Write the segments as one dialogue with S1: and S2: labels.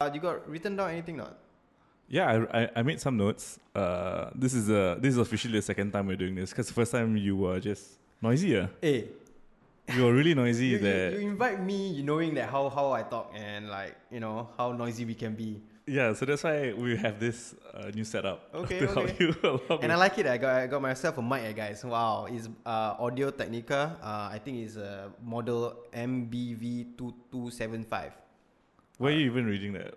S1: Uh, you got written down anything not?
S2: Yeah, I, I, I made some notes. Uh, this is uh, this is officially the second time we're doing this because first time you were just noisy. Yeah?
S1: Hey,
S2: You were really noisy
S1: you,
S2: there.
S1: you, you invite me, you knowing that how how I talk and like you know how noisy we can be,
S2: yeah, so that's why we have this uh, new setup
S1: Okay,
S2: to
S1: okay.
S2: help you along.
S1: and I like it. I got I got myself a mic, eh, guys. Wow, it's uh, Audio Technica. Uh, I think it's a model MBV two two seven five.
S2: Why are you even reading that?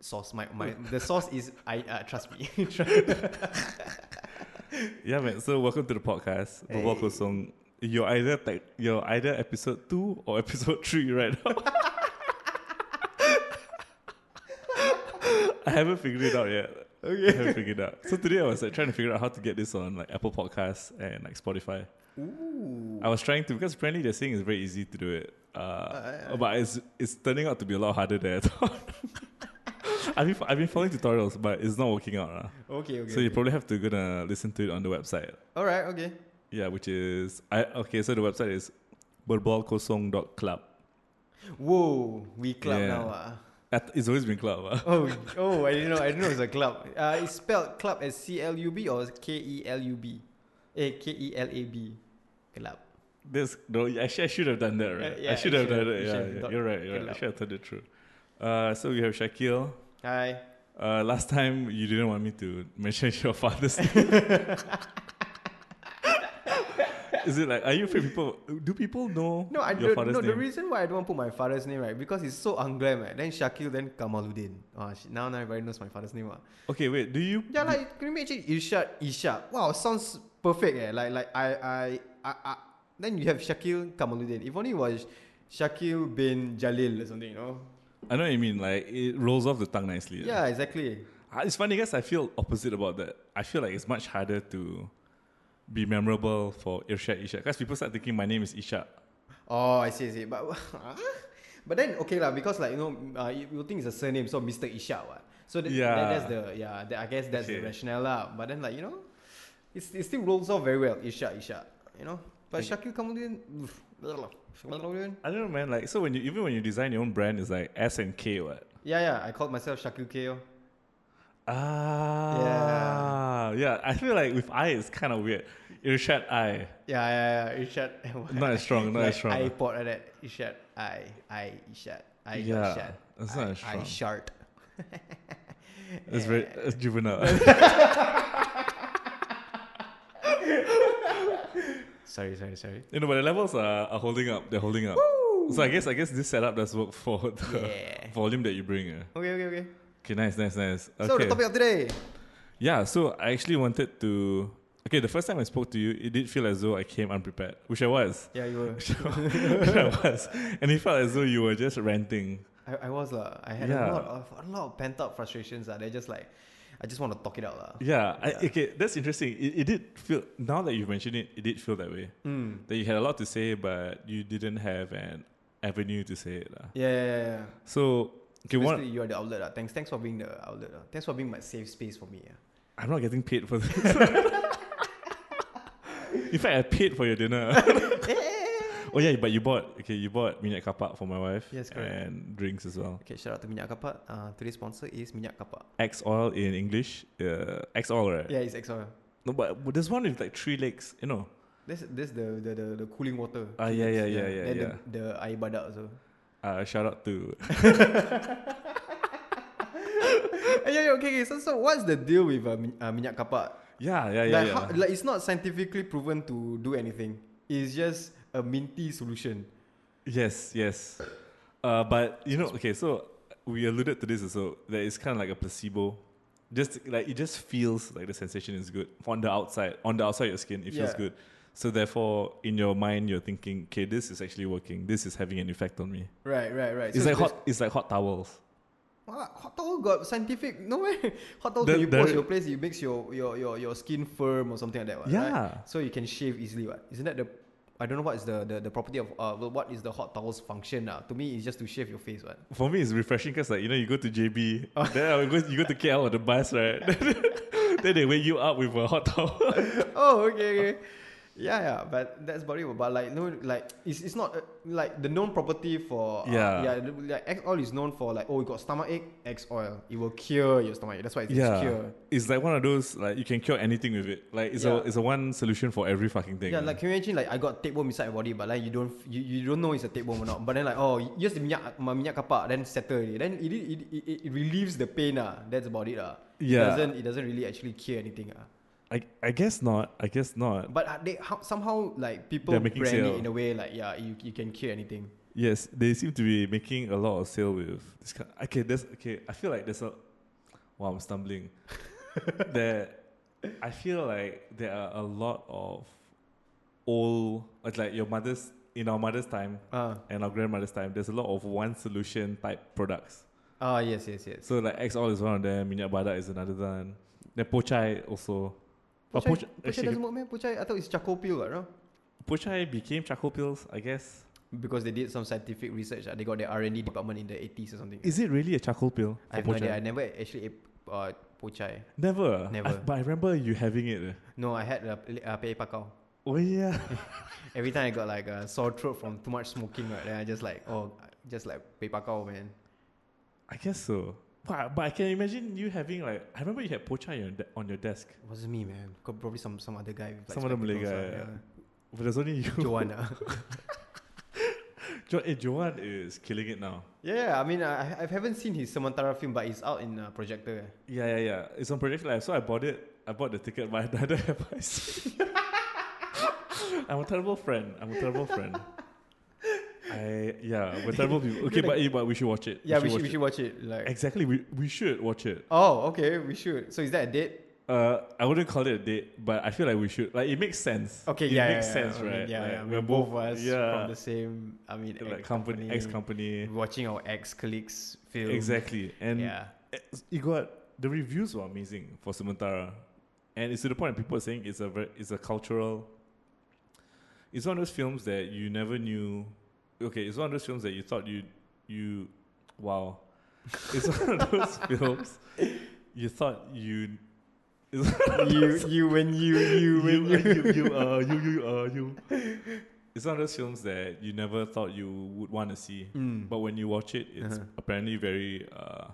S1: Source, my, my
S2: Oh.
S1: the source is I uh, trust me.
S2: Yeah, man. So welcome to the podcast, The
S1: Hey.
S2: Kosong. You're either tech, you're either episode two or episode three right now. I haven't figured it out yet. Okay, I haven't figured it out. So today I was like trying to figure out how to get this on like Apple Podcasts and like Spotify.
S1: Ooh.
S2: I was trying to because apparently they're saying it's very easy to do it, uh,
S1: I-
S2: but it's it's turning out to be a lot harder than I thought. I've been fo- I've been following tutorials, but it's not working out. lah.
S1: Okay, okay.
S2: so you
S1: okay.
S2: probably have to gonna listen to it on the website.
S1: all right. Okay.
S2: Yeah, which is I okay. So the website is berbalkosong.club.
S1: Whoa, we club
S2: Yeah.
S1: now. ah.
S2: At- It's always been club. ah.
S1: Oh, oh, I didn't know. I didn't know it's a club. Uh, it's spelled club as C L U B or K E L U B, A K E L A B, club.
S2: This no, actually I should have done that. Right?
S1: Uh, yeah,
S2: I should
S1: you
S2: have
S1: should-
S2: done it.
S1: you
S2: Yeah,
S1: should have
S2: yeah,
S1: done-
S2: you're right. You're right. I
S1: club.
S2: should have turned it through. Uh, so we have Shakil.
S1: Hi.
S2: Uh, last time you didn't want me to mention your father's name. Is it like are you afraid people do people know
S1: No, I don't,
S2: your father's
S1: no. The
S2: name?
S1: reason why I don't want to put my father's name right because it's so unglam. Right? Then Shakil, then Kamaluddin. Oh, sh- now now everybody knows my father's name. Ah.
S2: okay, wait, do you
S1: Yeah, like can you imagine Ishak, Ishak? Wow, sounds perfect. Eh, like like I I I. I then you have Shakil Kamaluddin. If only it was Shakil bin Jalil or something, you know?
S2: I know what you mean, like it rolls off the tongue nicely.
S1: Yeah, exactly.
S2: Uh, It's funny, guys. I feel opposite about that. I feel like it's much harder to be memorable for Irshad Ishak because people start thinking my name is Ishak.
S1: Oh, I see, I see. But but then okay lah because like you know uh, you you think it's a surname, so Mister Isha what. So that,
S2: Yeah.
S1: that- that's the yeah. That, I guess that's
S2: Okay.
S1: the rationale lah. But then like you know, it's, it still rolls off very well. Isha, Isha. You know. But
S2: Okay.
S1: Shakil Kamaluddin, oof, blah, blah, blah, blah, blah.
S2: I don't know, man. Like so, when you even when you design your own brand, it's like S and K. What?
S1: yeah, yeah. I called myself Shakil Ko.
S2: Ah, yeah. yeah. I feel like with I, it's kind of weird. Irshad I,
S1: Yeah, yeah, yeah. Isha.
S2: not as strong, not as strong.
S1: iPod like that. Isha, I, I, Isha, I,
S2: Yeah,
S1: Isha.
S2: that's
S1: I,
S2: not as
S1: I,
S2: strong.
S1: shart.
S2: It's very it's juvenile.
S1: Sorry, sorry, sorry.
S2: you know, but the levels are, are holding up. They're holding up. So I guess I guess this setup does work for the
S1: Yeah.
S2: volume that you bring. eh.
S1: Okay, okay, okay.
S2: Okay, nice, nice, nice. Okay.
S1: So the topic of today.
S2: Yeah, so I actually wanted to. Okay, the first time I spoke to you, it did feel as though I came unprepared, which I was.
S1: Yeah, you were.
S2: Which I was. And it felt as though you were just ranting.
S1: I, I was lah. I had
S2: Yeah.
S1: a lot of a lot of pent up frustrations lah. They're just like, I just want to talk it out lah.
S2: Yeah, I,
S1: Yeah.
S2: okay, that's interesting. It, it did feel, now that you've mentioned it, it did feel that way.
S1: Mm.
S2: That you had a lot to say, but you didn't have an avenue to say it. lah.
S1: Yeah, yeah, yeah. yeah.
S2: So, okay,
S1: Basically,
S2: one,
S1: you are the outlet lah. Thanks, thanks for being the outlet lah. Thanks for being my safe space for me. Yeah.
S2: I'm not getting paid for this. In fact, I paid for your dinner. oh, yeah, but you bought, okay, you bought minyak kapak for my wife.
S1: Yes, correct.
S2: And drinks as well.
S1: Okay, shout out to Minyak Kapak. Uh, today's sponsor is Minyak Kapak.
S2: X oil in English. Uh, X oil, right?
S1: Yeah, it's XOL.
S2: No, but but there's one with like three legs, you know.
S1: This this the the the, the cooling water.
S2: Ah, yeah, yeah, yeah, yeah,
S1: Then
S2: yeah.
S1: the the air badak also.
S2: Uh, shout out to.
S1: Ah, yeah, yeah, okay, okay. So so what's the deal with uh, min- uh, Minyak Kapak?
S2: Yeah, Ah, yeah, yeah.
S1: like,
S2: yeah.
S1: How, like it's not scientifically proven to do anything. It's just a minty solution.
S2: yes, yes. Uh, but you know, okay, so we alluded to this also. That it's kind of like a placebo. Just like it just feels like the sensation is good on the outside. On the outside of your skin, it feels
S1: Yeah.
S2: good. So therefore, in your mind, you're thinking, okay, this is actually working. This is having an effect on me.
S1: Right, right, right.
S2: it's like
S1: bas-
S2: hot. It's like hot towels.
S1: What? Hot towel got scientific? No way. Hot towel
S2: The-
S1: when you
S2: the-
S1: wash your place, it makes your, your your your skin firm or something like that. What, right?
S2: Yeah.
S1: So you can shave easily. What? Isn't that the? I don't know what is the the, the property of uh well, what is the hot towel's function now? To me, it's just to shave your face. What?
S2: For me, it's refreshing because like you know you go to JB,
S1: Oh.
S2: then I go, you go to KL on the bus, right? then they wake you up with a hot towel.
S1: oh, okay, okay. Yeah, yeah, but that's about it. But like, no, like it's it's not uh, like the known property for uh,
S2: Yeah.
S1: yeah. the- Like X oil is known for like oh, you got stomach ache, X oil, it will cure your stomach. ache. That's why it's
S2: yeah,
S1: cure.
S2: it's like one of those like you can cure anything with it. Like it's a
S1: Yeah.
S2: it's a one solution for every fucking thing. ah.
S1: Yeah, like can you imagine like I got tapeworm inside my body, but like you don't f- you, you don't know it's a tapeworm or not. But then like oh, you use the minyak my minyak kapak, then settle it. Then it it, it, it it relieves the pain ah. That's about it ah. It
S2: Yeah.
S1: doesn't it doesn't really actually cure anything ah.
S2: I I guess not. I guess not.
S1: But uh, they how, somehow like people
S2: They're
S1: brand
S2: making
S1: it
S2: sale.
S1: in a way like yeah, you you can cure anything.
S2: Yes, they seem to be making a lot of sale with this kind. Okay, there's okay. I feel like there's a. Wow, I'm stumbling. there, I feel like there are a lot of old, it's like your mother's in our mother's time
S1: Ah
S2: and our grandmother's time. There's a lot of one solution type products.
S1: ah yes yes yes.
S2: So like X all is one of them. Minyak Badak is another one. Then Pochai also. But
S1: Pochai,
S2: Pochai-
S1: Pochai
S2: actually-
S1: doesn't work, man. Pochai, I thought it's charcoal peel, right? No?
S2: Pochai became charcoal pills, I guess.
S1: Because they did some scientific research. Uh, they got their R and D department in the eighties or something.
S2: Is it really a charcoal pill?
S1: I have no
S2: for
S1: idea.
S2: Pochai?
S1: I never actually ate uh, pochai.
S2: Never.
S1: Never.
S2: I- but I remember you having it. eh.
S1: No, I had uh, uh, pei pakao.
S2: Oh yeah.
S1: Every time I got like a sore throat from too much smoking, right? Then I just like oh, just like pei pakao, man.
S2: I guess so. But, but I can imagine you having like I remember you had pocha on your, de- on your desk.
S1: wasn't me, man. Got probably some some other guy. With, like,
S2: Some other Malay
S1: spectacles,
S2: guy,
S1: uh,
S2: yeah. But there's only you.
S1: yeah. Joanna.
S2: Jo- eh, Johan is killing it now.
S1: yeah, I mean, I, I haven't seen his Samantara film, but it's out in uh, projector. eh.
S2: Yeah, yeah, yeah. It's on Project Life, so I bought it. I bought the ticket, but neither have I seen. it. I'm a terrible friend. I'm a terrible friend. I yeah, we're terrible people. Okay,
S1: You're
S2: but eh, but we should watch it.
S1: Yeah, we should, we
S2: watch
S1: should watch it.
S2: it.
S1: Like,
S2: Exactly, we, we should watch it.
S1: oh, okay, we should. So is that a date?
S2: Uh, I wouldn't call it a date, but I feel like we should. Like, it makes sense.
S1: Okay,
S2: it
S1: yeah,
S2: makes
S1: yeah,
S2: sense,
S1: yeah. I
S2: right?
S1: mean, yeah,
S2: Like,
S1: yeah.
S2: we're
S1: We're both of us
S2: yeah.
S1: from the same. I mean,
S2: like
S1: ex-
S2: company, ex company,
S1: watching our ex colleagues film.
S2: exactly. And
S1: yeah,
S2: it's- it got the reviews were amazing for Sumantara, and it's to the point people are saying it's a very, it's a cultural. It's one of those films that you never knew. Okay, it's one of those films that you thought you you, wow, it's one of those films you thought you. It's
S1: you, you, when you, you, when you.
S2: you, you, uh, you, you, uh, you. It's one of those films that you never thought you would want to see,
S1: Mm.
S2: but when you watch it, it's
S1: Uh-huh.
S2: apparently very uh,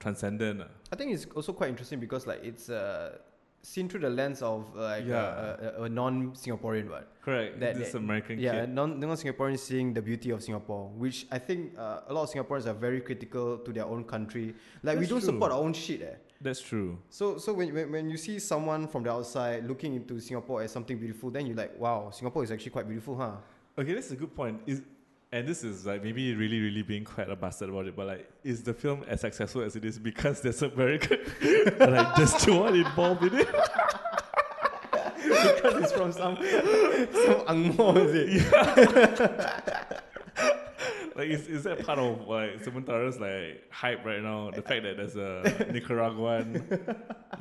S2: transcendent. ah.
S1: I think it's also quite interesting because like it's uh, seen through the lens of uh, like
S2: Yeah.
S1: a, a, a non-Singaporean, right?
S2: Correct.
S1: That-
S2: this
S1: that-
S2: American
S1: yeah,
S2: kid.
S1: non non-Singaporeans seeing the beauty of Singapore, which I think uh, a lot of Singaporeans are very critical to their own country. Like we
S2: That's
S1: don't
S2: true.
S1: support our own shit. Eh.
S2: That's true.
S1: So, so when, when, when you see someone from the outside looking into Singapore as something beautiful, then you're like, wow, Singapore is actually quite beautiful, huh?
S2: Okay, that's a good point. Is and this is like maybe really, really being quite a bastard about it, but like, is the film as successful as it is because there's American like just Juan involved in it?
S1: because it's from some, some
S2: Oh,
S1: angmo, is it?
S2: Like, is, is that part of like Sumantara's like hype right now? The fact that there's a Nicaraguan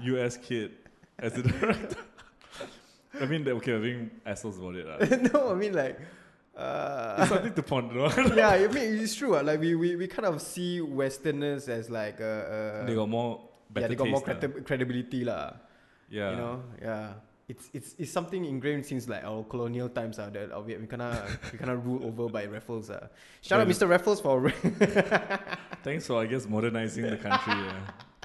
S2: U.S. kid as the director. I mean, that- okay, we're being assholes about it. lah.
S1: no, I mean, like,
S2: It's
S1: uh,
S2: something to ponder. on.
S1: yeah, I mean, it's true. ah. Like, we, we, we kind of see Westerners as like, uh, uh,
S2: they got more. Better
S1: yeah, they got more
S2: taste, lah.
S1: credi- credibility, lah.
S2: Yeah.
S1: You know, yeah. It's, it's, it's something ingrained since like our colonial times uh, that uh, we we kind of we kind of rule over by Raffles. Uh. Shout out
S2: Well,
S1: Mr. Raffles for
S2: Thanks for, I guess, modernizing the country yeah,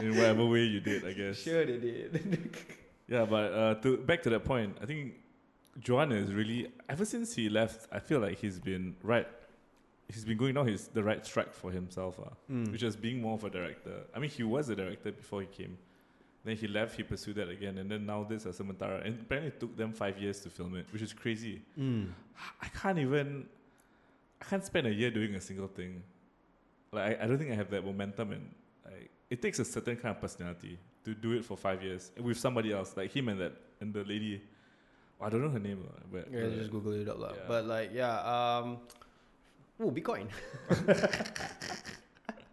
S2: in whatever way you did, I guess.
S1: sure they did.
S2: Yeah, but uh, to back to that point, I think Joanna is really ever since he left, I feel like he's been right. He's been going down his the right track for himself, uh,
S1: Mm.
S2: which is being more of a director. I mean, he was a director before he came. Then he left, he pursued that again, and then now this as Samantara. And apparently, it took them five years to film it, which is crazy.
S1: Mm.
S2: I can't even I can't spend a year doing a single thing. Like I, I don't think I have that momentum and like it takes a certain kind of personality to do it for five years with somebody else, like him and that and the lady. I don't know her name, uh, but
S1: Yeah, just Google it up lah.
S2: Yeah.
S1: But like, yeah, um, oh, Bitcoin.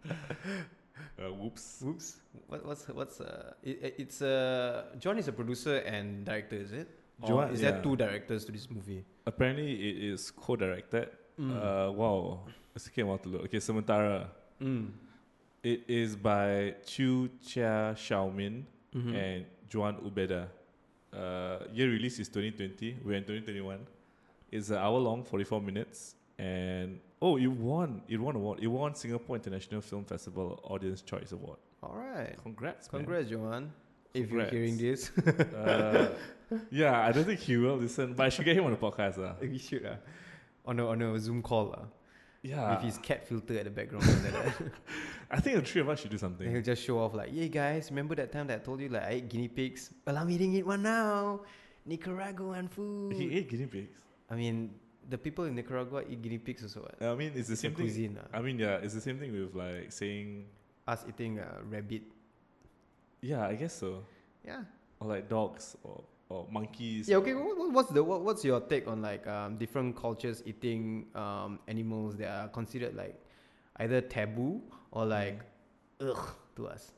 S2: uh, whoops.
S1: Whoops. What, what's what's uh, it, it- it's uh, John is a producer and director, is it? Or
S2: John-
S1: is
S2: yeah.
S1: there two directors to this movie?
S2: Apparently, it is co-directed.
S1: Mm.
S2: Uh, wow, it's taking a while to look. Okay, Samantara.
S1: Mm.
S2: mm-hmm. It is by Chu Chia Xiaomin
S1: Mhm.
S2: and Juan Ubeda. Uh, year release is 2020. We're in 2021. It's an hour long, 44 minutes. And oh, it won. It won award. It won Singapore International Film Festival Audience Choice Award.
S1: All right.
S2: Congrats, man.
S1: Congrats, Johan. If
S2: Congrats.
S1: you're hearing this,
S2: Uh, yeah, I don't think he will listen, but I should get him on the podcast. Uh.
S1: we should uh, on a on a Zoom call uh,
S2: Yeah.
S1: with his cat filter at the background. and all that, uh.
S2: I think the three of us should do
S1: then he'll
S2: something.
S1: just show off like, "Hey guys, remember that time that I told you like I ate guinea pigs? Well, I'm eating it one now. Nicaraguan food.
S2: He ate guinea pigs.
S1: I mean, the people in Nicaragua eat guinea pigs also. What?
S2: I mean, it's the
S1: It's a
S2: same thing.
S1: cuisine. uh.
S2: I mean, yeah, it's the same thing with like saying,
S1: Us eating uh, rabbit.
S2: yeah, I guess so,
S1: Yeah.
S2: or like dogs or, or monkeys.
S1: Yeah. Okay. What, what- what's the what, what's your take on like um, different cultures eating um, animals that are considered like either taboo or like Mm. ugh to us?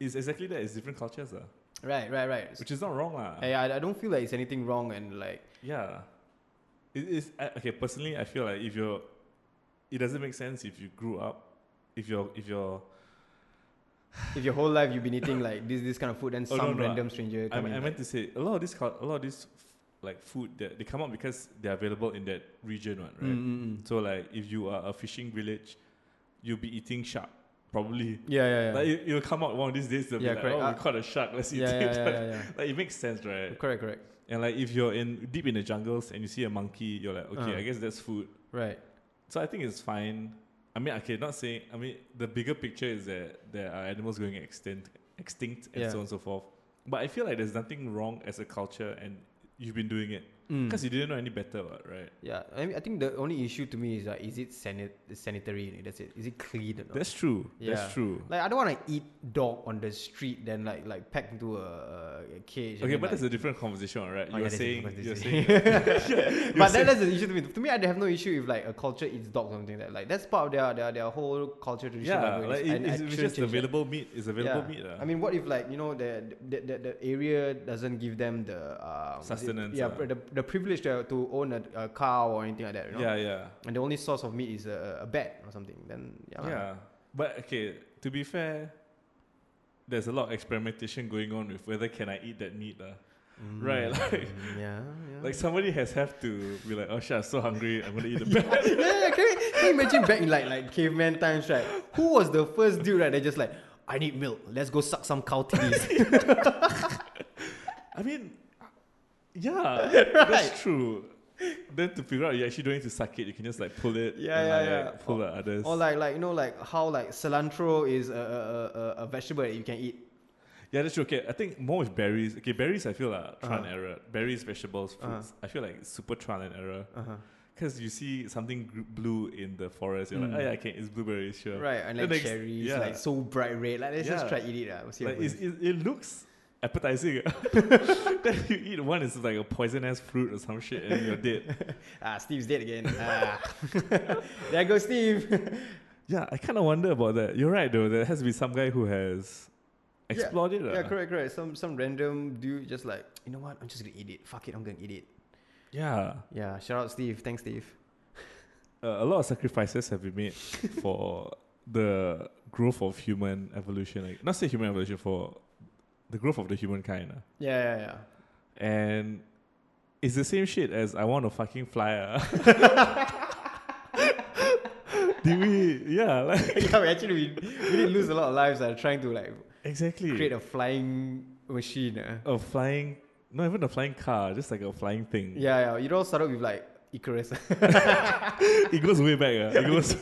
S2: It's exactly that. It's different cultures, uh,
S1: Right. Right. Right.
S2: which is not wrong, lah.
S1: I, uh, I I don't feel like it's anything wrong and like
S2: Yeah, it is. I- Okay, personally, I feel like if you're, it doesn't make sense if you grew up, if you're, if you're.
S1: if your whole life you've been eating like this this kind of food and
S2: Oh,
S1: some
S2: no, no,
S1: random stranger.
S2: I,
S1: come in,
S2: mean, I
S1: like-
S2: meant to say a lot of this, cul- a lot of this, f- like food that they come out because they're available in that region, one, right?
S1: Mm, mm, mm.
S2: So like, if you are a fishing village, you'll be eating shark probably.
S1: yeah, yeah, yeah.
S2: Like it, it'll come out one of these days. They'll
S1: Yeah,
S2: be like,
S1: correct.
S2: "Oh,
S1: Uh,
S2: we caught a shark. Let's eat
S1: yeah, yeah,
S2: it."
S1: yeah, yeah,
S2: like it makes sense,
S1: yeah.
S2: right?
S1: Correct, correct.
S2: And like if you're in deep in the jungles and you see a monkey, you're like, "Okay,
S1: Uh.
S2: I guess that's food."
S1: Right.
S2: So I think it's fine. I mean, okay, not saying. I mean, the bigger picture is that there are animals going extinct, extinct, and
S1: Yeah.
S2: so on and so forth. But I feel like there's nothing wrong as a culture, and you've been doing it
S1: Mm.
S2: because you didn't know any better, what, right?
S1: Yeah, I mean, I think the only issue to me is like, is it sanit- sanitary? and That's it. Is it clean or not?
S2: That's true.
S1: Yeah.
S2: That's true.
S1: like I don't want to eat dog on the street, then like like packed into a, a cage. and
S2: okay,
S1: then,
S2: but
S1: like,
S2: that's a different conversation, all right?
S1: Oh, yeah,
S2: you were
S1: that's a
S2: saying,
S1: different
S2: you're saying,
S1: conversation. but that, that's the issue to me. To me, I have no issue if like a culture eats dog or something like that. Like that's part of their their, their whole culture tradition.
S2: yeah,
S1: whatever it
S2: like
S1: is,
S2: it,
S1: and I
S2: it's, it's
S1: shouldn't
S2: just
S1: change that.
S2: available meat. It's available
S1: Yeah.
S2: meat. Uh.
S1: I mean, what if like you know the the, the, the area doesn't give them the um, is it-
S2: Sustenance,
S1: Yeah,
S2: uh.
S1: pr- the, the privilege to, to own a, a cow or anything like that. You know?
S2: yeah, yeah,
S1: and the only source of meat is a, a bat or something, then yeah.
S2: yeah,
S1: lah.
S2: But okay, to be fair, there's a lot of experimentation going on with whether can I eat that meat, uh. Right, like-
S1: Mm, yeah, yeah.
S2: Like somebody has have to be like, oh shit, I'm so hungry, I'm gonna eat a bat.
S1: yeah, yeah, can, you, can you imagine back in like like caveman times, right? Who was the first dude right? They just like, I need milk. Let's go suck some cow titties.
S2: I mean, yeah, that's true. Then to figure out you actually don't need to suck it, you can just like pull it.
S1: Yeah,
S2: and,
S1: yeah,
S2: like,
S1: yeah.
S2: Pull at others.
S1: or like like you know like how like cilantro is a a, a, a- a vegetable that you can eat.
S2: yeah, that's true. Okay, I think more with berries. Okay, berries, I feel like trial and
S1: Uh-huh.
S2: error. Berries, vegetables, fruits.
S1: Uh-huh.
S2: I feel like super trial and error.
S1: Uh-huh.
S2: Because you see something gr- blue in the forest, you're
S1: Mm.
S2: like, oh yeah, okay, it's blueberries, sure.
S1: Right, and
S2: Then
S1: like
S2: next-
S1: cherries,
S2: yeah.
S1: like so bright red. Like let's just
S2: Yeah.
S1: try eat it. Uh, see
S2: Like,
S1: what
S2: it's,
S1: happens.
S2: it, it looks appetizing. then you eat one, it's like a poisonous fruit or some shit, and you're dead.
S1: ah, Steve's dead again. ah. there goes Steve.
S2: Yeah, I kind of wonder about that. You're right, though. There has to be some guy who has
S1: Yeah,
S2: explored it.
S1: Yeah,
S2: ah.
S1: correct, correct. Some some random dude just like, you know what? I'm just gonna eat it. Fuck it, I'm gonna eat it.
S2: Yeah.
S1: Yeah, shout out Steve. Thanks, Steve.
S2: Uh, a lot of sacrifices have been made for the growth of human evolution. Like, not say human evolution, for the growth of the humankind. ah.
S1: Yeah, yeah,
S2: And it's the same shit as I want a fucking flyer. Did we? Yeah, like,
S1: yeah. yeah we actually, we, we did lose a lot of lives uh, trying to like
S2: exactly.
S1: create a flying machine. Uh.
S2: a flying, not even a flying car, just like a flying thing.
S1: Yeah, yeah. It all started with like Icarus.
S2: it goes way back. Uh. It goes.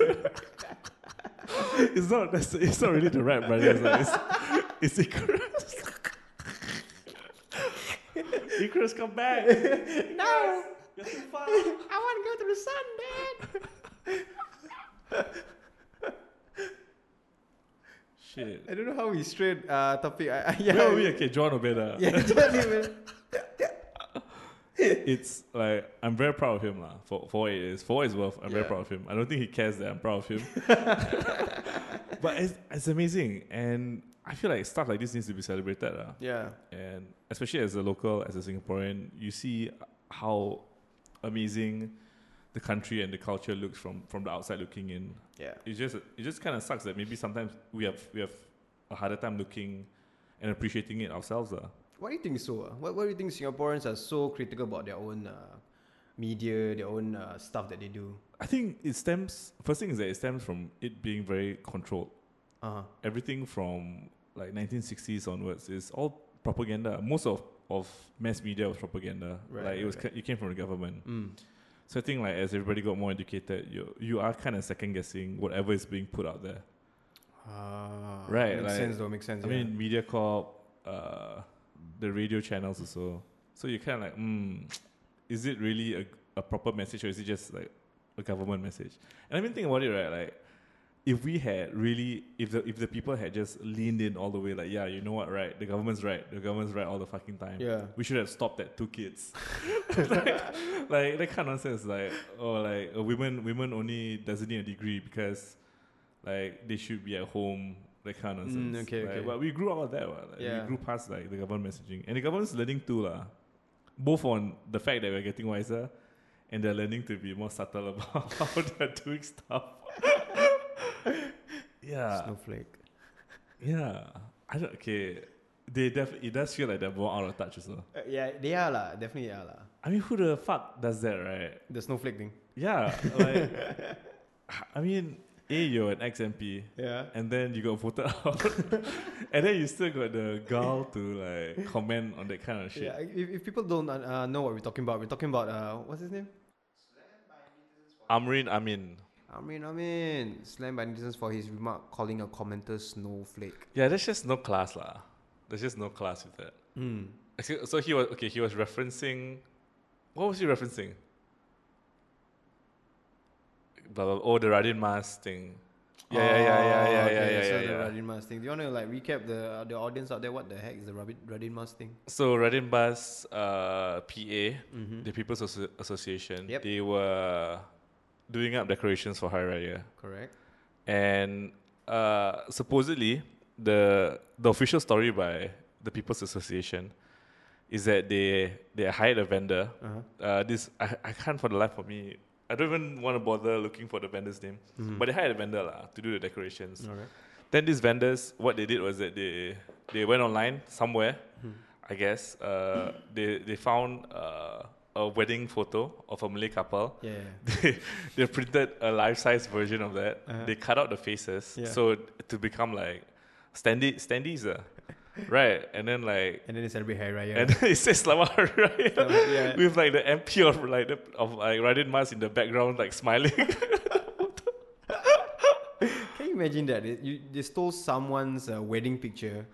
S2: it's not. That's, it's not really the right brothers. Uh. It's, it's Icarus. Icarus, come back!
S1: no,
S2: You're too far.
S1: I want to go to the sun, Dad.
S2: Shit.
S1: I don't know how we strayed uh, topic. I, I, yeah,
S2: Where are we? Okay, John Obeda.
S1: yeah, don't even-
S2: It's like I'm very proud of him, lah. For for what it is, for what it's worth, I'm very
S1: Yeah.
S2: proud of him. I don't think he cares that I'm proud of him. but it's it's amazing, and I feel like stuff like this needs to be celebrated, lah.
S1: yeah,
S2: and especially as a local, as a Singaporean, you see how amazing the country and the culture looks from from the outside looking in.
S1: yeah.
S2: It just it just kind of sucks that maybe sometimes we have we have a harder time looking and appreciating it ourselves. Uh.
S1: Why do you think so? ah? Why, why do you think Singaporeans are so critical about their own uh, media, their own uh, stuff that they do?
S2: I think it stems. First thing is that it stems from it being very controlled.
S1: Uh huh.
S2: Everything from like 1960s onwards is all propaganda. Most of of mass media was propaganda.
S1: Right,
S2: like it
S1: right,
S2: was,
S1: right.
S2: ca- it came from the government.
S1: Mm.
S2: So I think like as everybody got more educated, you you are kind of second guessing whatever is being put out there.
S1: Ah,
S2: Right,
S1: Makes
S2: like-
S1: sense though. Makes sense.
S2: I
S1: yeah.
S2: mean, MediaCorp, uh, the radio channels also. So you're kind of like, mm, is it really a, a proper message or is it just like a government message? And I mean, think about it, right? Like, if we had really, if the if the people had just leaned in all the way, like, yeah, you know what, right? The government's right. The government's right all the fucking time.
S1: yeah.
S2: We should have stopped at two kids. like, like that kind of nonsense. Like or like a women women only doesn't need a degree because like they should be at home. That kind of
S1: Mm,
S2: nonsense.
S1: okay,
S2: Like,
S1: okay.
S2: But we grew out of that. what. Like,
S1: Yeah.
S2: We grew past like the government messaging, and the government's learning too, lah. Both on the fact that we're getting wiser, and they're learning to be more subtle about how they're doing stuff. yeah.
S1: Snowflake.
S2: Yeah. I don't. Okay. They def- it does feel like they're more out of touch as well.
S1: Uh, yeah, they are lah. Definitely are lah.
S2: I mean, who the fuck does that, right?
S1: The snowflake thing.
S2: Yeah, like I mean, a you're an ex MP,
S1: Yeah.
S2: and then you got voted out, and then you still got the gall to like comment on that kind of shit.
S1: Yeah. If, if people don't uh, uh, know what we're talking about, we're talking about uh, what's his name?
S2: Amrin Amin.
S1: Amin Amin, slammed by netizens for his remark calling a commenter snowflake.
S2: Yeah, there's just no class lah. There's just no class with that.
S1: Mm.
S2: Actually, So he was okay. He was referencing. What was he referencing? Blah, blah, oh, the Radin Mas thing. Yeah, yeah, yeah, yeah, yeah, yeah, yeah,
S1: Oh, so
S2: yeah,
S1: the
S2: yeah.
S1: Radin Mas thing. Do you want to like recap the uh, the audience out there? What the heck is the Radin, Radin Mas thing?
S2: So Radin Mas, uh, PA,
S1: Mm-hmm.
S2: the People's Asso- Association,
S1: Yep.
S2: they were doing up decorations for Hari Raya,
S1: Correct.
S2: and uh, supposedly the the official story by the People's Association is that they they hired a vendor.
S1: Uh-huh.
S2: Uh, this I, I can't for the life of me. I don't even want to bother looking for the vendor's name,
S1: Hmm.
S2: but they hired a vendor lah to do the decorations.
S1: All right.
S2: Then these vendors, what they did was that they they went online somewhere,
S1: Hmm.
S2: I guess. Uh, they they found uh, a wedding photo of a Malay couple.
S1: Yeah.
S2: They, they printed a life size version of that.
S1: Uh-huh.
S2: They cut out the faces
S1: Yeah.
S2: so to become like standee standees, uh. right? And then like
S1: And then they celebrate Hari Raya.
S2: and then it says Selamat Hari Raya
S1: Selamat- yeah.
S2: with like the MP of like the, of like Radin Mas in the background like smiling.
S1: Can you imagine that they, you, they stole someone's uh, wedding picture,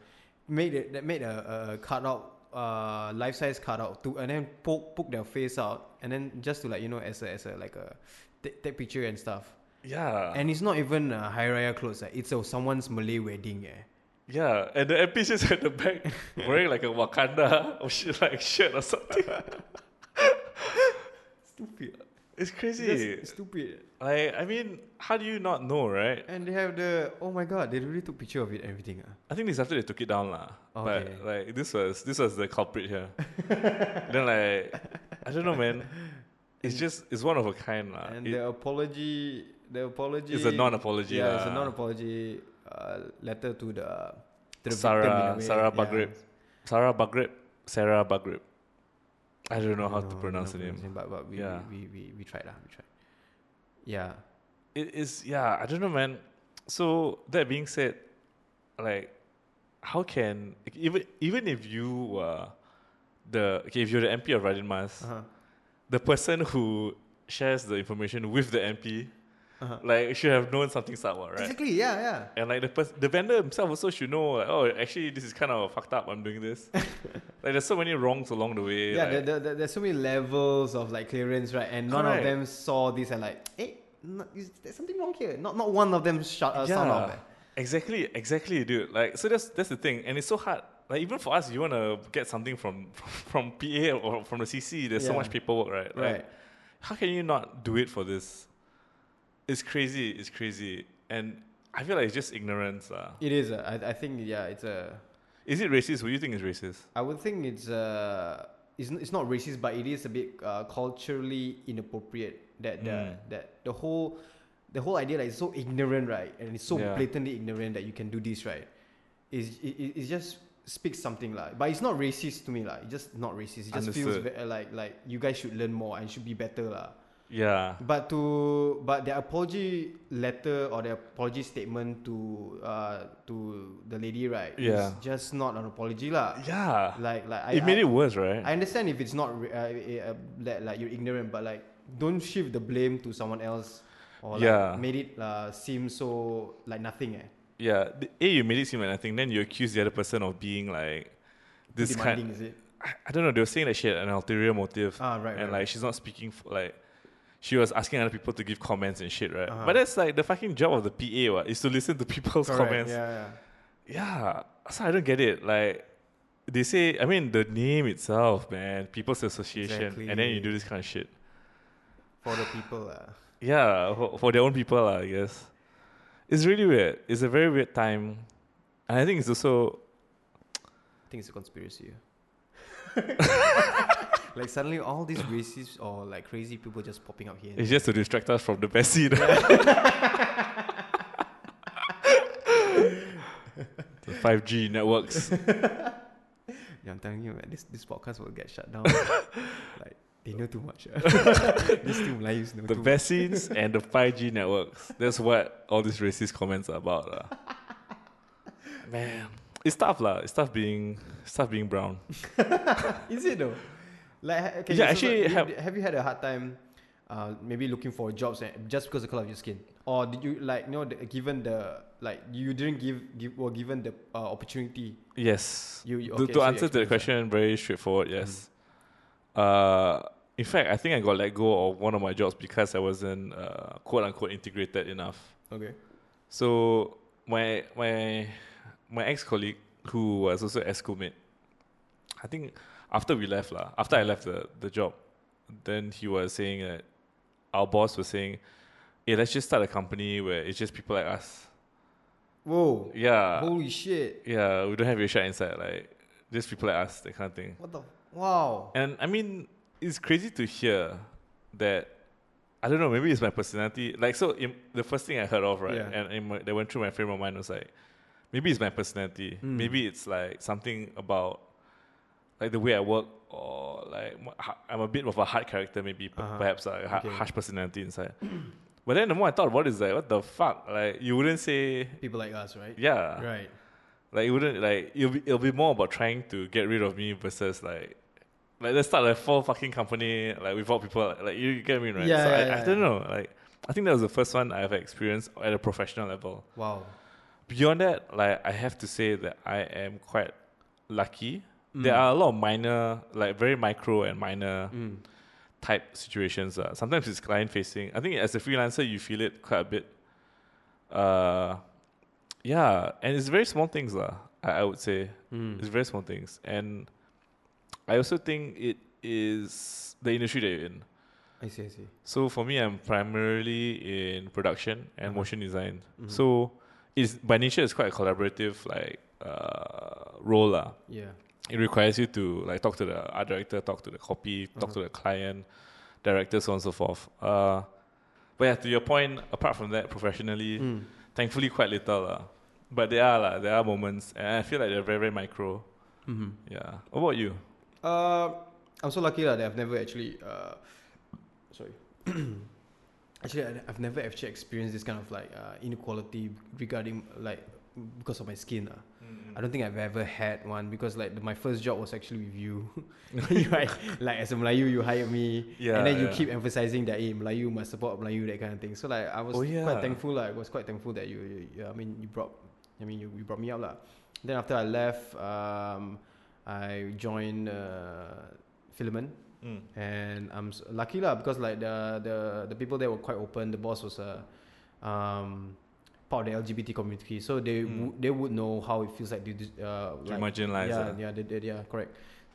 S1: made it that made a, a cutout, uh, life size cutout to, and then poke poke their face out, and then just to like you know as a as a like a take, take picture and stuff.
S2: yeah.
S1: And it's not even uh, Hari Raya clothes. eh. It's uh, someone's Malay wedding. eh. Yeah.
S2: Yeah, and the MP just at the back wearing like a Wakanda or shit like shirt or something.
S1: Stupid.
S2: It's crazy.
S1: That's stupid.
S2: like I mean, how do you not know, right?
S1: And they have the oh my god, they really took picture of it and everything. ah.
S2: I think it's after they took it down lah.
S1: Oh, Okay.
S2: But like this was this was the culprit here. then like I don't know man. It's just it's one of a kind lah.
S1: and
S2: Ah, It-
S1: the apology, the apology.
S2: it's a non-apology.
S1: Yeah, it's a
S2: lah.
S1: non-apology uh, letter to the to the victim in a
S2: Sarah
S1: way.
S2: Sarah
S1: Yeah.
S2: Bagrib. Sarah Bagrib. Sarah Bagrib. I don't know how to
S1: No,
S2: pronounce the
S1: don't
S2: name.
S1: pronounce it, But, but we,
S2: Yeah.
S1: we, we, we, we tried lah, we tried. Yeah.
S2: it is yeah i don't know man so that being said like how can like, even even if you were the okay if you're the mp of radin mas
S1: Uh-huh.
S2: the person who shares the information with the mp
S1: Uh-huh.
S2: like should have known something sour right
S1: Exactly. Yeah, yeah.
S2: and like the pers- the vendor himself also should know like, oh actually this is kind of fucked up i'm doing this like there's so many wrongs along the way
S1: yeah,
S2: like-
S1: there, there, there- there's so many levels of like clearance, right? And none
S2: Correct.
S1: of them saw this and like, hey, no, is, there's something wrong here. Not not one of them shut us yeah. off. eh.
S2: Exactly, exactly, dude. Like, so that's that's the thing, and it's so hard. Like, even for us, you want to get something from from PA or from the CC. There's so
S1: Yeah.
S2: much paperwork, right? Like,
S1: Right.
S2: how can you not do it for this? It's crazy. It's crazy, and I feel like it's just ignorance, ah. lah.
S1: It is. A, I, I think yeah, it's a.
S2: Is it racist? What do you think is racist?
S1: I would think it's uh It's, n- it's not racist, but it is a bit uh, culturally inappropriate that the,
S2: Mm.
S1: that the whole the whole idea that it's so ignorant, right? And it's so
S2: Yeah.
S1: blatantly ignorant that you can do this, right? Is it, it- it's just speaks something like, but it's not racist to me like. It's just not racist. It just feels
S2: Understood.
S1: ve- like like you guys should learn more and should be better lah.
S2: Yeah.
S1: But to but their apology letter or their apology statement to uh to the lady right
S2: Yeah.
S1: is just not an apology lah.
S2: Yeah.
S1: Like like I,
S2: it made
S1: I,
S2: it worse, right?
S1: I understand if it's not re- uh, eh, uh, that like you're ignorant, but like don't shift the blame to someone else or like,
S2: Yeah.
S1: made it uh, seem so like nothing. Eh.
S2: yeah. The- A, you made it seem like nothing. Then you accuse the other person of being like this kind.
S1: Demanding, is it?
S2: I, I don't know. They were saying that she had an ulterior motive,
S1: Ah, right.
S2: and
S1: right,
S2: like she's not speaking for like. She was asking other people to give comments and shit, right?
S1: Uh-huh.
S2: But that's like the fucking job of the PA, what, is to listen to people's
S1: Correct,
S2: comments.
S1: Yeah, yeah.
S2: Yeah, so I don't get it. Like they say, I mean, the name itself, man, People's Association, and then you
S1: Exactly.
S2: do this kind of shit.
S1: For the people. Uh.
S2: Yeah, for, for their own people, lah, I guess. It's really weird. It's a very weird time, and I think it's also
S1: I think it's a conspiracy. like suddenly all these racists or like crazy people just popping up here. and
S2: it's just to distract us from the best scene. the five G networks.
S1: there. Yeah, I'm telling you, man, this this podcast will get shut down. like they know too much. uh. these two Malayus know
S2: the
S1: too
S2: vaccines and the 5G networks. That's what all these racist comments are about. lah. Man. It's tough, lah. It's tough being it's tough being brown.
S1: Is it though? Like ha- okay,
S2: Yeah,
S1: so
S2: actually,
S1: like, you-
S2: have-
S1: have, you had a hard time, uh, maybe looking for jobs and just because of the color of your skin, or did you like you know the, given the like you didn't give give or given the uh, opportunity?
S2: Yes.
S1: You, you
S2: To-
S1: okay,
S2: to
S1: so you
S2: answer to the
S1: experienced that.
S2: question, very straightforward, yes.
S1: Mm-hmm.
S2: Uh in fact I think I got let go of one of my jobs because I wasn't uh, quote unquote integrated enough.
S1: Okay.
S2: So my my my ex colleague who was also ESCO mate, I think after we left lah, after I left the, the job, then he was saying that our boss was saying, Hey, let's just start a company where it's just people like us.
S1: Whoa!
S2: Yeah.
S1: Holy shit!
S2: yeah, we don't have Asia inside, like just people like us, that kind of thing.
S1: What the? Wow!
S2: And I mean, it's crazy to hear that. I don't know. Maybe it's my personality. Like, so in, the first thing I heard of, right,
S1: Yeah.
S2: and in my, that went through my frame of mind was like, maybe it's my personality.
S1: Mm.
S2: Maybe it's like something about, like the way I work, or like my- ha- I'm a bit of a hard character. Maybe p-
S1: Uh-huh.
S2: perhaps like, a ha-
S1: Okay.
S2: harsh personality inside. but then the more I thought about it, it's like, what the fuck? Like, you wouldn't say,
S1: People like us, right?
S2: yeah.
S1: Right.
S2: Like it wouldn't like it'll be it'll be more about trying to get rid of me versus like like let's start a full fucking company like without people like, like you get me right.
S1: Yeah,
S2: so
S1: yeah,
S2: I,
S1: yeah,
S2: I don't know. Like I think that was the first one I've experienced at a professional level.
S1: Wow.
S2: Beyond that, like I have to say that I am quite lucky. There are a lot of minor, like very micro and minor
S1: Mm.
S2: type situations. Uh. Sometimes it's client facing. I think as a freelancer, you feel it quite a bit. Uh, yeah, and it's very small things, lah. I, I would say
S1: Mm.
S2: Mm-hmm. it's very small things, and I also think it is the industry that you're in.
S1: I see. I see.
S2: So for me, I'm primarily in production and
S1: Mhm.
S2: motion design.
S1: Mhm.
S2: So it's by nature, it's quite a collaborative like uh, role, lah
S1: Yeah.
S2: it requires you to like talk to the art director, talk to the copy, talk
S1: Mhm.
S2: to the client, director, so on and so forth. Uh, but yeah, to your point, apart from that, professionally,
S1: Mm.
S2: thankfully quite little lah. But there are lah, there are moments, and I feel like they're very very micro.
S1: hmm
S2: Yeah. What about you?
S1: Uh, I'm so lucky lah that I've never actually. Uh, sorry. actually, I, I've never actually experienced this kind of like uh, inequality regarding like because of my skin. lah. I don't think I've ever had one because like the, my first job was actually with you. you hi- like as a Melayu, you hire me,
S2: Yeah,
S1: and then you
S2: yeah.
S1: keep emphasizing that hey, Melayu must support Melayu that kind of thing. So like I was
S2: Oh, yeah.
S1: quite thankful. Like, I was quite thankful that you, you, you I mean you brought I mean you, you brought me up lah. Then after I left, um, I joined uh, Filament
S2: Mm.
S1: and I'm s- lucky lah because like the the the people there were quite open. The boss was a um, part of the LGBT community, so they
S2: Mm.
S1: wou- they would know how it feels like to dis- uh,
S2: To
S1: like,
S2: marginalize.
S1: yeah,
S2: ah.
S1: yeah, they, they, yeah, correct.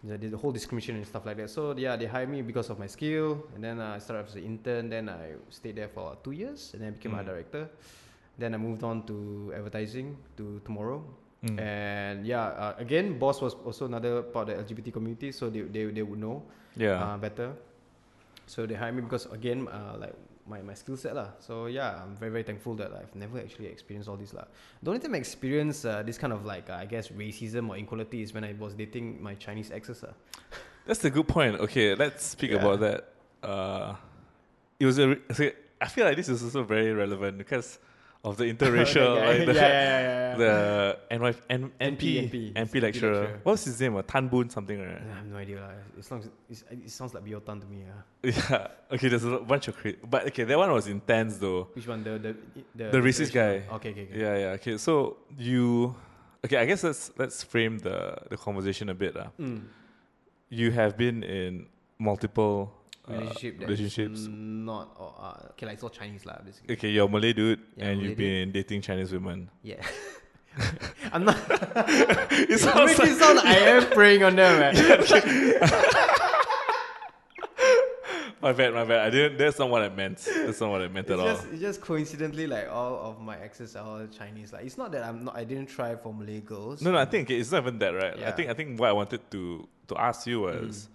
S1: The, the whole discrimination and stuff like that. So yeah, they hired me because of my skill, and then uh, I started as an intern. Then I stayed there for two years, and then I became
S2: Mm.
S1: a director. Then I moved on to advertising to tomorrow,
S2: Mm.
S1: and yeah, uh, again, boss was also another part of the LGBT community, so they they, they would know
S2: yeah.
S1: uh, better. So they hired me because again, uh, like my, my skill set lah. So yeah, I'm very very thankful that I've never actually experienced all this lah. The only time I experienced uh, this kind of like uh, I guess racism or inequality is when I was dating my Chinese exes. Uh.
S2: That's a good point. Okay, let's speak
S1: Yeah.
S2: about that. Uh, it was a. Re- okay, I feel like this is also very relevant because of the interracial,
S1: yeah,
S2: like
S1: yeah,
S2: the,
S1: yeah, yeah, yeah.
S2: the NY, N,
S1: NP,
S2: NP,
S1: NP.
S2: NP,
S1: It's NP
S2: lecturer.
S1: lecturer.
S2: What was his name? Uh, Tan Boon something, right?
S1: I have no idea lah. As long as it's, it sounds like Biotan to me. Uh.
S2: Yeah. Okay, there's a bunch of cra- but okay, that one was intense though.
S1: Which one? The the the,
S2: The racist
S1: interracial
S2: guy.
S1: one? Okay, okay, okay.
S2: Yeah, yeah. Okay, so you, okay, I guess let's let's frame the the conversation a bit. Uh.
S1: Mm.
S2: You have been in multiple uh,
S1: Relationship Mm. that's
S2: relationships.
S1: Not or uh, okay, like it's all Chinese lah, basically.
S2: Okay, you're a Malay dude,
S1: Yeah,
S2: and
S1: Malay
S2: you've
S1: dude.
S2: been dating Chinese women.
S1: Yeah. I'm not.
S2: It
S1: You
S2: sounds
S1: make it sound like I am preying on them, eh? man.
S2: My bad, my bad. I didn't. That's not what I meant. That's not what I meant
S1: It's
S2: at all.
S1: just, it's just coincidentally like all of my exes are all Chinese. Like it's not that I'm not. I didn't try for Malay girls.
S2: No, no. I think it's not even that, right? I
S1: Yeah.
S2: think I think what I wanted to to ask you was,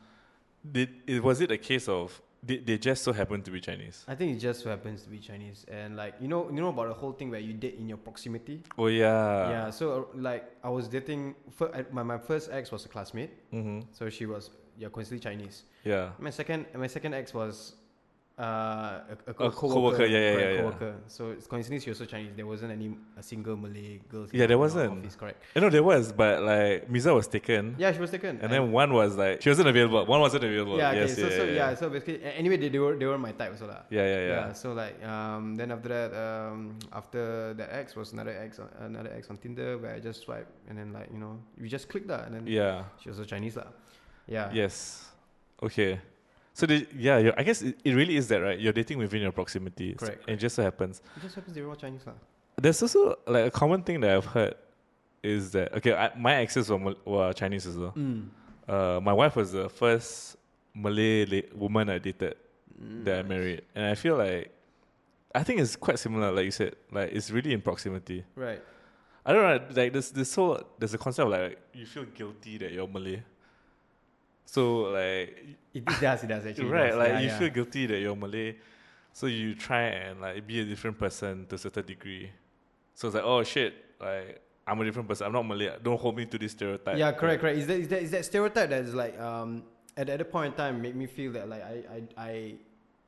S1: Mm.
S2: did it was it a case of did they just so happen to be Chinese?
S1: I think it just so happens to be Chinese, and like you know, you know about the whole thing where you date in your proximity.
S2: Oh yeah.
S1: yeah. So uh, like I was dating. Fir- I- my my first ex was a classmate,
S2: Yeah. hmm
S1: so she was yeah coincidentally Chinese.
S2: Yeah.
S1: My second my second ex was uh, a, a, co-
S2: A coworker, yeah, yeah,
S1: correct,
S2: yeah, yeah.
S1: coworker. So it's coincidentally she was also Chinese. There wasn't any a single Malay girl.
S2: Yeah, there
S1: in our
S2: wasn't.
S1: Office, correct.
S2: I know Eh, there was, but like Misa was taken,
S1: Yeah, she was taken.
S2: and then one was like she wasn't available. One wasn't available.
S1: yeah, okay,
S2: yes,
S1: so,
S2: yeah,
S1: so
S2: yeah,
S1: yeah, so basically, a- anyway, they, they were they were my type, so lah.
S2: yeah, yeah, yeah.
S1: So like, um, then after that, um, after that ex was another ex, on, another ex on Tinder where I just swipe and then like you know we just clicked that and then
S2: Yeah.
S1: she was a Chinese lah. Yeah.
S2: Yes. Okay. So the, yeah, you're, I guess it, it really is that right. You're dating within your proximity. So-
S1: Correct,
S2: It just so happens.
S1: It just happens they were all Chinese lah.
S2: There's also like a common thing that I've heard is that okay, I, my exes were, Mal- were Chinese as well.
S1: Mm.
S2: Uh, my wife was the first Malay la- woman I dated that I
S1: Mm.
S2: married, and I feel like I think it's quite similar, like you said. Like it's really in proximity.
S1: Right.
S2: I don't know. Like this, this whole there's a concept of, like you feel guilty that you're Malay. So like
S1: It, it does. It does actually. it
S2: right
S1: does.
S2: like
S1: Yeah,
S2: you
S1: yeah.
S2: feel guilty that you're malay so you try and like be a different person to a certain degree so it's like oh shit like i'm a different person i'm not malay don't hold me to this stereotype
S1: yeah, correct, correct. Is that is that is that stereotype that is like um at at a point in time make me feel that like I I, I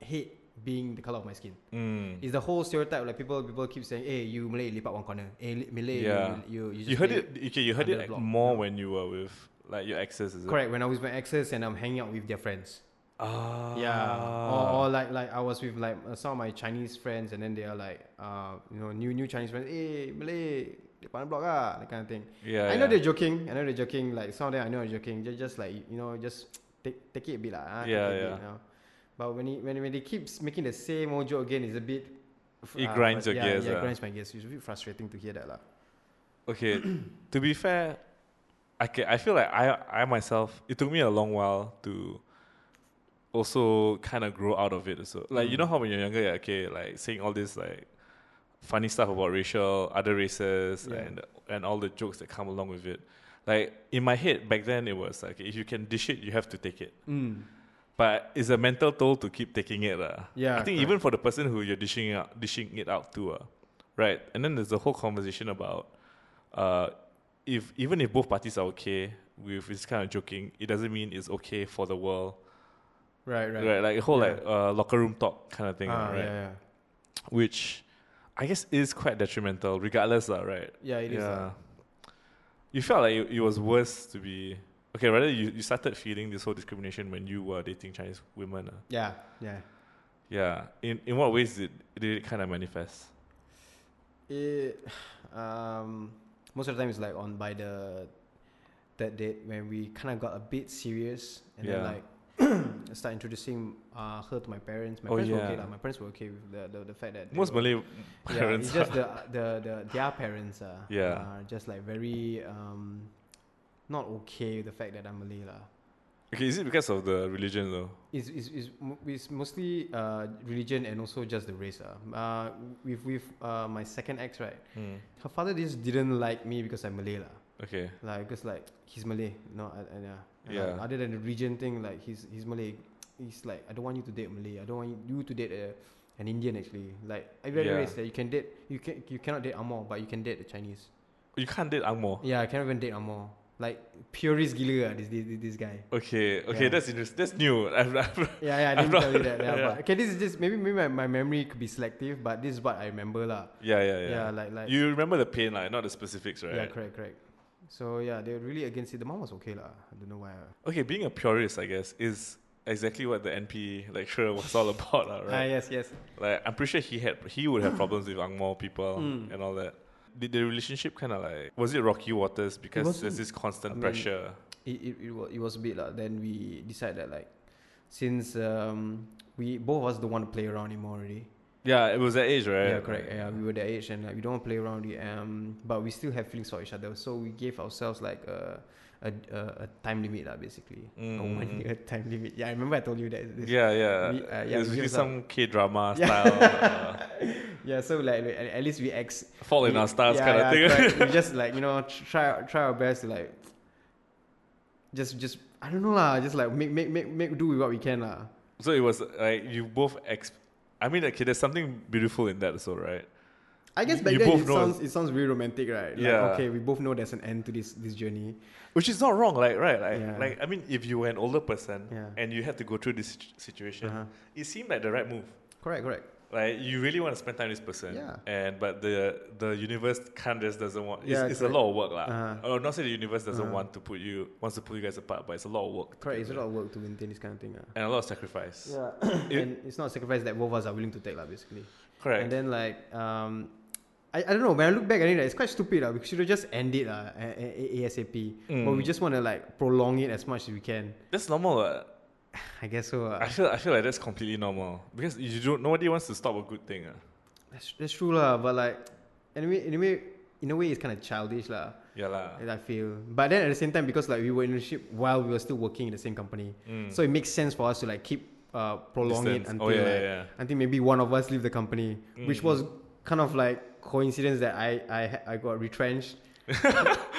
S1: hate being the color of my skin.
S2: mm.
S1: It's the whole stereotype like people people keep saying, "Hey, you Malay, leap up one corner. Hey, li- Malay,
S2: Yeah.
S1: you, you you just
S2: you heard
S1: Malay."
S2: it okay you heard
S1: under
S2: it
S1: the
S2: like,
S1: block,
S2: more
S1: yeah.
S2: when you were with like your exes is it?
S1: Correct. When I was with my exes and I'm hanging out with their friends.
S2: ah
S1: Yeah. Or, or like like I was with like uh, some of my Chinese friends and then they are like uh you know new new Chinese friends. Hey, Malay, leap up one block ah, that kind of thing.
S2: yeah
S1: I
S2: yeah.
S1: know they're joking. I know they're joking. Like some of them, I know they're joking. Just, just like you know, just take take it a bit lah. ah, take it a
S2: Yeah, yeah.
S1: Bit, you know. But when he, when when they keeps making the same old joke again, it's a bit. f-
S2: It
S1: ah,
S2: grinds
S1: frus-
S2: your
S1: yeah,
S2: gears,
S1: Yeah, it
S2: ah.
S1: grinds my gears. It's a bit frustrating to hear that lah.
S2: okay to be fair I, ca- I feel like I, I myself it took me a long while to also kind of grow out of it so like you know
S1: Mm.
S2: how when you're younger you're okay like saying all this like funny stuff about racial other races
S1: Yeah.
S2: and and all the jokes that come along with it like in my head back then it was like if you can dish it you have to take it
S1: Mm.
S2: but it's a mental toll to keep taking it lah.
S1: Yeah,
S2: I think
S1: correct.
S2: even for the person who you're dishing it out, dishing it out to, uh, right? And then there's the whole conversation about uh, if even if both parties are okay with this kind of joking, it doesn't mean it's okay for the world,
S1: Right,
S2: right?
S1: right.
S2: Like a whole
S1: Yeah.
S2: like uh, locker room talk kind of thing,
S1: Ah,
S2: right?
S1: Yeah, yeah.
S2: Which I guess is quite detrimental, regardless, lah, right?
S1: Yeah, it is. uh, ah. lah.
S2: You felt like it, it was worse to be okay. Rather, you, you started feeling this whole discrimination when you were dating Chinese women. Uh.
S1: Yeah, yeah.
S2: Yeah. In in what ways did did it kind of manifest?
S1: It, um, most of the time it's like on by the that date when we kind of got a bit serious and then
S2: Yeah.
S1: like start introducing uh, her to my parents. My
S2: Oh,
S1: parents were
S2: yeah.
S1: okay, like, my parents were okay with the the, the fact that they
S2: Most
S1: were-
S2: Malay parents.
S1: Yeah, it's just
S2: are-
S1: the uh, the the their parents are
S2: Yeah.
S1: are just like very um, not okay with the fact that I'm Malay lah.
S2: okay, is it because of the religion though?
S1: It's, it's, it's, mo- it's mostly uh, religion and also just the race. Uh. Uh, with with uh, my second ex, right? Her father just didn't like me because I'm Malay lah.
S2: Okay.
S1: Like, because like he's Malay, no, and, and, uh, and like,
S2: Yeah.
S1: other than the region thing, like he's he's Malay. He's like, I don't want you to date Malay. I don't want you to date a an Indian actually. Like every other
S2: Yeah.
S1: race that you can date, you can you cannot date Amor, but you can date the Chinese.
S2: You can't date Angmo.
S1: Yeah, I cannot even date Amor. Like purist gila ah, this, this this guy.
S2: Okay, okay,
S1: Yeah.
S2: that's interesting. That's new. I've, I've,
S1: Yeah, yeah, I
S2: I'm
S1: didn't
S2: not-
S1: tell you that. Yeah,
S2: yeah.
S1: But, okay, this is just maybe maybe my, my memory could be selective, but this is what I remember lah.
S2: yeah, yeah, yeah.
S1: Yeah, like like
S2: you remember the pain, like not the specifics, right?
S1: yeah, correct, correct. So yeah, they were really against it. The mom was okay lah. I don't know why. ah.
S2: Okay, being a purist, I guess, is exactly what the NP lecturer was all about, lah,
S1: Ah
S2: right?
S1: yes, yes.
S2: Like, I'm pretty sure he had he would have problems with Angmo people
S1: Mm.
S2: and all that. Did the relationship kind of like was it rocky waters because there's
S1: wasn't-
S2: this constant
S1: I mean-
S2: pressure?
S1: It it, it, was, it was a bit lah. Then we decided that like since um we both of us don't want to play around anymore already.
S2: Yeah, it was that age, right?
S1: Yeah, correct. Yeah, we were that age and like, we don't want to play around. the Um, but we still have feelings for each other, so we gave ourselves like a a, a, a time limit, lah, basically. A
S2: Mm.
S1: one year time limit. Yeah, I remember I told you that. This-
S2: Yeah, yeah.
S1: we- uh, yeah,
S2: it was
S1: we
S2: really
S1: give
S2: some K drama
S1: Yeah.
S2: style,
S1: Yeah, so like at, at least we ex.
S2: uh, fall in
S1: we-
S2: our stars
S1: yeah,
S2: kind of
S1: yeah,
S2: thing.
S1: correct. we just like you know tr- try try our best to like just just I don't know lah. Just like make make make make do with what we can lah.
S2: So it was like you both ex. I mean, okay, there's something beautiful in that, so right?
S1: I guess
S2: You-
S1: back
S2: you
S1: then
S2: both
S1: it
S2: know-
S1: sounds it sounds really romantic, right? Like,
S2: Yeah.
S1: Okay, we both know there's an end to this this journey.
S2: Which is not wrong, like right? Like,
S1: Yeah.
S2: like I mean, if you were an older person
S1: Yeah.
S2: and you had to go through this situ- situation,
S1: Uh-huh.
S2: it seemed like the right move.
S1: Correct, correct.
S2: Like you really want to spend time with this person,
S1: Yeah.
S2: and but the the universe can't just doesn't want. It's,
S1: Yeah,
S2: it's a
S1: correct.
S2: lot of work, lah.
S1: Uh-huh.
S2: Or Oh, not say the universe doesn't
S1: Uh-huh.
S2: want to put you wants to pull you guys apart, but it's a lot of work. to
S1: Correct.
S2: get
S1: It's a
S2: there.
S1: lot of work to maintain this kind of thing. ah.
S2: and a lot of sacrifice.
S1: Yeah,
S2: It-
S1: and it's not a sacrifice that both of us are willing to take, lah, basically.
S2: Correct.
S1: And then like, um, I, I don't know. When I look back at it, like, it's quite stupid. lah. we should have just ended uh, ASAP. But we
S2: Mm.
S1: just want to like prolong it as much as we can.
S2: that's normal. lah.
S1: I guess so. ah.
S2: I feel I feel like that's completely normal because you don't nobody wants to stop a good thing. ah.
S1: that's, that's true lah. But like, anyway, anyway, in a way, it's kind of childish lah.
S2: Yeah lah.
S1: I feel. But then at the same time, because like we were in a relationship while we were still working in the same company,
S2: Mm.
S1: so it makes sense for us to like keep uh, prolong
S2: Distance.
S1: it until
S2: oh yeah,
S1: like,
S2: yeah, yeah.
S1: until maybe one of us leave the company, which
S2: Mm.
S1: was kind of like coincidence that I I ha- I got retrenched.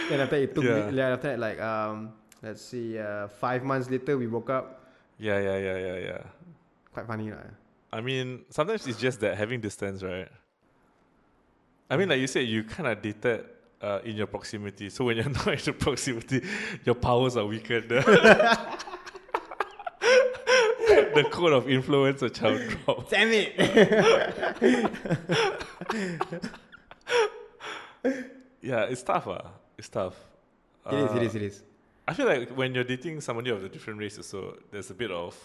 S1: and after it took
S2: Yeah.
S1: me, yeah, after that, like um, let's see, uh, five months later we broke up.
S2: Yeah, yeah, yeah, yeah, yeah.
S1: Quite funny, lah.
S2: I mean, sometimes it's just that having distance, right? I mean, like you said, you kind of dated uh, in your proximity. So when you're not in the proximity, your powers are weakened. the code of influence a child drop.
S1: Damn it!
S2: Yeah, it's tough. Uh. It's tough.
S1: it is, it
S2: Uh,
S1: is, it is.
S2: I feel like when you're dating somebody of a different race, or so there's a bit of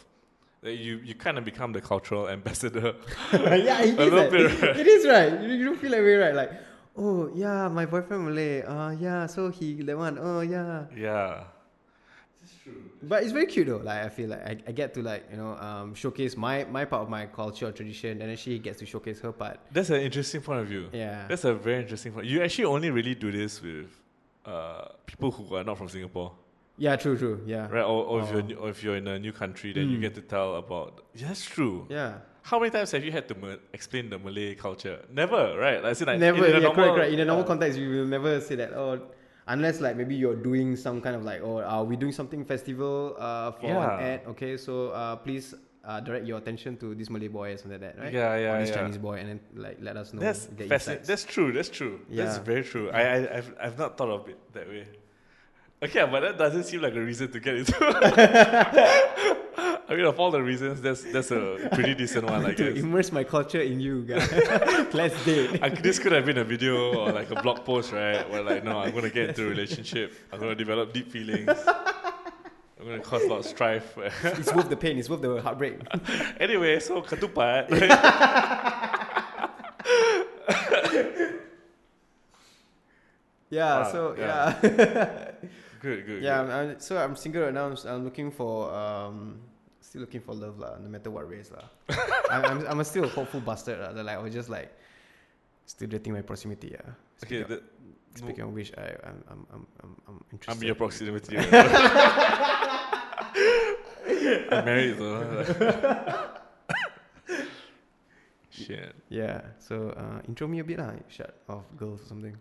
S2: like, you you kind of become the cultural ambassador.
S1: yeah, it
S2: a
S1: is.
S2: little
S1: Like,
S2: bit, right?
S1: It is right. You, you don't feel that way, right? Like, oh yeah, my boyfriend Malay. Uh, yeah, so he that one. Oh yeah.
S2: yeah.
S1: But it's very cute though. Like I feel like I, I get to like you know um, showcase my my part of my culture tradition, and then she gets to showcase her part.
S2: That's an interesting point of view.
S1: Yeah.
S2: That's a very interesting point. You actually only really do this with uh, people who are not from Singapore,
S1: yeah. True. True. Yeah.
S2: right? Or, or if
S1: Oh.
S2: you're new, or if you're in a new country, then you
S1: Mm.
S2: get to tell about. Yeah, that's true.
S1: Yeah.
S2: How many times have you had to ma- explain the Malay culture? Never, right? Like, I said, like
S1: never.
S2: In
S1: yeah.
S2: a normal,
S1: correct. Correct. In a normal
S2: yeah.
S1: context, you will never say that. Oh, unless like maybe you're doing some kind of like, oh, are we doing something festival uh, for an
S2: Yeah.
S1: ad? Okay, so uh, please uh, direct your attention to this Malay boy or something like that, right?
S2: Yeah, yeah,
S1: or this
S2: yeah.
S1: Chinese boy, and then like let us know.
S2: That's
S1: get
S2: fascinating.
S1: insights.
S2: That's true. That's true. That's
S1: Yeah.
S2: very true. I, I I've I've not thought of it that way. Okay, but that doesn't seem like a reason to get into. I mean, of all the reasons, that's that's a pretty decent one, I
S1: to
S2: guess.
S1: immerse my culture in you guys. Let's date.
S2: I, this could have been a video or like a blog post, right? Where like, no, I'm gonna get into a relationship. I'm gonna develop deep feelings. I'm gonna cause a lot of strife.
S1: It's worth the pain. It's worth the heartbreak.
S2: anyway, so ketupat.
S1: Yeah.
S2: Wow,
S1: so
S2: Ah, yeah.
S1: yeah.
S2: good, good.
S1: Yeah,
S2: good.
S1: I'm, I'm- so I'm single right now. I'm, s- I'm looking for um, still looking for love lah, no matter what race lah. I'm, I'm I'm still a hopeful bastard lah. That like I was just like still dating my proximity. ah. Yeah.
S2: Okay,
S1: Speaking, of,
S2: the,
S1: speaking of which, I I'm I'm I'm I'm, I'm
S2: I'm
S1: interested.
S2: your proximity. I'm married though. Shit.
S1: yeah. So uh, intro me a bit lah. Shut off girls or something.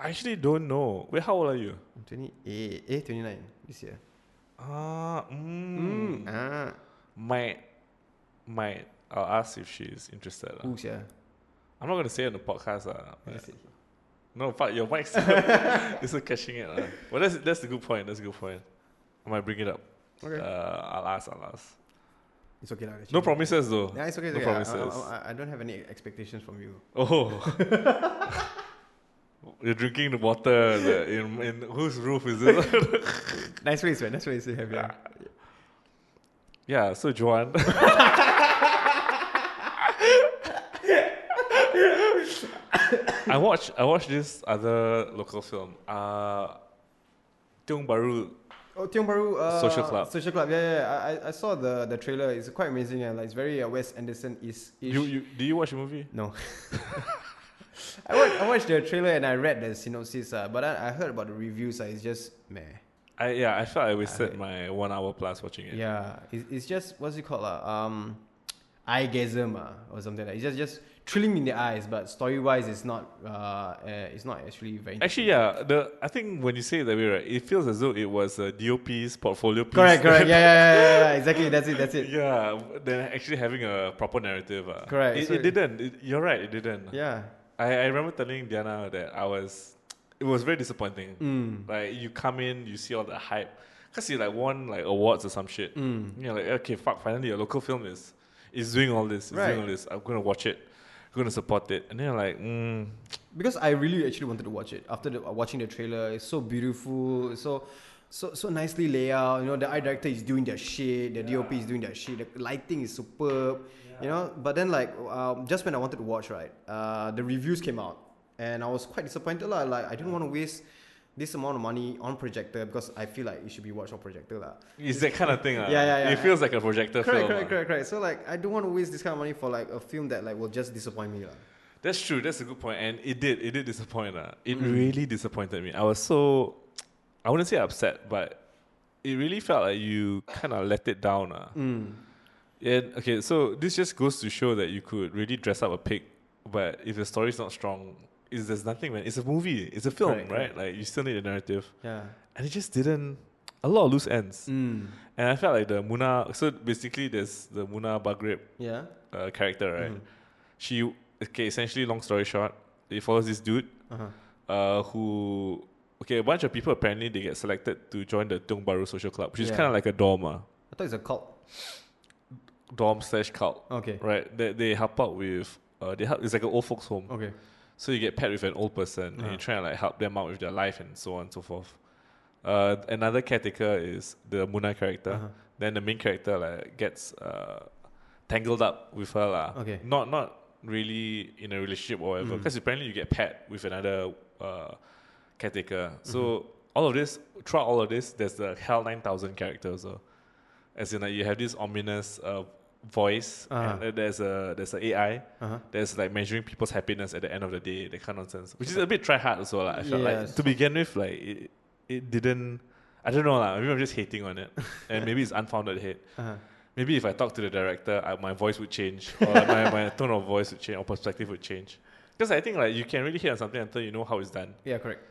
S2: I actually don't know. Wait, how old are you?
S1: I'm 28, eh 29 this year.
S2: Ah, mm,
S1: Ah.
S2: might, might. I'll ask if she's interested. lah.
S1: Ooh, yeah.
S2: I'm not gonna say it on the podcast. lah, but-
S1: Just say-
S2: no, fuck your mic's it's not catching it. lah. Well that's that's a good point. That's a good point. I might bring it up.
S1: Okay.
S2: Uh, I'll ask, I'll ask.
S1: it's okay. lah, actually.
S2: No promises though.
S1: Nah, it's okay. It's
S2: No
S1: okay. I- I,
S2: promises.
S1: I, I, don't have any expectations from you.
S2: Oh. You're drinking the water the, in, in whose roof is this?
S1: Nice ways, man. Nice ways to have you.
S2: yeah, so Joanne. I watched I watched this other local film. Uh Tiong Bahru.
S1: Oh, Tiong Bahru. Uh,
S2: Social Club.
S1: Social Club. Yeah, yeah. yeah. I, I- I saw the, the trailer. It's quite amazing. Yeah. Like, it's very uh, Wes Anderson is.
S2: You, you do you watch the movie?
S1: No. I, watched, I watched the trailer and I read the synopsis, uh, but I, I heard about the reviews. Uh, it's just meh.
S2: I yeah, I felt I wasted
S1: I-
S2: my one hour plus watching
S1: Yeah,
S2: it.
S1: It's, it's just what's it called? Uh, um, eye gasm uh, or something like. It's just just thrilling in the eyes, but story wise, it's not. Uh, uh, it's not actually very.
S2: Actually, yeah. The I think when you say it that way, right, it feels as though it was a DOP's portfolio piece.
S1: Correct, correct. Yeah, yeah, yeah, yeah, yeah. Exactly. That's it. That's it.
S2: yeah. Then actually having a proper narrative. ah.
S1: Correct,
S2: It,
S1: so
S2: it
S1: it-
S2: didn't. It- you're right. It didn't.
S1: Yeah.
S2: I, I remember telling Diana that I was. It was very disappointing.
S1: Mm.
S2: Like you come in, you see all the hype, cause you like won like awards or some shit.
S1: Mm.
S2: You're like, okay, fuck. Finally, a local film is is doing all this. Is
S1: Right.
S2: doing all this. I'm gonna watch it. I'm gonna support it. And then you're like, mm,
S1: Because I really actually wanted to watch it after the, uh, watching the trailer. It's so beautiful. It's so. So, so nicely laid out, you know. The art director is doing their shit. The DOP is doing their shit. The lighting is superb, you know. But then, like, um, just when I wanted to watch, right, uh, the reviews came out, and I was quite disappointed. lah. Like, I didn't want to waste this amount of money on projector because I feel like it should be watched on projector, lah.
S2: it's that kind of thing. ah.
S1: Yeah, yeah, yeah.
S2: It feels like a projector
S1: Correct,
S2: film.
S1: correct,
S2: ah.
S1: correct, correct. So, like, I don't want to waste this kind of money for like a film that like will just disappoint me, lah.
S2: That's true. That's a good point, and it did. It did disappoint. Uh. It
S1: Mm.
S2: really disappointed me. I was so, I wouldn't say upset, but it really felt like you kind of let it down. Uh.
S1: Mm.
S2: And okay, so this just goes to show that you could really dress up a pig, but if the story's not strong, is there's nothing. Man, it's a movie. It's a film,
S1: Correct,
S2: right? Like you still need a narrative,
S1: Yeah.
S2: and it just didn't. A lot of loose ends,
S1: Mm.
S2: and I felt like the Muna. So basically, there's the Muna Bagrib
S1: Yeah.
S2: uh, character, right?
S1: Mhm.
S2: She okay. Essentially, long story short, it follows this dude
S1: Uh-huh.
S2: uh, who okay, a bunch of people apparently they get selected to join the Tiong Bahru Social Club, which is
S1: Yeah.
S2: kind of like a dorm, uh,
S1: I thought it's a cult.
S2: dorm slash cult,
S1: Okay.
S2: right? They they help out with uh, they help. It's like an old folks home,
S1: Okay.
S2: so you get paired with an old person and
S1: Uh-huh.
S2: you try and like help them out with their life and so on and so forth. Uh, another caretaker is the Muna character.
S1: Uh-huh.
S2: Then the main character like gets uh, tangled up with her lah.
S1: Okay.
S2: Not not really in a relationship or whatever.
S1: Mm.
S2: Because apparently you get paired with another uh, caretaker. So
S1: Mm-hmm.
S2: all of this throughout all of this, there's the Hell Nine Thousand character also. As in like you have this ominous uh, voice
S1: Uh-huh.
S2: and then there's a there's a AI
S1: Uh-huh.
S2: there's like measuring people's happiness at the end of the day, that kind of nonsense. Which is a bit try hard also. Like, I felt like
S1: Yes.
S2: to begin with, like it, it didn't I don't know, like, maybe I'm just hating on it. and maybe it's unfounded hate.
S1: Uh-huh.
S2: Maybe if I talk to the director, I, my voice would change, or like, my, my tone of voice would change, or perspective would change. Because I think like you can really hate on something until you know how it's done.
S1: Yeah, correct.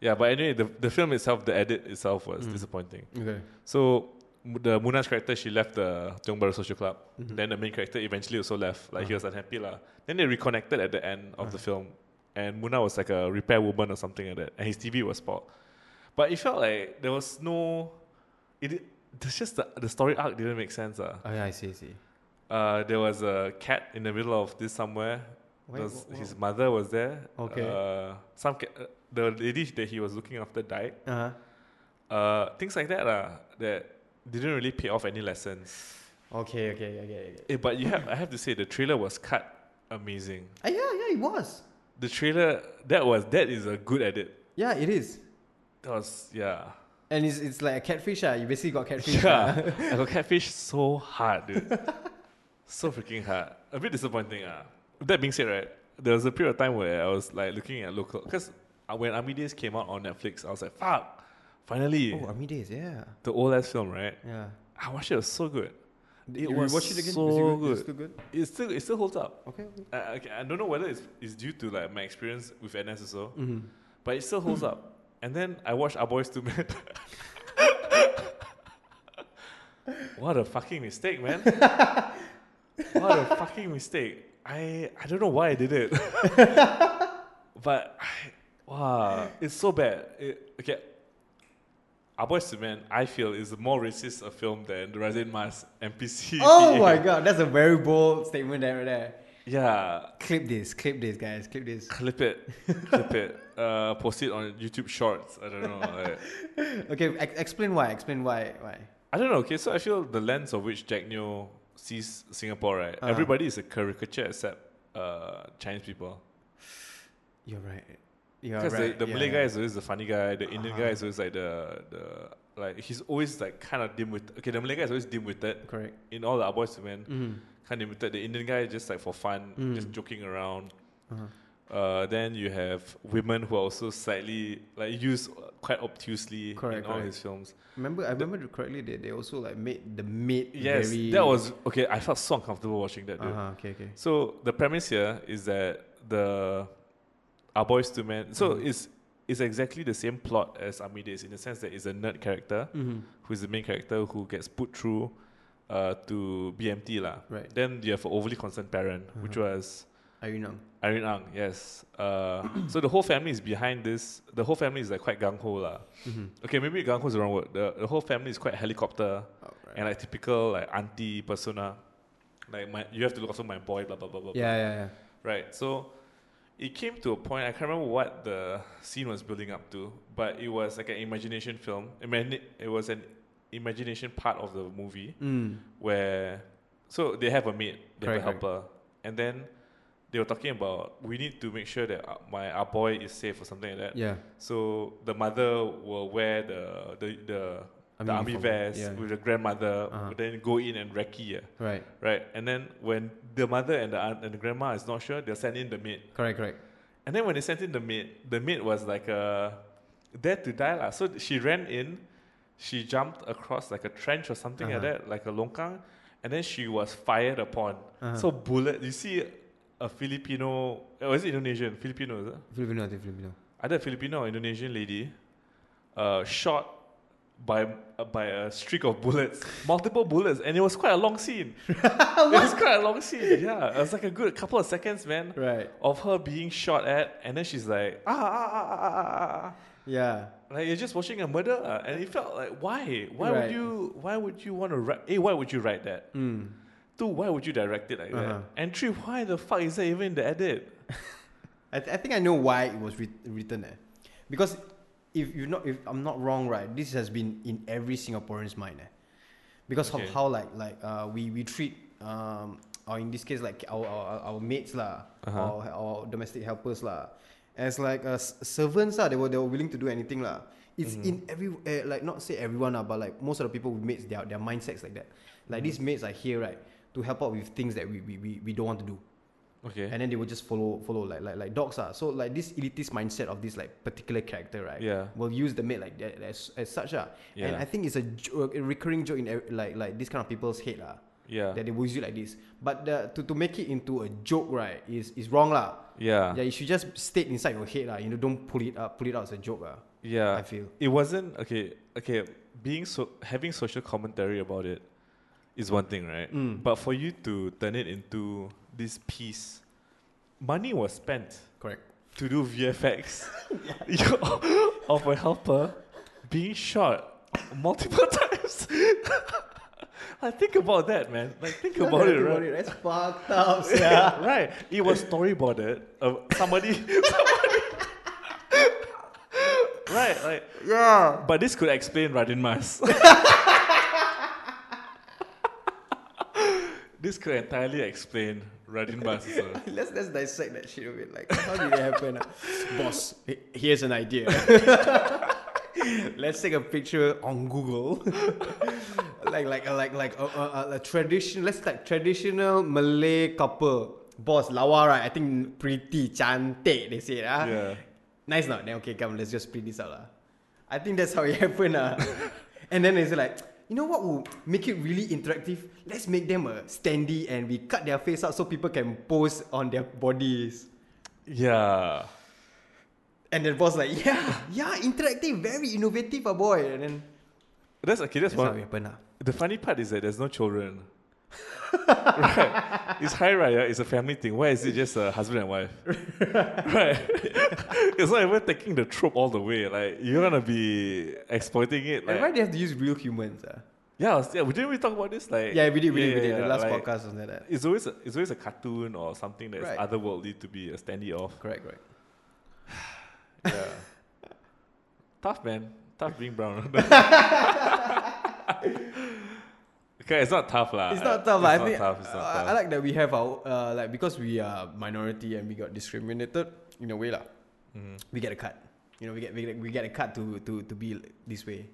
S2: Yeah, but anyway, the, the film itself, the edit itself was
S1: Mm.
S2: disappointing.
S1: Okay.
S2: So m- the Muna's character, she left the Tiong Bahru Social Club.
S1: Mhm.
S2: Then uh, the main character eventually also left. Like he
S1: Uh-huh.
S2: was unhappy lah. Then they reconnected at the end of the film, and Muna was like a repair woman or something like that, and his TV was spoiled. But it felt like there was no. It. di- It's just the, the story arc didn't make sense. ah.
S1: Oh yeah, I see, I see.
S2: Uh, there was a cat in the middle of this somewhere.
S1: Wait,
S2: Was-
S1: wha- wha-
S2: his mother was there.
S1: Okay.
S2: Uh, some ca- uh, the lady that he was looking after died
S1: Uh-huh.
S2: uh, things like that uh, that didn't really pay off any lessons.
S1: Okay, okay, okay, okay. okay.
S2: Eh, but you have, I have to say, the trailer was cut amazing.
S1: Ah, yeah, yeah, it was.
S2: The trailer that was that is a good edit.
S1: Yeah, it is.
S2: That was yeah.
S1: And it's, it's like a catfish. Uh. You basically got catfish. ah.
S2: Yeah, I got catfish so hard, dude. so freaking hard. A bit disappointing. Ah. That being said, right, there was a period of time where I was like looking at local because when Amadeus came out on Netflix, I was like, "Fuck, finally
S1: Oh, Army Days, yeah.
S2: the old ass film, right?"
S1: Yeah.
S2: I watched it. It was so good.
S1: Did
S2: It
S1: you
S2: was
S1: watch it again?
S2: so
S1: is it good?
S2: good.
S1: Is it still good?
S2: It still it still holds up.
S1: Okay. okay.
S2: I, I, I don't know whether it's, it's due to like my experience with NS also,
S1: Mm-hmm.
S2: but it still holds up. And then I watched Our Boys Two Men. what a fucking mistake, man! what a fucking mistake. I I don't know why I did it. but I, wow, it's so bad. It, okay. Aboy Cement, I feel, is more racist a film than The Rising Mars NPC.
S1: oh my god, that's a very bold statement there, right there.
S2: Yeah.
S1: Clip this, clip this, guys, clip this.
S2: Clip it. Clip it. Uh, post it on YouTube Shorts. I don't know. like-
S1: Okay, ex- explain why. Explain why. Why?
S2: I don't know. Okay, so I feel the lens of which Jack Neo sees Singapore, right?
S1: Uh-huh.
S2: Everybody is a caricature except uh, Chinese people.
S1: You're right. You're
S2: Because
S1: right.
S2: the, the
S1: yeah.
S2: Malay guy is always the funny guy, the Indian
S1: Uh-huh.
S2: guy is always like the the like he's always like kind of dim with. Okay, the Malay guy is always dim with it
S1: correct.
S2: in all the Ah boys men
S1: Mm.
S2: kind of dim with it. The Indian guy is just like for fun, just
S1: Mm.
S2: joking around.
S1: Uh-huh.
S2: Uh, then you have women who are also slightly like used quite obtusely
S1: Correct,
S2: in all
S1: correct.
S2: his films.
S1: Remember, I remember correctly. They, they also like made the maid.
S2: Yes,
S1: very,
S2: that was okay. I felt so uncomfortable watching that. Dude.
S1: Uh huh. Okay. Okay.
S2: So the premise here is that the our boys to men. So
S1: Mhm.
S2: it's it's exactly the same plot as Amides in the sense that it's a nerd character
S1: Mm-hmm.
S2: who is the main character who gets put through uh, to BMT lah.
S1: Right.
S2: Then you have an overly concerned parent, which
S1: Uh-huh.
S2: was
S1: Are you know?
S2: Irene Ang. Yes. Uh, so the whole family is behind this. The whole family is like quite gung ho lah.
S1: Mm-hmm.
S2: Okay, maybe gung ho is the wrong word. The, the whole family is quite helicopter
S1: Oh, right.
S2: and like typical like auntie persona. Like my, you have to look after my boy, blah blah blah blah. blah.
S1: yeah, yeah, yeah.
S2: Right. So it came to a point. I can't remember what the scene was building up to, but it was like an imagination film. Imagine it was an imagination part of the movie
S1: Mm.
S2: where so they have a maid, they have
S1: Correct,
S2: a
S1: correct.
S2: helper, and then they were talking about we need to make sure that uh, my our boy is safe or something like that.
S1: Yeah.
S2: So the mother will wear the the the, the army
S1: uniform.
S2: vest
S1: Yeah.
S2: with the grandmother,
S1: Uh-huh.
S2: would then go in and recce. Yeah
S1: Right.
S2: right? And then when the mother and the aunt and the grandma is not sure, they'll send in the maid.
S1: Correct. Correct.
S2: And then when they sent in the maid, the maid was like uh, there to die lah. So she ran in, she jumped across like a trench or something
S1: Uh-huh.
S2: like that, like a longkang, and then she was fired upon.
S1: Uh-huh.
S2: So bullet, you see a Filipino, or is it Indonesian? Filipino, is it?
S1: Filipino, I think Filipino.
S2: Either a Filipino or Indonesian lady, uh, shot by uh, by a streak of bullets, multiple bullets, and it was quite a long scene. it was quite a long scene. Yeah, it was like a good couple of seconds, man,
S1: Right.
S2: of her being shot at, and then she's like ah ah ah ah ah. ah, ah.
S1: Yeah.
S2: Like you're just watching a murder, ah. and it felt like why? Why would
S1: Right.
S2: you? Why would you want to write? A, why would you write that?
S1: Mm.
S2: Two, why would you direct it like
S1: Uh-huh.
S2: that? And three, why the fuck is that even in the edit?
S1: I, th- I think I know why it was writ- written there, because if you not if I'm not wrong, right, this has been in every Singaporean's mind, eh? because
S2: Okay.
S1: of how like like uh, we we treat um or in this case like our our, our mates lah,
S2: Uh-huh.
S1: or our domestic helpers lah, as like uh, s- servants lah, they were they were willing to do anything lah. It's
S2: Mhm.
S1: in every uh, like not say everyone lah, but like most of the people with mates, their their mindsets like that.
S2: Mm-hmm.
S1: Like these mates are here right to help out with things that we we, we, we don't want to do
S2: Okay.
S1: and then they would just follow follow like like, like dogs are so like this elitist mindset of this like particular character right
S2: yeah.
S1: will use the maid like that as, as such ah.
S2: Yeah.
S1: and i think it's a, jo- a recurring joke in ev- like like this kind of people's head lah
S2: yeah.
S1: that they will use it like this but the, to, to make it into a joke right is is wrong lah
S2: Yeah.
S1: yeah you should just stay inside your head lah you know don't pull it up pull it out as a joke lah
S2: Yeah.
S1: i feel
S2: it wasn't okay. Okay, being so having social commentary about it is one thing, right?
S1: Mm.
S2: But for you to turn it into this piece, money was spent
S1: correct
S2: to do VFX of a helper being shot multiple times. I think about that, man. Like think about it, right?
S1: that's fucked up
S2: Yeah, right. It was storyboarded. Uh, somebody, somebody. right, like
S1: yeah
S2: but this could explain Radin Mas. this could entirely explain Radin Mas. also.
S1: Let's let's dissect that shit a bit. Like, how did it happen? Boss, he- here's an idea. let's take a picture on Google, like like like like a, a, a, a tradition. Let's like traditional Malay couple. Boss, lawa right? I think pretty cantik. They say ah.
S2: Yeah.
S1: Nice now. Then okay, come. Let's just print this out lah. I think that's how it happened ah. and then it's like. You know what will make it really interactive? Let's make them a standee and we cut their face out so people can pose on their bodies.
S2: Yeah.
S1: And then boss like, yeah, yeah, interactive, very innovative, ah boy. And then
S2: That's okay, that's
S1: that's how it
S2: one.
S1: happened ah.
S2: The funny part is that there's no children. right. It's high raya. It's a family thing. Why is it just a husband and wife? right. it's not even taking the trope all the way. Like you're gonna be exploiting it.
S1: And
S2: Like,
S1: why do you have to use real humans? Uh?
S2: yeah, I was- yeah. We didn't we talk about this? Like
S1: Yeah, we did, we did, we
S2: yeah,
S1: did.
S2: yeah,
S1: the last
S2: like,
S1: podcast was like that.
S2: It's always a, it's always a cartoon or something that's
S1: Right.
S2: otherworldly to be a standee off.
S1: Correct, correct.
S2: Yeah. Tough man. Tough being brown. okay, it's not tough lah.
S1: it's not tough. lah. I
S2: Uh, It's
S1: think
S2: not tough. It's not
S1: I-
S2: tough.
S1: I like that we have our uh, like because we are minority and we got discriminated in a way lah.
S2: Mhm.
S1: We get a cut. You know, we get we get, we get a cut to to to be like this way.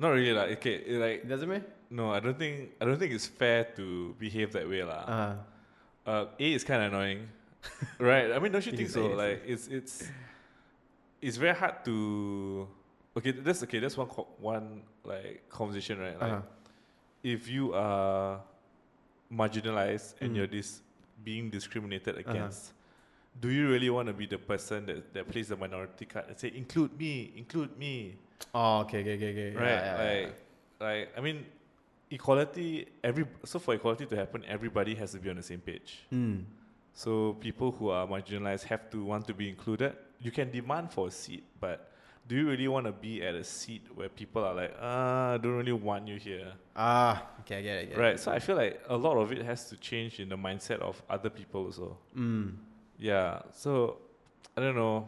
S2: Not really like okay, it like
S1: Doesn't it?
S2: no, I don't think I don't think it's fair to behave that way lah.
S1: Uh,
S2: Uh, A is kind of annoying, right? I mean, don't you
S1: It
S2: think
S1: is,
S2: so?
S1: it is.
S2: Like it's it's it's very hard to okay. That's okay. That's one co- one like conversation, right? Like
S1: uh,
S2: if you are marginalized and
S1: Mm.
S2: you're dis- being discriminated
S1: Uh-huh.
S2: against, do you really want to be the person that, that plays the minority card and say include me, include me,
S1: oh, okay, okay, okay, okay. Yeah,
S2: right?
S1: yeah, yeah,
S2: like, like I mean, equality. Every so for equality to happen, everybody has to be on the same page.
S1: yeah. Mm.
S2: So people who are marginalized have to want to be included. You can demand for a seat, but do you really want to be at a seat where people are like, ah, I don't really want you here?
S1: Ah, okay, I get it. I get it.
S2: Right. So I feel like a lot of it has to change in the mindset of other people also.
S1: Mm.
S2: Yeah. So I don't know.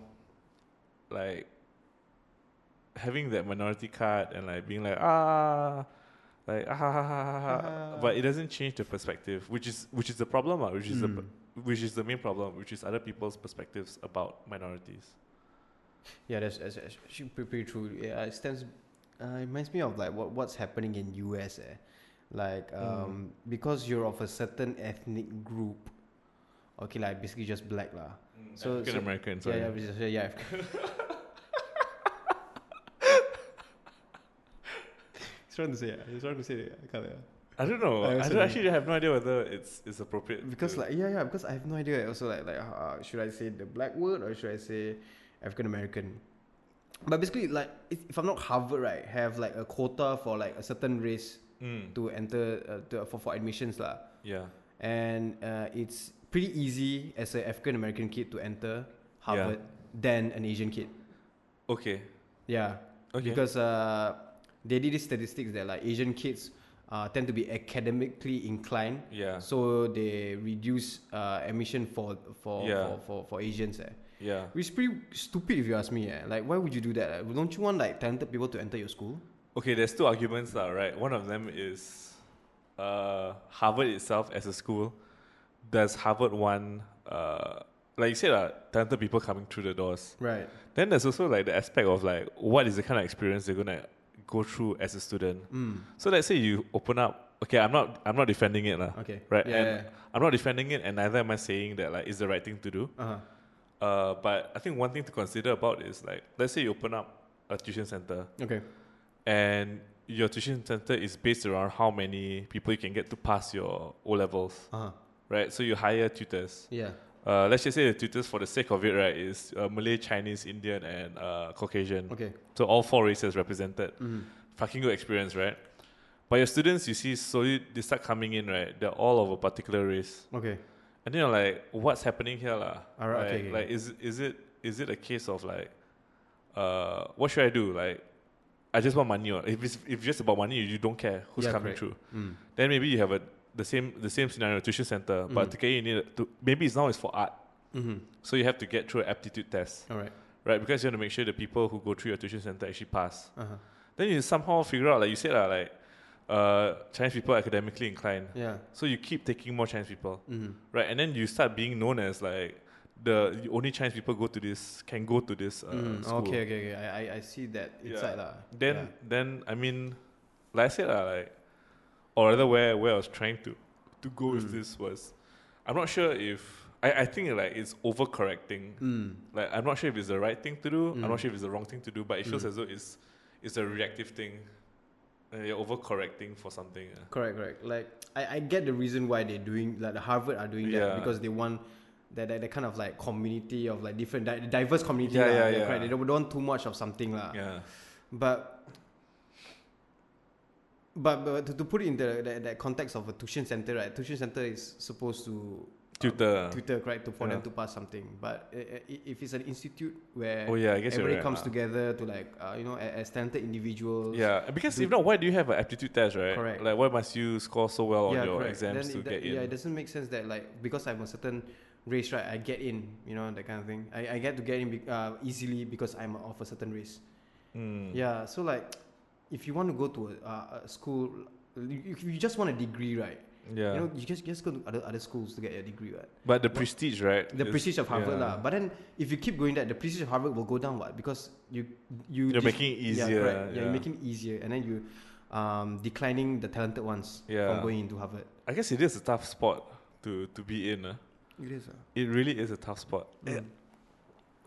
S2: Like having that minority card and like being like ah like ah, ha, ha, ha, ha, ha.
S1: Ah.
S2: but it doesn't change the perspective, which is which is the problem, ah, which is the
S1: Mm.
S2: which is the main problem, which is other people's perspectives about minorities.
S1: Yeah, that's, that's, that's actually pretty, pretty true. Yeah, it stems. Uh, it reminds me of like what what's happening in US. Eh? Like um, because you're of a certain ethnic group. Okay, like basically just black lah. So- so-
S2: African
S1: Yeah,
S2: Americans, sorry.
S1: yeah, we just- yeah, yeah. He's trying to say yeah. He's trying to say yeah. I can't, yeah.
S2: I don't know.
S1: I
S2: I,
S1: also
S2: don't,
S1: don't-
S2: actually have no idea whether it's it's appropriate
S1: Because
S2: to-
S1: like yeah, yeah. Because I have no idea. Also like like uh, should I say the black word or should I say African American? But basically like if, if I'm not Harvard right, have like a quota for like a certain race
S2: Mm,
S1: to enter uh, to, for for admissions lah.
S2: yeah.
S1: And uh, it's pretty easy as an African American kid to enter Harvard than an Asian kid.
S2: Okay.
S1: Yeah.
S2: Okay.
S1: because uh, they did these statistics that like Asian kids uh, tend to be academically inclined,
S2: yeah.
S1: so they reduce uh, admission for for,
S2: Yeah.
S1: for, for for Asians. Eh.
S2: Yeah.
S1: Which is pretty stupid if you ask me. Eh. Like, why would you do that? eh? Don't you want like talented people to enter your school?
S2: Okay, there's two arguments, lah, right? One of them is uh, Harvard itself as a school. Does Harvard want, uh, like you said, uh, talented people coming through the doors?
S1: Right.
S2: Then there's also like the aspect of like, what is the kind of experience they're gonna go through as a student?
S1: Mm.
S2: So let's say you open up. Okay, I'm not, I'm not defending it, lah.
S1: Okay.
S2: Right.
S1: Yeah.
S2: and I'm not defending it, and neither am I saying that like it's the right thing to do.
S1: Uh huh.
S2: Uh, but I think one thing to consider about is like, let's say you open up a tuition center
S1: Okay.
S2: and your tuition center is based around how many people you can get to pass your O levels,
S1: Uh huh.
S2: right? So you hire tutors.
S1: Yeah.
S2: Uh, let's just say the tutors, for the sake of it, right, is uh, Malay, Chinese, Indian, and uh, Caucasian.
S1: Okay.
S2: So all four races represented.
S1: Mm.
S2: Fucking good experience, right? But your students, you see, slowly they start coming in, right? They're all of a particular race,
S1: Okay.
S2: and then you're like, what's happening here, lah?
S1: Alright,
S2: Like,
S1: okay, okay,
S2: like
S1: okay.
S2: is is it is it a case of like, uh, what should I do? Like, I just want money, or if it's if it's just about money, you, you don't care who's
S1: Yeah,
S2: coming
S1: correct.
S2: through.
S1: Mm.
S2: Then maybe you have a the same the same scenario tuition center, but
S1: Mhm.
S2: to get in, you need to maybe it's now it's for art,
S1: Mm-hmm.
S2: so you have to get through an aptitude test,
S1: All right.
S2: right? Because you want to make sure the people who go through your tuition center actually pass.
S1: Uh huh.
S2: Then you somehow figure out, like you said, lah, like uh, Chinese people are academically inclined,
S1: Yeah.
S2: so you keep taking more Chinese people.
S1: Mm.
S2: right? And then you start being known as like the the only Chinese people go to this can go to this uh,
S1: mm.
S2: school.
S1: Okay. Okay. Okay. I I, I see that
S2: Yeah.
S1: inside lah.
S2: Then
S1: Yeah.
S2: then I mean, like I said, uh, like or rather where where I was trying to to go with
S1: Mm.
S2: this was, I'm not sure if I I think like it's overcorrecting.
S1: Mm.
S2: Like I'm not sure if it's the right thing to do. I'm
S1: Mm.
S2: not sure if it's the wrong thing to do. But it feels
S1: Mm.
S2: as though it's it's a reactive thing. And you're overcorrecting for something. uh.
S1: Correct, correct. Like I, I get the reason why they're doing like the Harvard are doing
S2: Yeah.
S1: that because they want that, that that kind of like community of like different di- diverse community.
S2: Yeah,
S1: lah.
S2: yeah,
S1: Correct.
S2: yeah.
S1: Ah. They don't want too much of something lah.
S2: Yeah.
S1: But But, but to, to put it into the, the, the context of a tuition center, right? Tuition center is supposed to
S2: Tutor.
S1: tutor, right, to, for them
S2: Uh. Yeah.
S1: to pass something. But uh, uh, if it's an institute where
S2: Oh yeah, I guess
S1: everybody
S2: you're right.
S1: comes
S2: ah.
S1: together to like uh, you know a- as talented individuals,
S2: Yeah, because
S1: Do-
S2: if not, why do you have an aptitude test, right?
S1: Correct.
S2: Like, why must you score so well
S1: yeah,
S2: on your
S1: correct. Then
S2: exams to
S1: it,
S2: get
S1: do-
S2: in?
S1: Yeah, it doesn't make sense that like because I'm a certain race, right? I get in, you know, that kind of thing. I, I get to get in be- uh, easily because I'm of a certain race.
S2: Hmm.
S1: Yeah, so like if you want to go to a, uh, a school, you- if you just want a degree, right?
S2: Yeah.
S1: You know, you just just go to other, other schools to get your degree, right?
S2: but the prestige, right?
S1: The
S2: is-
S1: prestige of Harvard, lah.
S2: yeah.
S1: But then if you keep going that, the prestige of Harvard will go down, what? Because you you
S2: You're
S1: def-
S2: making it
S1: Yeah,
S2: easier,
S1: correct. yeah,
S2: yeah.
S1: you're making it easier, and then you um declining the talented ones
S2: Yeah.
S1: from going into Harvard.
S2: I guess it is a tough spot to, to be in. ah.
S1: It is.
S2: It really is a tough spot.
S1: Mm.
S2: Eh,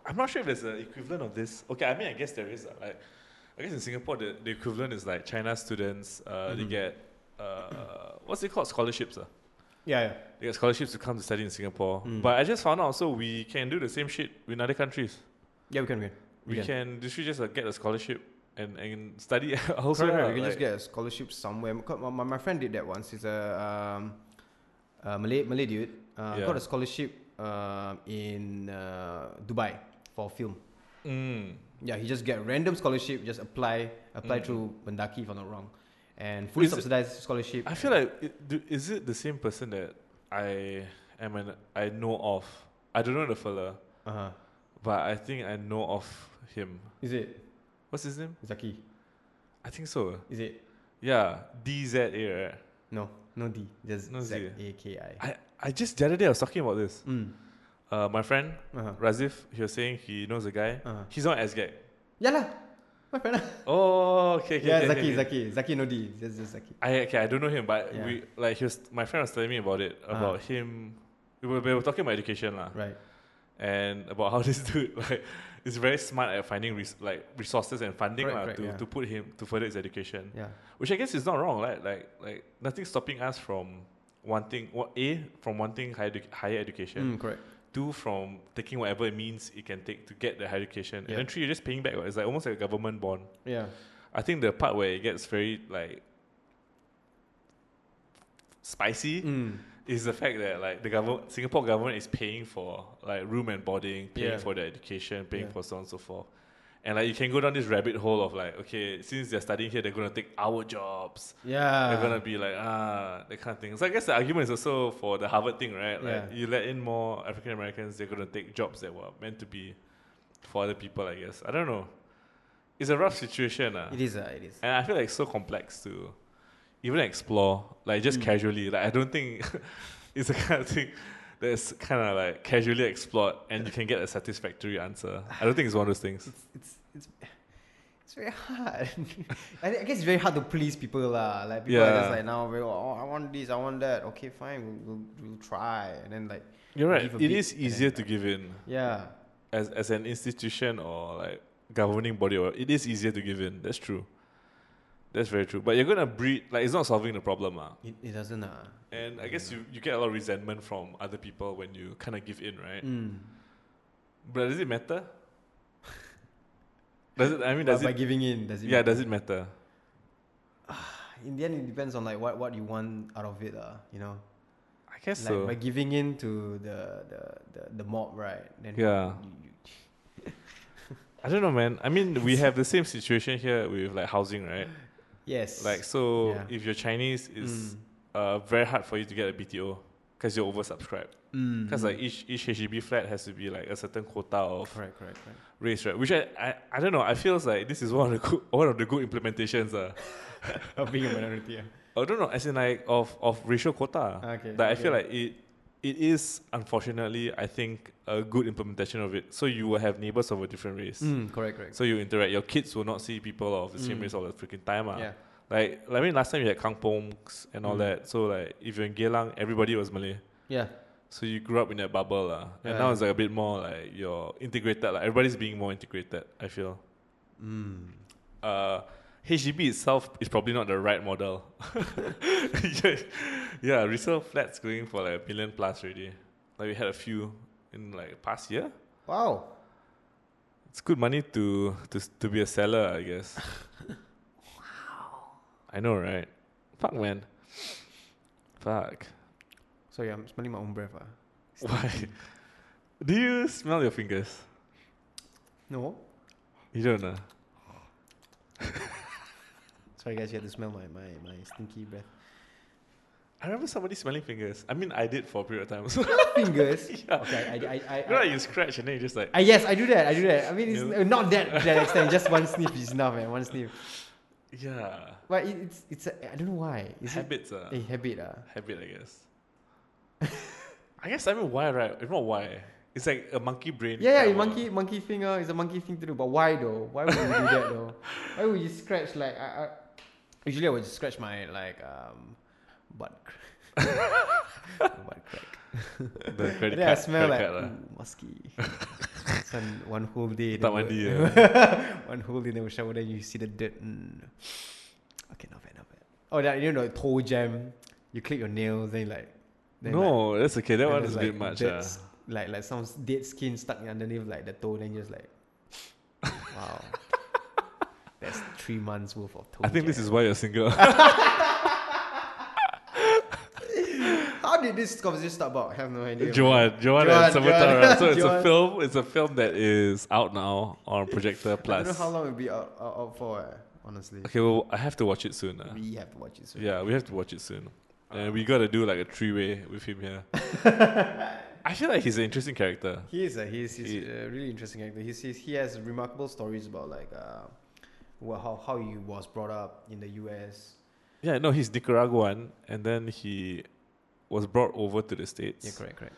S2: I'm not sure if there's an equivalent of this. Okay, I mean, I guess there is. ah. Like, I guess in Singapore, the, the equivalent is like China students. Uh, They
S1: Mhm.
S2: get uh, what's it called? Scholarships. ah.
S1: Yeah, yeah.
S2: They get scholarships to come to study in Singapore.
S1: Mm.
S2: But I just found out also we can do the same shit in other countries.
S1: Yeah, we can win.
S2: We
S1: Yeah.
S2: can literally just uh, get a scholarship and, and study also.
S1: Correct,
S2: lah,
S1: we can just
S2: like-
S1: get a scholarship somewhere. Co- My, my, my friend did that once. He's a, um, a Malay Malay dude. Uh,
S2: Yeah.
S1: Got a scholarship um in uh, Dubai for film.
S2: Mm.
S1: Yeah, he just get random scholarship. Just apply apply
S2: Mm.
S1: through Mendaki if I'm not wrong, and fully
S2: Is it-
S1: subsidized scholarship.
S2: I feel like it, do, is it the same person that I am an, I know of? I don't know the fella,
S1: uh huh.
S2: but I think I know of him.
S1: Is it
S2: What's his name?
S1: Zaki?
S2: I think so.
S1: Is it
S2: Yeah, DZA. Right?
S1: no no D just
S2: No
S1: Z
S2: Z.
S1: A K I.
S2: I I just the other day I was talking about this.
S1: Mm.
S2: Uh, my friend
S1: Uh huh.
S2: Razif, he was saying he knows a guy.
S1: Uh-huh.
S2: He's on SGAG.
S1: Yeah lah, my friend. lah.
S2: Oh, okay, okay.
S1: yeah,
S2: okay,
S1: Zaki
S2: okay.
S1: Zaki Zaki no D just just Zaki.
S2: I okay, I don't know him, but
S1: Yeah.
S2: we like he was my friend was telling me about it
S1: Ah.
S2: about him. We were, we were talking about education lah,
S1: Right.
S2: and about how this dude like is very smart at finding res- like resources and funding
S1: Correct,
S2: lah
S1: correct, yeah.
S2: to, to put him to further his education,
S1: Yeah.
S2: which I guess is not wrong. Right? Like like nothing's stopping us from wanting what a from wanting higher edu- higher education,
S1: Mm, correct.
S2: two from taking whatever it means it can take to get the higher education,
S1: Yeah.
S2: and then three you're just paying back. what. It's like almost like a government bond.
S1: Yeah.
S2: I think the part where it gets very like spicy
S1: Mm.
S2: is the fact that like the government Singapore government is paying for like room and boarding, paying
S1: Yeah.
S2: for the education, paying
S1: Yeah.
S2: for so on and so forth. And like you can go down this rabbit hole of like, okay, since they're studying here, they're gonna take our jobs.
S1: Yeah.
S2: they're gonna be like, ah, that kind of thing. So I guess the argument is also for the Harvard thing, right? Like
S1: Yeah.
S2: you let in more African Americans, they're gonna take jobs that were meant to be for other people, I guess. I don't know. It's a rough situation, ah.
S1: It is. Uh, it is.
S2: And I feel like it's so complex to even explore, like just
S1: Mm.
S2: casually. Like I don't think it's the kind of thing that's kind of like casually explored and you can get a satisfactory answer. I don't think it's one of those things.
S1: It's it's it's, it's very hard. I, thi- I guess it's very hard to please people lah. Like people are just
S2: Yeah.
S1: like now very oh I want this, I want that. Okay, fine, we'll we'll, we'll try. And then like
S2: You're right.
S1: give a
S2: It
S1: bit
S2: is
S1: and then,
S2: easier to
S1: like-
S2: give in
S1: yeah,
S2: as as an institution or like governing body. Or it is easier to give in. That's true. That's very true. But you're gonna breed like it's not solving the problem, ah.
S1: it, it doesn't uh,
S2: And I guess you, you get a lot of resentment from other people when you kind of give in, right?
S1: Mm.
S2: But does it matter? does it? I mean,
S1: But
S2: does
S1: by
S2: it?
S1: giving in, does it?
S2: Yeah,
S1: matter?
S2: does it matter?
S1: In the end, it depends on like what, what you want out of it, uh, You know,
S2: I guess
S1: like
S2: so.
S1: by giving in to the the, the, the mob, right? Then
S2: Yeah.
S1: you- you-
S2: I don't know, man. I mean, we have the same situation here with like housing, right?
S1: yes.
S2: Like, so
S1: Yeah.
S2: if you're Chinese, it's
S1: Mm.
S2: uh, very hard for you to get a BTO because you're oversubscribed.
S1: Mm.
S2: Because like each each HDB flat has to be like a certain quota of
S1: correct, correct, correct.
S2: race, right? Which I, I, I don't know. I feels like this is one of the good, one of the good implementations. Uh.
S1: of being a minority. Yeah.
S2: I don't know. As in like of of racial quota.
S1: Okay.
S2: Like I feel like it it is unfortunately I think a good implementation of it. So you will have neighbors of a different race.
S1: Mm, correct, correct.
S2: So you interact. Your kids will not see people of the same
S1: Mm.
S2: race all the freaking time. ah.
S1: yeah.
S2: Like I mean last time you had kampongs and all
S1: Mm.
S2: that. So like if you're in Geylang, everybody was Malay.
S1: Yeah.
S2: So you grew up in that bubble lah. And
S1: Yeah.
S2: now it's like a bit more like you're integrated, like everybody's being more integrated, I feel.
S1: Mm.
S2: Uh HDB itself is probably not the right model. yeah, yeah, resale flats going for like a million plus already. Like we had a few in like past year.
S1: Wow.
S2: It's good money to to to be a seller, I guess. wow. I know, right? Fuck, man. Fuck.
S1: Sorry, I'm smelling my own breath. Ah,
S2: Why? Do you smell your fingers?
S1: No?
S2: You don't ah? know.
S1: Sorry, guys, you had to smell my, my, my stinky breath.
S2: I remember somebody smelling fingers. I mean, I did for a period of time. So,
S1: Fingers?
S2: yeah.
S1: Okay, I. I, I, I,
S2: You know, like you scratch and then you just like.
S1: Ah, yes, I do that. I do that. I mean, it's
S2: Yeah.
S1: not that to that extent. Just one sniff is enough, man. One sniff.
S2: Yeah.
S1: But it, it's it's a, I don't know why. Is it
S2: Habits, uh,
S1: a habit? Ah,
S2: habit, I guess. I guess I mean why, right? If not why, it's like a monkey brain.
S1: yeah, yeah.
S2: kind
S1: it
S2: of a-
S1: Monkey monkey finger is a monkey thing to do. But why though? Why would you do that though? Why would you scratch like? I, I, usually, I would just scratch my like um, butt. cr- butt crack.
S2: The
S1: And
S2: credit
S1: then I
S2: card.
S1: smell like
S2: credit card, lah.
S1: ooh, musky. Sun, one whole day.
S2: Tak
S1: never-
S2: mandi, eh?
S1: one whole day never shower, then you see the dirt. Mm. Okay, not bad, not bad. Oh, that you know, toe jam. You clip your nails, then you like. Then like,
S2: uh. no, that's okay. That
S1: then
S2: one
S1: there's
S2: is a
S1: like
S2: bit much.
S1: dirt
S2: Uh.
S1: s- Like like some s- dead skin stuck underneath like the toe, then you're just like, wow. That's three months worth of toe.
S2: I think this
S1: jam.
S2: is why you're single.
S1: How did this conversation start about? I have no idea.
S2: Joanne, Joanne
S1: Joanne,
S2: and Samantha.
S1: Joanne.
S2: right? So it's a
S1: Joanne.
S2: film. It's a film that is out now on Projector
S1: I don't know
S2: Plus.
S1: how long it'll be out, out, out for, eh, honestly.
S2: Okay, well, I have to watch it soon. Uh.
S1: We have to watch it soon.
S2: Yeah, we have to watch it soon. And we gotta do like a three way with him here. I feel like he's an interesting character.
S1: He is a he is he's
S2: He-
S1: a really interesting actor. He's, he's, he has remarkable stories about like uh, well, how how he was brought up in the U.S.
S2: Yeah, no, he's Nicaraguan, and then he was brought over to the states,
S1: correct, correct.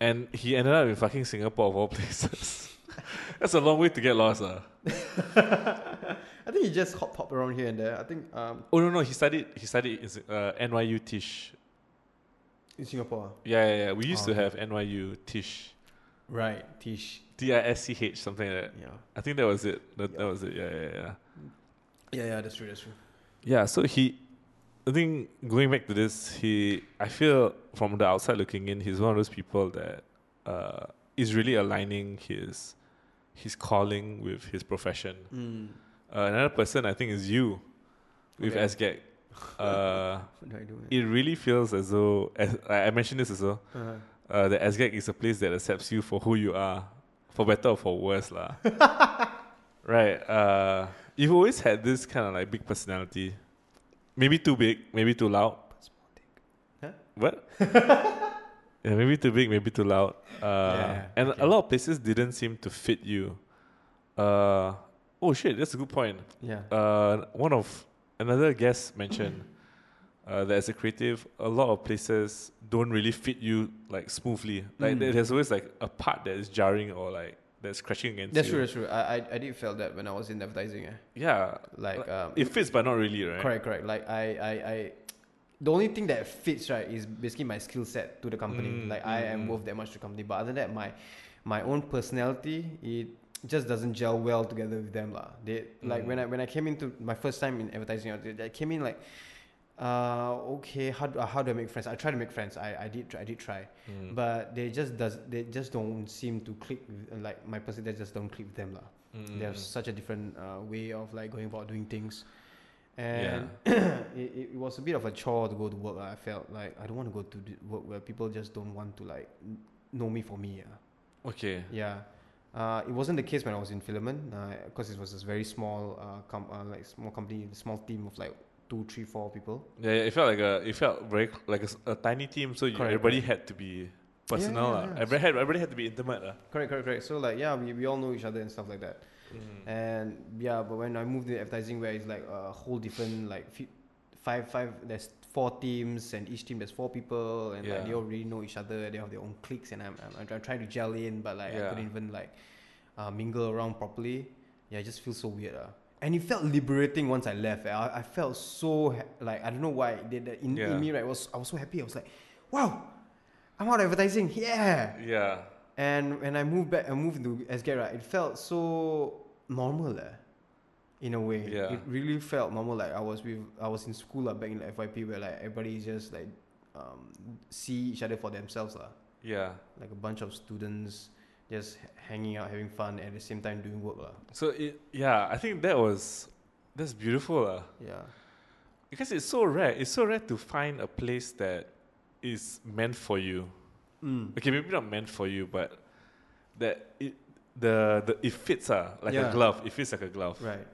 S2: and he ended up in fucking Singapore of all places. That's a long way to get lost, uh.
S1: I think he just hop hop around here and there. I think um
S2: Oh no, no, he studied. He studied in Sing- uh, NYU Tisch.
S1: in Singapore,
S2: Yeah, yeah, yeah. We used
S1: Oh,
S2: to
S1: okay.
S2: have NYU Tisch,
S1: right? Tish,
S2: T I S C H, something like that.
S1: yeah,
S2: I think that was it. That, that
S1: Yeah.
S2: was it. Yeah, yeah, yeah.
S1: yeah, yeah. That's true. That's true.
S2: Yeah, so he, I think going back to this, he, I feel from the outside looking in, he's one of those people that uh, is really aligning his his calling with his profession.
S1: Mm.
S2: Uh, another person I think is you, with
S1: Okay.
S2: SGAG. Uh,
S1: What do I do? man?
S2: it really feels as though, as, I I mentioned this as well,
S1: Uh,
S2: uh, that SGAG is a place that accepts you for who you are, for better or for worse, lah. right. Uh, you've always had this kind of like big personality, maybe too big, maybe too loud. What? yeah, maybe too big, maybe too loud. Uh,
S1: Yeah,
S2: and
S1: okay.
S2: a lot of places didn't seem to fit you. Uh, oh shit, that's a good point.
S1: yeah.
S2: Uh, one of another guest mentioned uh, that as a creative, a lot of places don't really fit you like smoothly. Like
S1: Mm.
S2: there- there's always like a part that is jarring or like that's crashing against
S1: That's
S2: you.
S1: true. That's true. I, I I did feel that when I was in advertising. Eh.
S2: Uh, Yeah,
S1: Like um,
S2: it fits but not really, right?
S1: Correct, correct. Like I, I, I, the only thing that fits right is basically my skill set to the company.
S2: Mm,
S1: like I
S2: mm,
S1: am
S2: mm.
S1: worth that much to the company. But other than that, my, my own personality, it just doesn't gel well together with them lah. They like when
S2: Mm.
S1: I when I came into my first time in advertising, I did- I came in like, uh, okay, how do, how do I make friends? I try to make friends. I, I did try, I did try,
S2: Mm.
S1: but they just does they just don't seem to click. With, like my personality just don't click with them lah
S2: Mm.
S1: they have such a different uh, way of like going about doing things and it, it- it was a bit of a chore to go to work ah. i felt like i don't want to go to the work where people just don't want to like n- know me for me ah.
S2: okay.
S1: yeah uh, it wasn't the case when i was in filament because it was this very small uh, com- uh, like small company small team of like two three four people
S2: Yeah, yeah, it felt like a it felt very cl- like a, s- a tiny team, so you,
S1: Correct,
S2: everybody had to be personal.
S1: yeah,
S2: lah.
S1: yeah.
S2: Everybody had everybody had to be intimate. lah.
S1: correct correct correct so like yeah we, we all know each other and stuff like that
S2: Mm.
S1: and yeah but when i moved to advertising where it's like a whole different like fi- five five there's four teams and each team there's four people and like, they
S2: Yeah.
S1: all really know each other they have their own cliques and i'm, I'm, I'm trying to gel in but like
S2: Yeah.
S1: i couldn't even like uh, mingle around properly yeah it just feels so weird uh. and it felt liberating once i left eh. i, I felt so ha- like i don't know why it did that in,
S2: Yeah.
S1: in me right was i was so happy i was like wow i'm out advertising yeah
S2: Yeah,
S1: and when I moved back, I moved to SGAG, right, it felt so normal, eh, in a way.
S2: Yeah.
S1: It really felt normal. Like I was with, I was in school like, back in the FYP where like everybody is just like um, see each other for themselves, lah.
S2: yeah.
S1: Like a bunch of students just h- hanging out, having fun, at the same time doing work, lah.
S2: So it yeah, I think that was that's beautiful. lah.
S1: Yeah.
S2: Because it's so rare. It's so rare to find a place that is meant for you.
S1: Mm.
S2: Okay, maybe not meant for you, but that it the, the it fits uh, like
S1: Yeah.
S2: a glove. It fits like a glove.
S1: Right.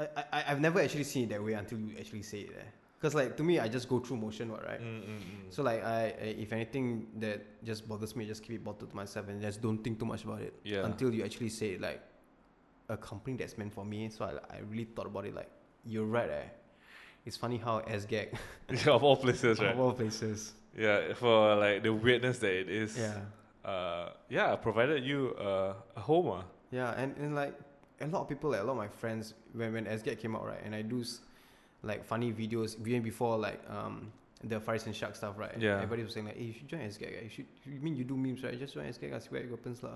S1: I, I- I, I've never actually seen it that way until you actually say it there. Because, like, to me, I just go through motion, what, right?
S2: Mm, mm, mm.
S1: So, like, I, I if anything that just bothers me, I just keep it bottled to myself and just don't think too much about it
S2: Yeah.
S1: until you actually say it, like, a company that's meant for me. So, I, I really thought about it, like, you're right, eh? It's funny how SGAG,
S2: Yeah, of all places, right?
S1: of all places.
S2: Yeah, for like the weirdness that it is.
S1: Yeah.
S2: Uh, yeah, provided you uh, a home. ah.
S1: Yeah, and, and like a lot of people, like a lot of my friends, when when SGAT came out, right, and I do s- like funny videos even before like um the fires and shark stuff, right?
S2: Yeah.
S1: Everybody was saying like, hey, you should join SGAT. right? You should. You mean you do memes, right? Just join SGAT. I see where it happens, lah.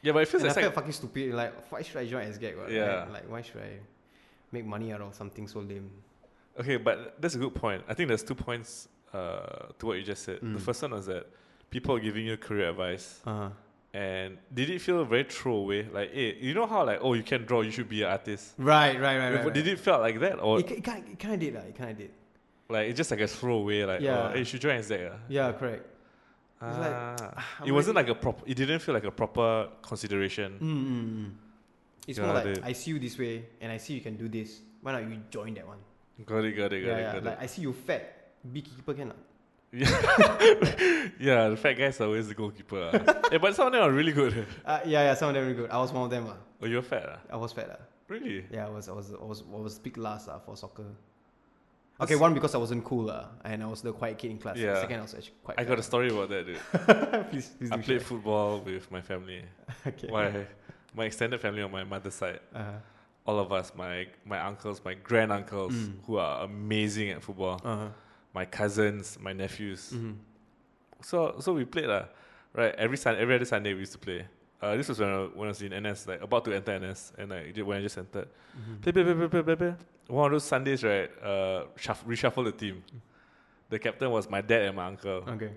S2: Yeah, but it feels
S1: And I
S2: like,
S1: felt fucking stupid. Like, why should I join SGAT? Right?
S2: Yeah.
S1: Like, why should I make money out of something so lame?
S2: okay, but that's a good point. I think there's two points uh, to what you just said. The
S1: Mm.
S2: first one was that people are giving you career advice,
S1: Uh huh.
S2: and did it feel very throwaway? Like, hey, you know how like oh you can draw, you should be an artist.
S1: Right, right, right, right.
S2: Did it feel like that, or
S1: It, it, kind, it kind of did, lah. It kind of did.
S2: like it's just like a throwaway? Like,
S1: Yeah.
S2: oh, hey, you should join Zach.
S1: Yeah, correct. It's like,
S2: Ah.
S1: I'm
S2: it wasn't like
S1: already-
S2: a proper. It didn't feel like a proper consideration.
S1: Mm, mm, mm. It's more
S2: Got
S1: like
S2: it.
S1: I see you this way, and I see you can do this. Why not you join that one?
S2: Got it, got it, got
S1: yeah,
S2: it,
S1: yeah.
S2: got
S1: Like I see you fat. Beekeeper can. ah.
S2: it. Yeah, the fat guys are always the goalkeeper. ah. Eh, but some of them are really good.
S1: Uh, yeah, yeah. Some of them are good. I was one of them. Uh.
S2: Oh, you're fat, ah?
S1: I was fat. ah.
S2: Really?
S1: Yeah, I was. I was. I was. I was picked last uh, for soccer.
S2: That's-
S1: Okay, one because I wasn't cool uh, and I was the quiet kid in class.
S2: Yeah.
S1: Second, I was actually quite.
S2: I got a story about that, dude.
S1: a. please, please
S2: I
S1: do share.
S2: played football with my family.
S1: Okay.
S2: My my extended family on my mother's side,
S1: Uh,
S2: all of us, my my uncles, my grand uncles,
S1: Mm.
S2: who are amazing at football,
S1: uh-huh.
S2: my cousins, my nephews.
S1: hmm
S2: So so we played lah, right? Every Sun every other Sunday we used to play. Uh, this was when I, when I was in NS, like about to enter NS, and like ju- when I just entered,
S1: Mm-hmm.
S2: play play play play play play. play. One of those Sundays, right? Uh, shuff, reshuffle the team. The captain was my dad and my uncle.
S1: Okay.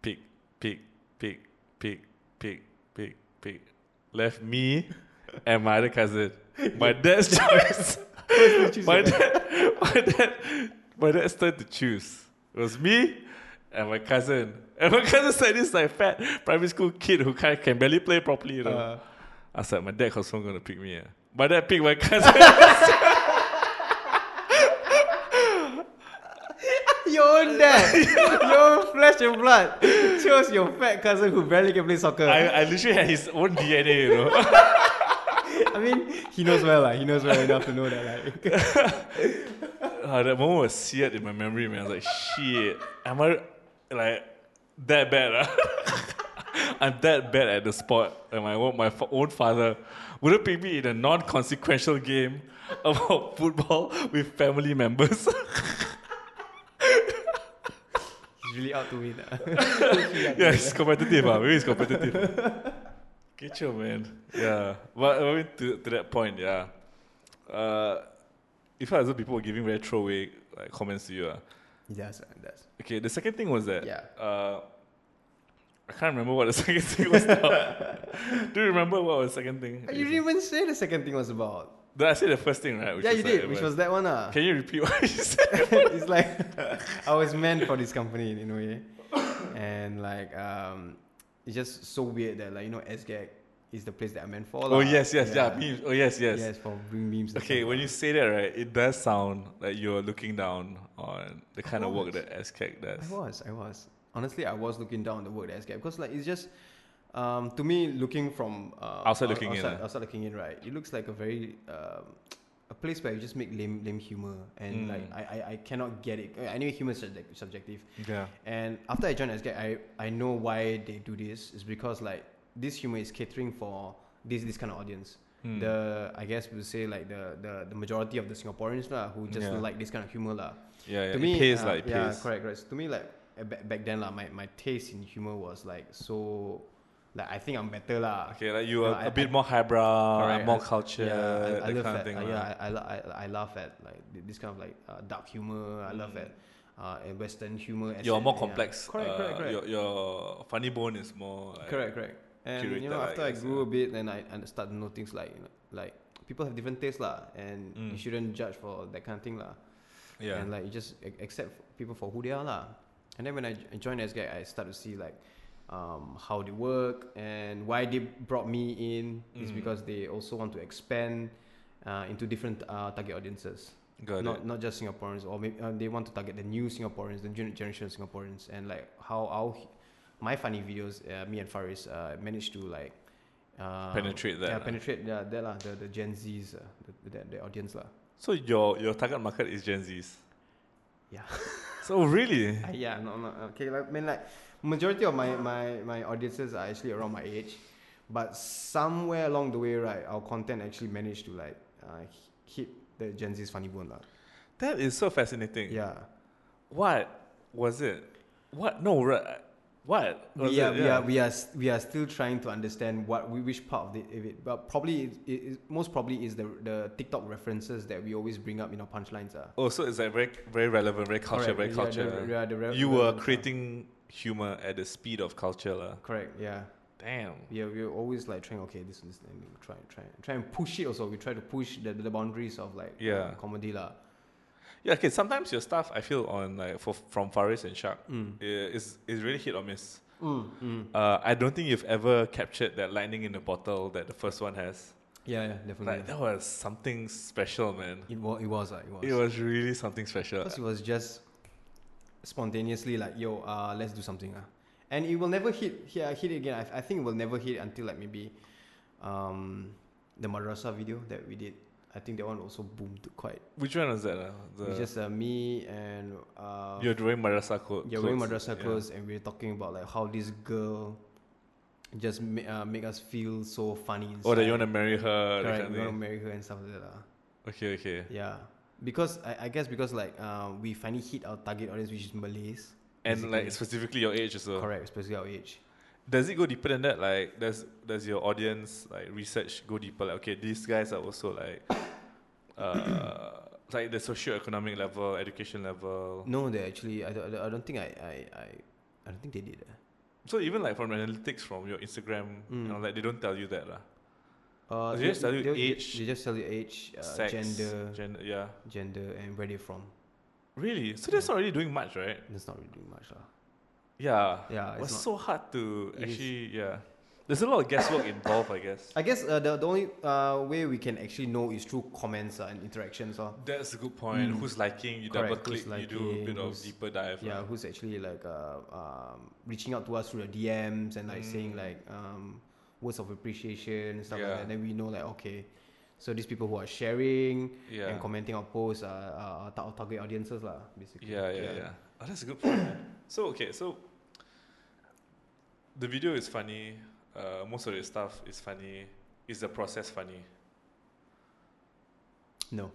S2: Pick pick pick pick pick pick pick. Left me and my other cousin. My dad's choice. my dad, my dad, my dad's turn to choose. It was me and my cousin. And my cousin said this like fat primary school kid who can, can barely play properly. You know?
S1: Uh,
S2: I said, my dad confirm gonna pick me. Eh. My dad picked my cousin.
S1: your own dad, your flesh and blood, chose your fat cousin who barely can play soccer.
S2: I, I literally had his own DNA, you know.
S1: I mean, he knows well. Like, he knows well enough to know that. Like,
S2: Ah, that moment was seared in my memory, man. I was like, shit, am I like that bad? ah? I'm that bad at the sport, and my own, my fa- own father wouldn't pick me in a non-consequential game about football with family members.
S1: he's really out to win. ah.
S2: yeah, it's competitive. ah. Maybe it's competitive. Get your man. Yeah, but I mean, to, to that point, yeah. Uh, if I was people were giving very throwaway like, comments to you, ah.
S1: He does. ah, He does.
S2: Okay, the second thing was that.
S1: Yeah.
S2: Uh, I can't remember what the second thing was. now. Do you remember what was the second thing?
S1: Uh, You didn't even say the second thing was about.
S2: Did I say the first thing, right? Which
S1: yeah,
S2: was
S1: you
S2: Oh, like,
S1: did, which
S2: well,
S1: was that one. Ah.
S2: Can you repeat what you said?
S1: it's like I was meant for this company in a way, and like um, it's just so weird that like you know SGAG is the place that I'm meant for.
S2: Oh
S1: lah.
S2: yes, yes, yeah. memes. Oh yes, yes.
S1: Yes, for doing memes. and
S2: Okay,
S1: stuff,
S2: when
S1: lah.
S2: you say that, right, it does sound like you're looking down on the kind of work
S1: was.
S2: that SCAC does.
S1: I was, I was. Honestly, I was looking down the word escape because like it's just, um, to me, looking from uh,
S2: Outside
S1: ou-
S2: looking in,
S1: outside,
S2: eh?
S1: outside looking in, right? It looks like a very um, a place where you just make lame, lame humor, and
S2: Mm.
S1: like I, I, I cannot get it. Uh, Anyway, humor is subject- subjective.
S2: Yeah.
S1: And after I joined SGAG, I, I know why they do this. It's because like this humor is catering for this this kind of audience.
S2: Hmm.
S1: The I guess we say like the, the, the majority of the Singaporeans lah who just
S2: Yeah.
S1: like this kind of humor lah
S2: yeah, yeah.
S1: to me,
S2: it pays
S1: uh,
S2: like it
S1: yeah,
S2: pays.
S1: correct, correct. So to me, like uh, back, back then, like my, my taste in humor was like so, like I think I'm better lah.
S2: Okay, like you are
S1: No, I-
S2: a bit
S1: I-
S2: more highbrow,
S1: Correct,
S2: more
S1: I-
S2: cultured,
S1: yeah, I, I
S2: that
S1: love
S2: kind
S1: that.
S2: of thing.
S1: uh,
S2: lah.
S1: yeah, I, I, li- I I laugh at like th- this kind of like uh, dark humor. I love
S2: Mm.
S1: at uh, and Western humor.
S2: You're
S1: accent,
S2: more
S1: yeah.
S2: complex.
S1: Correct,
S2: uh,
S1: correct, correct.
S2: Your, your funny bone is more. Like,
S1: correct, correct. And you
S2: curated,
S1: know,
S2: I
S1: after I,
S2: guess,
S1: grew
S2: yeah.
S1: a bit, then I and started to know things like you know, like people have different tastes lah, and
S2: Mm.
S1: you shouldn't judge for that kind of thing lah.
S2: Yeah.
S1: and like you just ac- accept people for who they are lah. And then when I j- I joined SGAG, I start to see like um, how they work and why they brought me in is
S2: Mm.
S1: because they also want to expand uh, into different uh, target audiences,
S2: Got
S1: not not just Singaporeans, or maybe uh, they want to target the new Singaporeans, the new generation of Singaporeans, and like how our my funny videos, uh, me and Faris uh, managed to like. Uh,
S2: Penetrate that
S1: yeah,
S2: lah.
S1: penetrate yeah, that lah, the, the Gen Zs, uh, the, the, the audience lah.
S2: So your your target market is Gen Zs.
S1: Yeah.
S2: So really,
S1: Uh, yeah, no, no, okay. Like, I mean, like majority of my, my my audiences are actually around my age, but somewhere along the way, right, our content actually managed to like uh, h- hit the Gen Z's funny bone lah.
S2: that is so fascinating.
S1: Yeah,
S2: What was it? What? No. Right. What? was
S1: we are,
S2: it?
S1: we are we are s- we are still trying to understand what we which part of the of it, but probably it, it, it- most probably is the the TikTok references that we always bring up in our punchlines ah.
S2: Oh, so it's like very very relevant, very culture,
S1: Correct,
S2: very
S1: yeah,
S2: culture.
S1: the- yeah, the re-
S2: you were
S1: relevant, ah.
S2: creating humor at the speed of culture, lah.
S1: Correct. Yeah.
S2: Damn.
S1: Yeah, we're always like trying. Okay, this this and we try try try and push it. Also, we try to push the the boundaries of like
S2: Yeah.
S1: comedy lah.
S2: Yeah. Okay. Sometimes your stuff, I feel on like for, from Faris and Shark,
S1: Mm.
S2: i- is is really hit or miss.
S1: Mm, mm.
S2: Uh, I don't think you've ever captured that lightning in a bottle that the first one has.
S1: Yeah, yeah, definitely.
S2: Like that was something special, man.
S1: it was, it was, uh, it was.
S2: It was really something special.
S1: Because it was just spontaneously like, yo, uh, let's do something, ah. And it will never hit here hit it again. I, I think it will never hit until like maybe, um, the madrasa video that we did. I think that one also boomed quite.
S2: Which one was that?
S1: It
S2: Uh?
S1: was
S2: The,
S1: just uh, me and uh,
S2: you're doing madrasa co-
S1: yeah, wearing
S2: clothes.
S1: madrasa clothes, and we were talking about like how this girl just ma- uh, make us feel so funny.
S2: Yeah. Or Oh, that you want
S1: inside.
S2: to marry her. that
S1: Correct,
S2: kind
S1: we
S2: of
S1: want to
S2: thing.
S1: marry her and stuff like that. lah.
S2: Okay, okay.
S1: Yeah, because I, I guess because like um, we finally hit our target audience, which is Malays.
S2: And
S1: basically.
S2: like specifically your age as well.
S1: correct, especially our age.
S2: Does it go deeper than that? Like, does does your audience like research go deeper? Like, okay, these guys are also like, uh, like the socioeconomic level, education level.
S1: No, they actually I don't, I don't- I don't think I, I I I don't think they did. eh.
S2: So even like from analytics from your Instagram,
S1: Mm.
S2: you know, like they don't tell you that lah.
S1: Uh,
S2: They just tell you age,
S1: They just tell you age, uh,
S2: Sex,
S1: gender,
S2: gender, yeah.
S1: gender, and where they're from.
S2: Really? So that's
S1: Yeah.
S2: not really doing much, right?
S1: That's not really doing much, lah.
S2: Yeah.
S1: Yeah,
S2: It
S1: it's
S2: was
S1: not.
S2: so hard to
S1: It is.
S2: actually, yeah. There's a lot of guesswork involved, I guess.
S1: I guess uh, the the only uh, way we can actually know is through comments uh, and interactions. Uh.
S2: That's a good point.
S1: Mm.
S2: Who's liking? You
S1: Correct,
S2: double click.
S1: who's
S2: you do a bit
S1: liking,
S2: of
S1: who's-
S2: deeper dive.
S1: yeah,
S2: lah.
S1: who's actually like uh, um, reaching out to us through the DMs and like saying
S2: Mm.
S1: like um, words of appreciation and stuff like that.
S2: Yeah.
S1: then we know like okay, so these people who are sharing
S2: yeah.
S1: and commenting our posts are, are our ta- our target audiences lah, basically.
S2: yeah, yeah, yeah, Oh, that's a good point. man. so okay, so the video is funny. Uh, most of the stuff is funny. Is the process funny?
S1: No,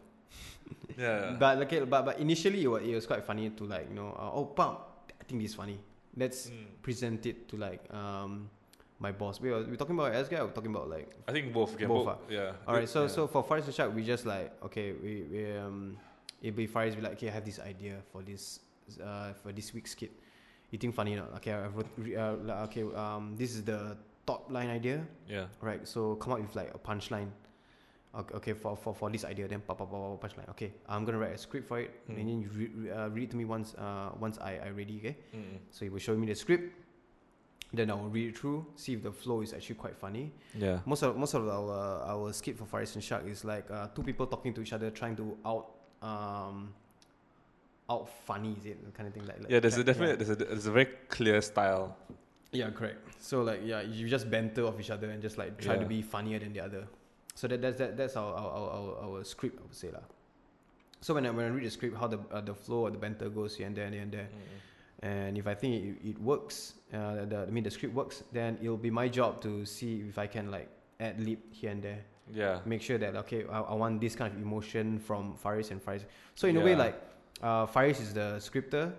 S2: Yeah.
S1: but okay, but but initially it was, it was quite funny to like you know uh, oh pump, I think this is funny. Let's
S2: Mm.
S1: present it to like um, my boss. We were, we were talking about S guy. We're talking about like
S2: I think both. Okay,
S1: Both
S2: both. Yeah.
S1: All right, so
S2: Yeah.
S1: so for Faris and Shark, we just like okay, we, we um, it'd be Faris be like, okay, I have this idea for this uh for this week's skit. You think funny or not? Okay, I wrote, re- uh, like, okay, um, this is the top line idea,
S2: yeah.
S1: right? So come up with like a punchline. Okay, okay for, for for this idea, then pop pop pop pop, punchline. Okay, I'm gonna write a script for it,
S2: Mm.
S1: and then you re- re- uh, read it to me once uh once I I ready. Okay,
S2: Mm.
S1: so you will show me the script. Then I will read it through, see if the flow is actually quite funny.
S2: Yeah.
S1: Most of most of our our skit for Faris and Shark is like uh, two people talking to each other, trying to out um out funny is it the kind of thing like, like
S2: Yeah. There's a
S1: try-
S2: definite. There's a there's a very clear style.
S1: yeah. yeah correct so like yeah you just banter off each other and just like try to
S2: Yeah.
S1: be funnier than the other so that that's that, that's our our, our our our script I would say lah so when I when I read the script how the uh, the flow of the banter goes here and there and here and there and if I think it, it works, uh, the, I mean the script works, then it'll be my job to see if I can like add lip here and there,
S2: Yeah.
S1: make sure that okay, I, I want this kind of emotion from Faris and Faris. So in a way,
S2: Yeah.
S1: like uh, Faris is the scripter,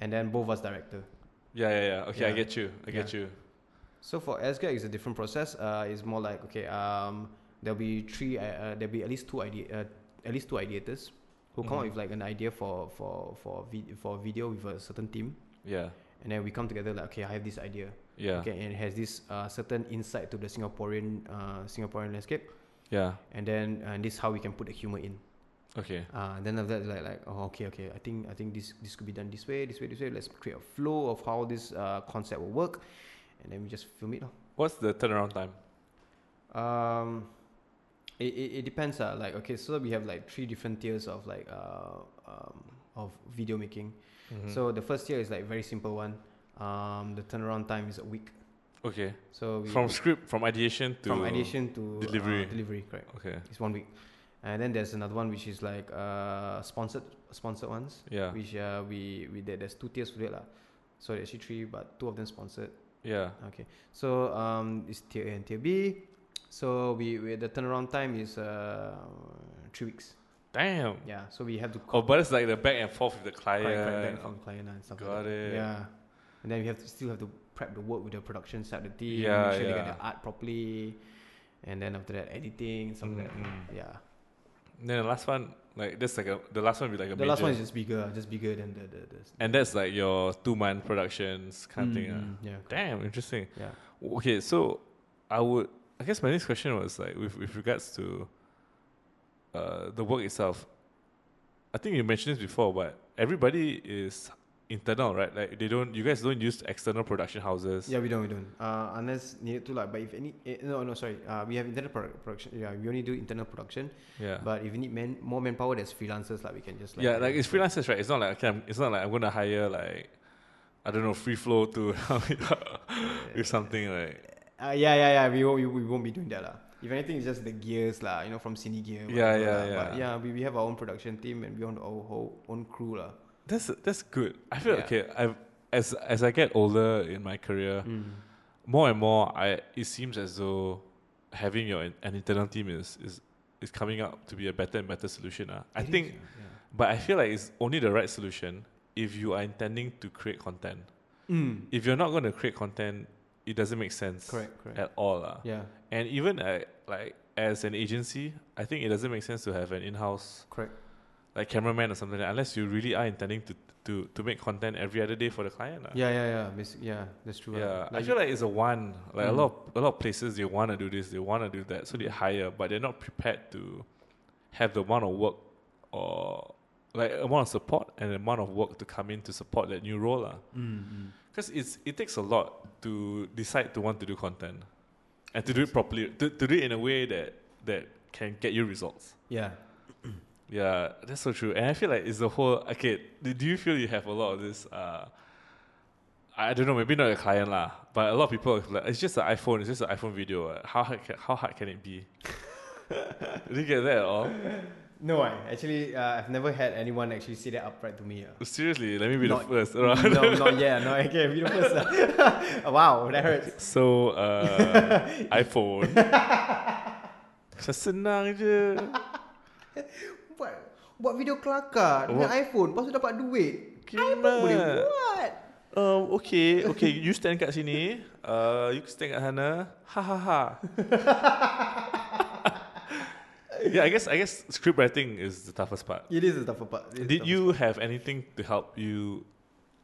S1: and then both of us director.
S2: Yeah. Yeah. Yeah. Okay, I
S1: Yeah.
S2: get you. I get you.
S1: So for SGAG, it's a different process. Uh, it's more like okay, um, there'll be three, uh, uh, there'll be at least two idea, uh, at least two ideators who come up with
S2: Mhm.
S1: like an idea for for for vid- for a video with a certain theme,
S2: Yeah.
S1: and then we come together like okay, I have this idea.
S2: Yeah.
S1: Okay, and it has this uh, certain insight to the Singaporean uh, Singaporean landscape, uh,
S2: Yeah.
S1: and then and this is how we can put the humor in.
S2: Okay.
S1: Uh, then after that, like, like oh, okay, okay, I think I think this this could be done this way, this way, this way. Let's create a flow of how this uh, concept will work, and then we just film it. lor.
S2: What's the turnaround time?
S1: Um, it, it, it depends. Uh, like okay, so we have like three different tiers of like uh, um, of video making.
S2: Mm-hmm.
S1: So the first tier is like very simple one. Um, the turnaround time is a week.
S2: okay,
S1: So we,
S2: from script, from ideation to
S1: from ideation to uh,
S2: delivery.
S1: delivery, correct?
S2: Okay.
S1: It's one week, and then there's another one which is like uh sponsored sponsored ones.
S2: Yeah.
S1: which uh, we we there, there's two tiers to it lah. So there's actually three, but two of them sponsored.
S2: Yeah.
S1: Okay, so um, it's tier A and tier B. So we, we the turnaround time is uh three weeks.
S2: Damn.
S1: Yeah, so we have to
S2: Oh, but it's like the back and forth with the client. Mm-hmm.
S1: client, client, back from client and stuff.
S2: Got
S1: like that.
S2: it.
S1: Yeah, and then we have to still have to prep the work with the production side of the team.
S2: Yeah,
S1: make sure they
S2: yeah.
S1: get the art properly, and then after that editing and stuff like that.
S2: Mm, mm.
S1: Yeah,
S2: Then the last one, like that's like a the last one would be like a
S1: the last
S2: major.
S1: one is just bigger, just bigger than the the. the
S2: and that's like your two man productions kind of thing. ah.
S1: Mm, mm, Yeah,
S2: Damn, interesting.
S1: yeah.
S2: Okay, so I would I guess my next question was like with with regards to uh the work itself. I think you mentioned this before, but everybody is internal, right? Like they don't you guys don't use external production houses.
S1: Yeah, we don't, we don't. Uh, unless needed to like, but if any, eh, no, no, sorry. Uh, we have internal produ- production. Yeah, we only do internal production.
S2: Yeah.
S1: But if you need man more manpower, there's freelancers. Like we can just like
S2: yeah, like it's freelancers, right? It's not like okay, I'm, it's not like I'm gonna hire like I don't know free flow to help me out with something like
S1: Uh, yeah, yeah, yeah. We won't, we, we won't be doing that lah. If anything, it's just the gears lah. You know, from Cine Gear.
S2: Yeah,
S1: whatever
S2: yeah,
S1: lah. But
S2: yeah.
S1: yeah, we, we have our own production team and we own our whole own crew lah.
S2: that's that's good. I feel
S1: Yeah.
S2: okay. I've as as I get older in my career,
S1: Mm.
S2: more and more, I it seems as though having your an internal team is is is coming up to be a better and better solution. ah. I
S1: It is,
S2: think,
S1: yeah,
S2: but I feel like it's only the right solution if you are intending to create content.
S1: Yeah. Mm.
S2: If you're not going to create content, it doesn't make sense
S1: Correct, correct.
S2: at all. ah.
S1: Yeah,
S2: And even uh, like as an agency, I think it doesn't make sense to have an in-house
S1: correct.
S2: like cameraman or something like, unless you really are intending to to to make content every other day for the client. ah.
S1: Yeah, yeah, yeah. Basic, yeah, that's true. lah.
S2: Yeah, I
S1: Like
S2: feel like it's a one. Like a
S1: Mm.
S2: lot, of, a lot of places they want to do this, they want to do that, so they hire, but they're not prepared to have the amount of work or like amount of support and the amount of work to come in to support that new role,
S1: Mm, mm.
S2: Because it's it takes a lot to decide to want to do content and to do it properly, to, to do it in a way that that can get you results.
S1: Yeah.
S2: Yeah, that's so true. And I feel like it's the whole okay. Do do you feel you have a lot of this? Uh, I don't know. Maybe not your client lah, but a lot of people are like it's just an iPhone. It's just an iPhone video. uh, How hard can, how hard can it be? Did you get that at all?
S1: No, I actually uh, I've never had anyone actually say that upright to me. ah.
S2: Seriously, let me be
S1: Not-
S2: the first.
S1: no, not yet. No, okay, be the first. ah. wow, that hurts.
S2: So uh, iPhone. Macam senang je.
S1: Buat buat video kelakar dengan
S2: Buat-
S1: iPhone, lepas tu dapat duit.
S2: Kimak.
S1: iPhone boleh buat.
S2: Um, okay, okay. You stand kat sini. Uh, you stand kat sana. Ha ha ha. yeah, I guess I guess script writing is the toughest part.
S1: It is a tough part. It is
S2: Did
S1: tough.
S2: you have anything to help you,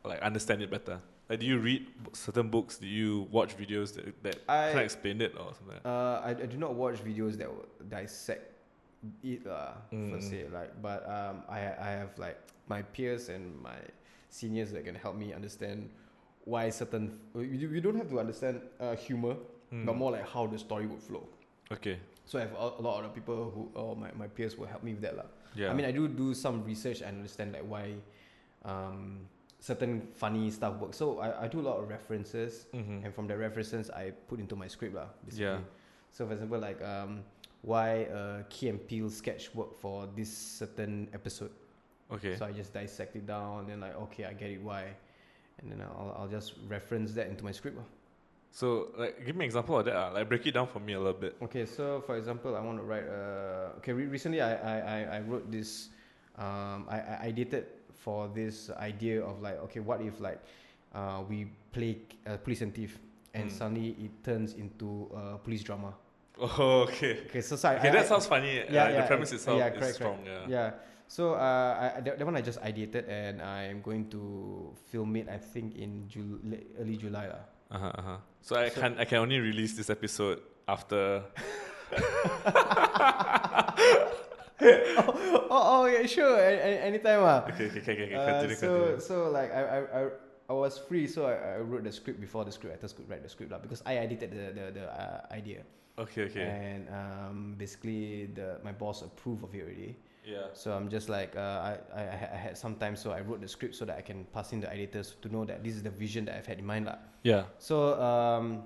S2: like understand it better? Like, do you read b- certain books? Do you watch videos that that
S1: I-
S2: kind of explain it or something? Like that?
S1: Uh, I, I do not watch videos that will dissect it lah per
S2: Mm.
S1: se. Like, but um, I I have like my peers and my seniors that can help me understand why certain. You, you don't have to understand uh, humor,
S2: Mm.
S1: but more like how the story would flow.
S2: Hmm, Okay.
S1: So I have a, a lot of people who, or my, my peers will help me with that lah. I
S2: Yeah.
S1: mean, I do do some research and understand like why um, certain funny stuff works. So I, I do a lot of references,
S2: Mhm.
S1: and from the references I put into my script lah. Basically.
S2: Yeah.
S1: So for example, like um, why a Key and Peele sketch worked for this certain episode.
S2: Okay.
S1: So I just dissect it down, and then like okay, I get it why, and then I'll I'll just reference that into my script. lah.
S2: So, like, give me an example of that. ah. Like, break it down for me a little bit.
S1: Okay, so for example, I want to write. Uh, okay, re- recently I, I, I, I wrote this. Um, I, I, I dated for this idea of like, okay, what if like uh, we play uh, police and thief and
S2: Mm.
S1: suddenly it turns into a police drama?
S2: Oh, okay.
S1: Okay, so, so Mm. I,
S2: Okay,
S1: I,
S2: that
S1: I-
S2: sounds funny.
S1: yeah,
S2: like,
S1: yeah,
S2: the premise
S1: I-
S2: itself
S1: yeah,
S2: is
S1: correct,
S2: strong.
S1: yeah.
S2: Yeah.
S1: So uh, I, that, that one I just ideated and I'm going to film it, I think, in Jul- late- early July. lah.
S2: Uh-huh, uh-huh. So I
S1: So-
S2: can I can only release this episode after
S1: oh, oh, yeah, sure. a- a- anytime. ah.
S2: Okay, okay, okay, okay, okay.
S1: Uh,
S2: Continue,
S1: so, so like I, I, I, I was free, so I, I wrote the script before the script actors could write the script up because I edited the the, the uh, idea.
S2: continue. Okay, okay.
S1: And um, basically, the my boss approved of it already.
S2: Yeah.
S1: So I'm just like uh, I, I, I ha- I had some time, so I wrote the script so that I can pass in the editors to know that this is the vision that I've had in mind, lah.
S2: Yeah.
S1: So um,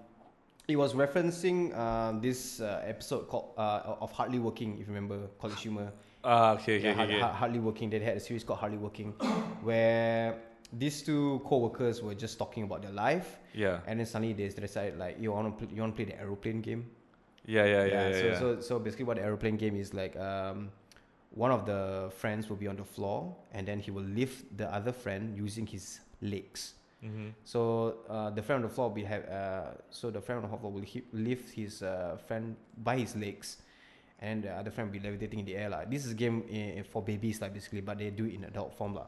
S1: it was referencing um, this uh, episode called uh, of Hardly Working, if you remember, College Humor.
S2: Ah, okay,
S1: Yeah,
S2: okay,
S1: Hard-
S2: okay. okay.
S1: Hard- Hardly Working. They had a series called Hardly Working, where these two co-workers were just talking about their life,
S2: Yeah.
S1: and then suddenly they decided like, you want to play, you want to play the aeroplane game.
S2: Yeah, yeah, yeah, yeah.
S1: so,
S2: yeah.
S1: so so basically, what the aeroplane game is like, um, one of the friends will be on the floor, and then he will lift the other friend using his legs.
S2: mm-hmm.
S1: So uh, the friend on the floor will have uh, so the friend on the floor will he- lift his uh, friend by his legs, and the other friend will be levitating in the air like. This is a game uh, for babies like basically, but they do it in adult form lah.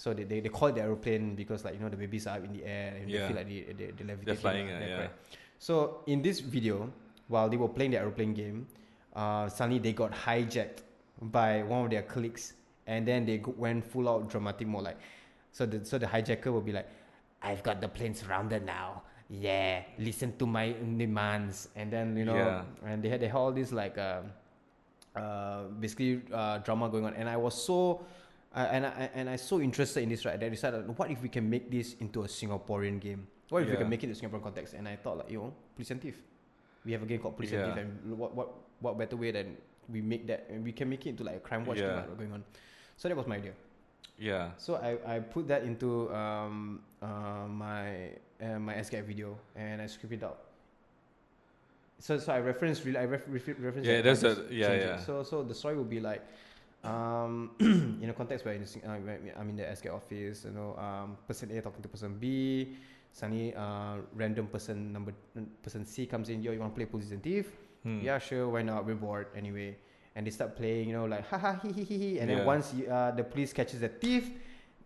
S1: So they, they, they call it the aeroplane because like you know the babies are up in the air and they
S2: Yeah.
S1: feel like they they, they levitating. lah,
S2: flying, ah,
S1: that
S2: yeah.
S1: kind. So in this video, while they were playing the aeroplane game, uh, suddenly they got hijacked by one of their cliques, and then they go- went full out dramatic more like. So the so the hijacker will be like, "I've got the plane surrounded now. Yeah, listen to my demands." And then you know,
S2: Yeah.
S1: and they had they had all this like, uh, uh, basically uh, drama going on, and I was so. Uh, and I and I so interested in this right that I decided what if we can make this into a Singaporean game? What if we
S2: Yeah.
S1: can make it to Singaporean context? And I thought like, yo, presentive. We have a game called presentive,
S2: Yeah.
S1: and what what what better way than we make that and we can make it into like a crime watch
S2: Yeah.
S1: thing like, going on. So that was my idea.
S2: Yeah.
S1: So I, I put that into um uh, my uh, my SCAP video and I script it out. So so I reference really I ref, ref, reference
S2: Yeah,
S1: like,
S2: that's
S1: I just
S2: a- yeah,
S1: change it.
S2: yeah.
S1: So so the story will be like, um, in a context where in, the Sing- uh, where I'm in the SK office, you know, um, person A talking to person B, suddenly uh, random person number person C comes in. Yo, you want to play police and thief?
S2: Hmm.
S1: Yeah, sure, why not? We're bored anyway. And they start playing, you know, like ha ha he he he he. And then
S2: Yeah.
S1: once you, uh, the police catches the thief,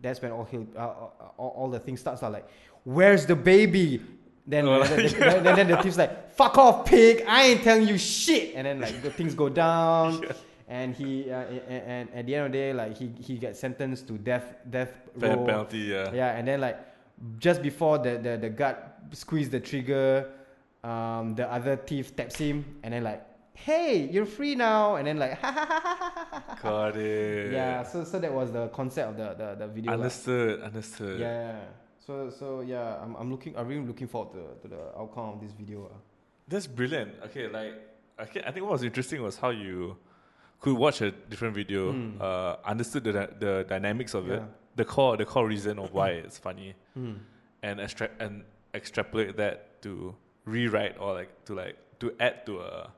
S1: that's when all he'll, uh, uh, all, all the things starts are like, where's the baby? Then,
S2: Oh,
S1: then, then, then, then the thief's like, fuck off, pig! I ain't telling you shit. And then like the things go down, and he uh, and, and at the end of the day, like he he gets sentenced to death death
S2: Fair
S1: row.
S2: penalty, yeah.
S1: Yeah, and then like just before the the, the guard squeezed the trigger, um, the other thief taps him, and then like, hey, you're free now, and then like, ha ha ha ha ha ha. ha.
S2: Got it.
S1: Yeah, so so that was the concept of the the, the video. lah.
S2: Understood, understood.
S1: Yeah, yeah. yeah. So so yeah, I'm I'm looking I'm really looking forward to, to the outcome of this video. ah.
S2: That's brilliant. Okay, like okay, I think what was interesting was how you could watch a different video,
S1: Mm.
S2: uh, understood the dy- the dynamics of it,
S1: Yeah.
S2: the core the core reason of why it's funny,
S1: Hmm.
S2: and extra- and extrapolate that to rewrite or like to like to add to a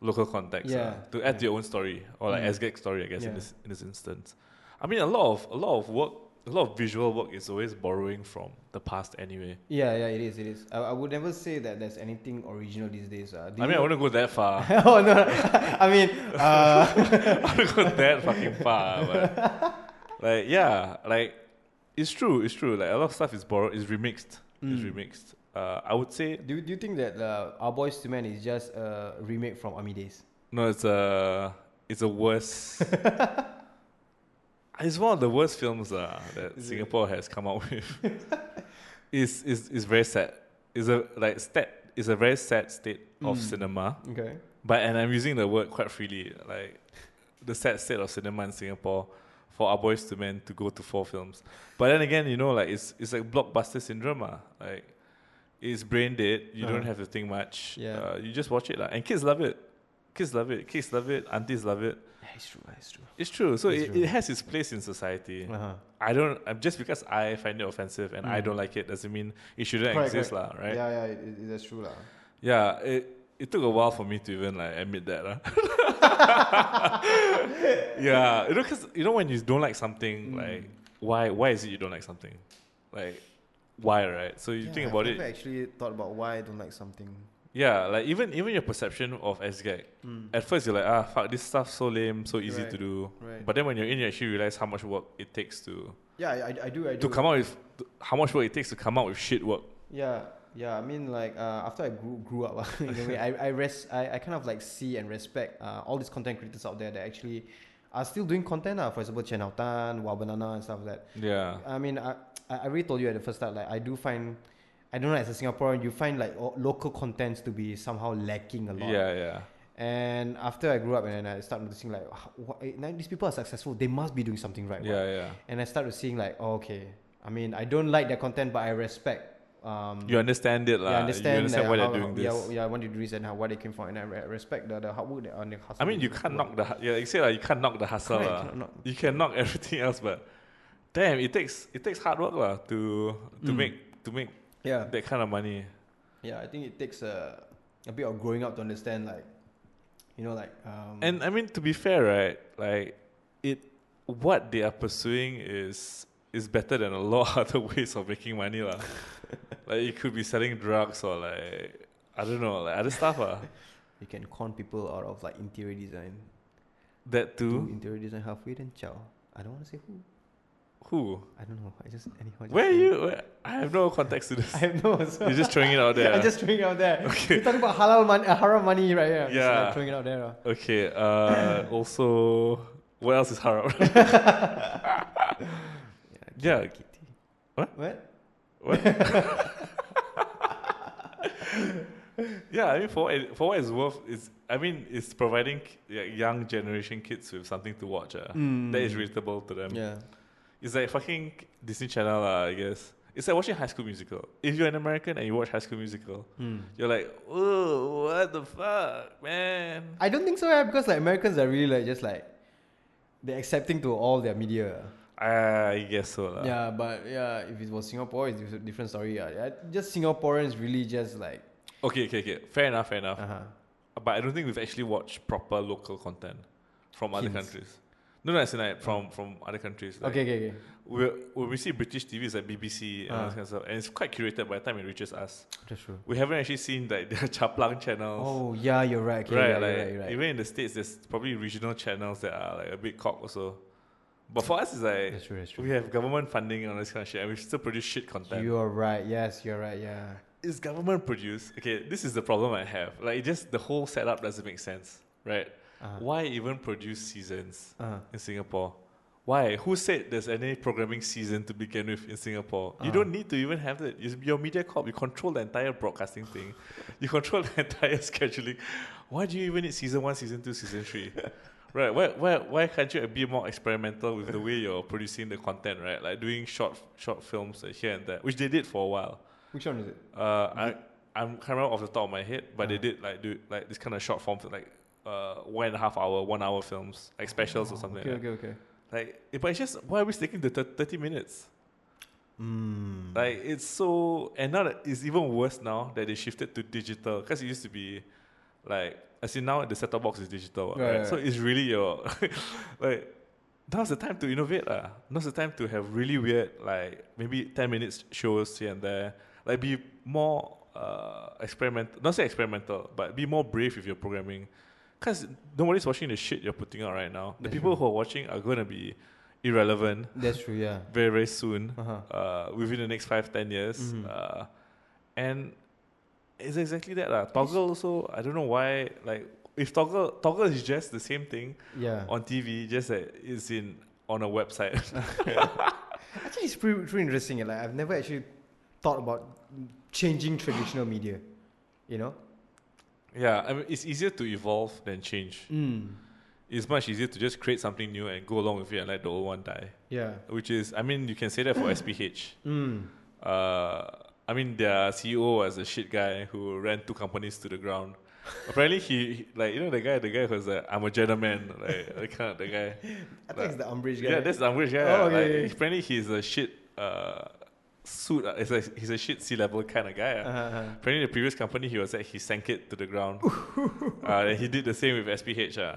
S2: local context,
S1: Yeah,
S2: uh, to add to
S1: yeah.
S2: your own story or like
S1: Mm.
S2: as SGAG story, I guess in
S1: Yeah.
S2: this in this instance. I mean, a lot of a lot of work, a lot of visual work is always borrowing from the past anyway.
S1: Yeah, yeah, it is, it is. I, I would never say that there's anything original these days. Uh,
S2: I mean, I wouldn't go that far.
S1: oh no, no. I mean, uh,
S2: I don't go that fucking far, but like yeah, like it's true, it's true. Like a lot of stuff is borrowed, is remixed, is
S1: Mm.
S2: remixed. Uh, I would say
S1: do, do you think that uh, Our Boys to Men is just a remake from Army Days?
S2: no, it's a it's a worse. it's one of the worst films uh, that
S1: Is it?
S2: Singapore has come out with. it's, it's it's very sad. It's a like stat. It's a very sad state of
S1: Mm.
S2: cinema.
S1: Okay.
S2: But and I'm using the word quite freely, like the sad state of cinema in Singapore for our boys to men to go to four films. But then again, you know, like it's it's like blockbuster syndrome, ah. like it's brain dead. You don't
S1: Uh-huh.
S2: have to think much.
S1: Yeah.
S2: Uh, you just watch it, lah. and kids love it. Kids love it. Kids love it. Aunties love it.
S1: it's true. It's true.
S2: It's true. So
S1: It's
S2: it,
S1: true.
S2: it has its place in society.
S1: Uh huh.
S2: I don't. I'm just because I find it offensive and I
S1: Mm.
S2: don't like it doesn't mean it shouldn't
S1: Correct,
S2: exist, lah. Right?
S1: Yeah, yeah, it, it, that's true, lah.
S2: Yeah, it it took a while for me to even like admit that. lah. yeah, you know, cause you know when you don't like something,
S1: Mm.
S2: like why why is it you don't like something, like why right? So you think about it,
S1: actually thought about why I don't like something.
S2: yeah, like even even your perception of SGAG. At first you're like ah fuck this stuff so lame, so easy
S1: Right,
S2: to do.
S1: right.
S2: But then when you're in, you actually realize how much work it takes to
S1: Yeah, I, I do. I do.
S2: to come out with how much work it takes to come out with shit work.
S1: Yeah, yeah. I mean, like uh, after I grew, grew up, in a way, I I, res- I I kind of like see and respect uh, all these content creators out there that actually are still doing content. Uh, for example, Chen Hao Tan, Wow Banana, and stuff like that.
S2: Yeah.
S1: I mean, I, I I already told you at the first start, like, I do find, I don't know, as a Singaporean, you find, like, o- local contents to be somehow lacking a lot.
S2: Yeah, yeah.
S1: And after I grew up and then I started noticing, like, "Wha- what, eh, now these people are successful, they must be doing something right. what?"
S2: Yeah, yeah.
S1: And I started seeing, like, oh, okay, I mean, I don't like their content, but I respect. Um,
S2: You understand it,
S1: yeah, I
S2: lah.
S1: understand,
S2: you
S1: like,
S2: understand why
S1: how,
S2: they're doing
S1: yeah,
S2: this.
S1: Yeah, I want to do this and how, why they came from, and I re- respect the, the hard work that, and the hustle.
S2: I mean,
S1: they
S2: you
S1: put
S2: can't
S1: forward.
S2: knock the hu- yeah. Like say, like, you can't knock the hustle,
S1: Correct,
S2: lah.
S1: cannot knock.
S2: You can knock everything else, but damn, it takes it takes hard work, lah, to to
S1: Mm.
S2: make to make
S1: Yeah,
S2: that kind of money.
S1: yeah. I think it takes a a bit of growing up to understand, like, you know, like. Um,
S2: And uh, I mean, to be fair, right? Like it, what they are pursuing is is better than a lot other ways of making money, lah. like it could be selling drugs or like I don't know, like other stuff, lah.
S1: you can con people out of like interior design.
S2: That
S1: Do
S2: too.
S1: interior design halfway, then ciao. I don't want to say who.
S2: Who?
S1: I don't know. I just anyhow. just
S2: Where are
S1: saying.
S2: you? Where? I have no context to this.
S1: I have no. So
S2: You're just throwing it out there.
S1: I'm just throwing it out there. We're talking about halal money, uh, haram money right here. I'm just, like,
S2: Yeah.
S1: throwing it out there. uh.
S2: Okay. Uh, also, what else is haram? yeah.
S1: Kitty.
S2: What?
S1: What?
S2: Yeah. I mean, for what it- for what it's worth, is I mean, it's providing k- yeah, young generation kids with something to watch. Uh, That is relatable to them.
S1: Mm. Yeah.
S2: It's like fucking Disney Channel, uh, I guess. It's like watching High School Musical. If you're an American and you watch High School Musical,
S1: Mm.
S2: you're like, oh, what the fuck, man?
S1: I don't think so, eh, because like Americans are really like just like they're accepting to all their media.
S2: Ah, I guess so. lah.
S1: yeah, but yeah, if it was Singapore, it's a different story. Yeah, yeah just Singaporeans really just like
S2: Okay, okay, okay. Fair enough, fair enough.
S1: uh-huh.
S2: But I don't think we've actually watched proper local content from other
S1: Hints.
S2: countries. No, no, I said like from from other countries. Like
S1: okay, okay, okay.
S2: we're- When we see British TV, it's like BBC and all
S1: Ah.
S2: this kind of stuff, and it's quite curated. By the time it reaches us,
S1: That's true.
S2: we haven't actually seen like their Chaplang channels,
S1: Oh yeah, you're right. Okay,
S2: right?
S1: yeah,
S2: like
S1: you're right, you're right.
S2: even in the states, there's probably regional channels that are like a bit cock also. But for us, it's like
S1: That's true. That's
S2: we
S1: true.
S2: have government funding and all this kind of shit, and we still produce shit content.
S1: You are right. Yes, you're right. Yeah.
S2: is government produced? Okay, this is the problem I have. Like, it just the whole setup doesn't make sense, right?
S1: Uh-huh.
S2: Why even produce seasons
S1: Uh-huh.
S2: in Singapore? Why? Who said there's any programming season to begin with in Singapore? You
S1: Ah.
S2: don't need to even have it. It's your media corp. You control the entire broadcasting thing. you control the entire scheduling. Why do you even need season one, season two, season three? right? Why, why, why can't you be more experimental with the way you're producing the content? Right? Like doing short short films uh, here and there, which they did for a while.
S1: Which one is it?
S2: Uh, I I'm can't remember off the top of my head, but they
S1: Ah.
S2: did like do like this kind of short form, like uh one and a half hour, one hour films, like specials or something.
S1: Oh, Okay,
S2: like,
S1: okay, okay.
S2: that. like, eh, but it's just why are we sticking to thir- thirty minutes?
S1: Mm.
S2: Like it's so and now that it's even worse now that they shifted to digital because it used to be like I see now the set top box is digital, right?
S1: Right, right,
S2: So
S1: right.
S2: it's really your like now's the time to innovate lah. Now's the time to have really weird like maybe ten minutes shows here and there. Like be more uh experimental not say experimental, but be more brave with your programming. Cause nobody's watching the shit you're putting out right now. The
S1: That's
S2: people
S1: true.
S2: who are watching are gonna be irrelevant
S1: That's true. Yeah.
S2: very, very soon
S1: Uh-huh.
S2: uh, within the next five ten years.
S1: Mhm.
S2: Uh, and it's exactly that. lah. Toggle also, I don't know why, like, if Toggle, Toggle is just the same thing
S1: Yeah.
S2: on TV, just that it's in on a website.
S1: Actually, it's pretty, pretty interesting. eh, Like I've never actually thought about changing traditional media. You know.
S2: yeah, I mean, it's easier to evolve than change.
S1: Mm.
S2: It's much easier to just create something new and go along with it and let the old one die.
S1: Yeah.
S2: Which is, I mean, you can say that for SPH.
S1: Mm.
S2: uh, I mean, their CEO was a shit guy who ran two companies to the ground. Apparently, he, he- like you know the guy, the guy who's like, I'm a gentleman, like that kind of the guy.
S1: I think it's the umbrage guy.
S2: Yeah, that's the Amrish guy.
S1: Oh,
S2: Oh,
S1: okay, okay.
S2: Apparently, he's a shit uh, suit. Uh, it's like, he's a shit sea level kind of guy. uh.
S1: Uh-huh, uh-huh.
S2: Apparently, the previous company he was at, he sank it to the ground. uh, and he did the same with SPH. Uh.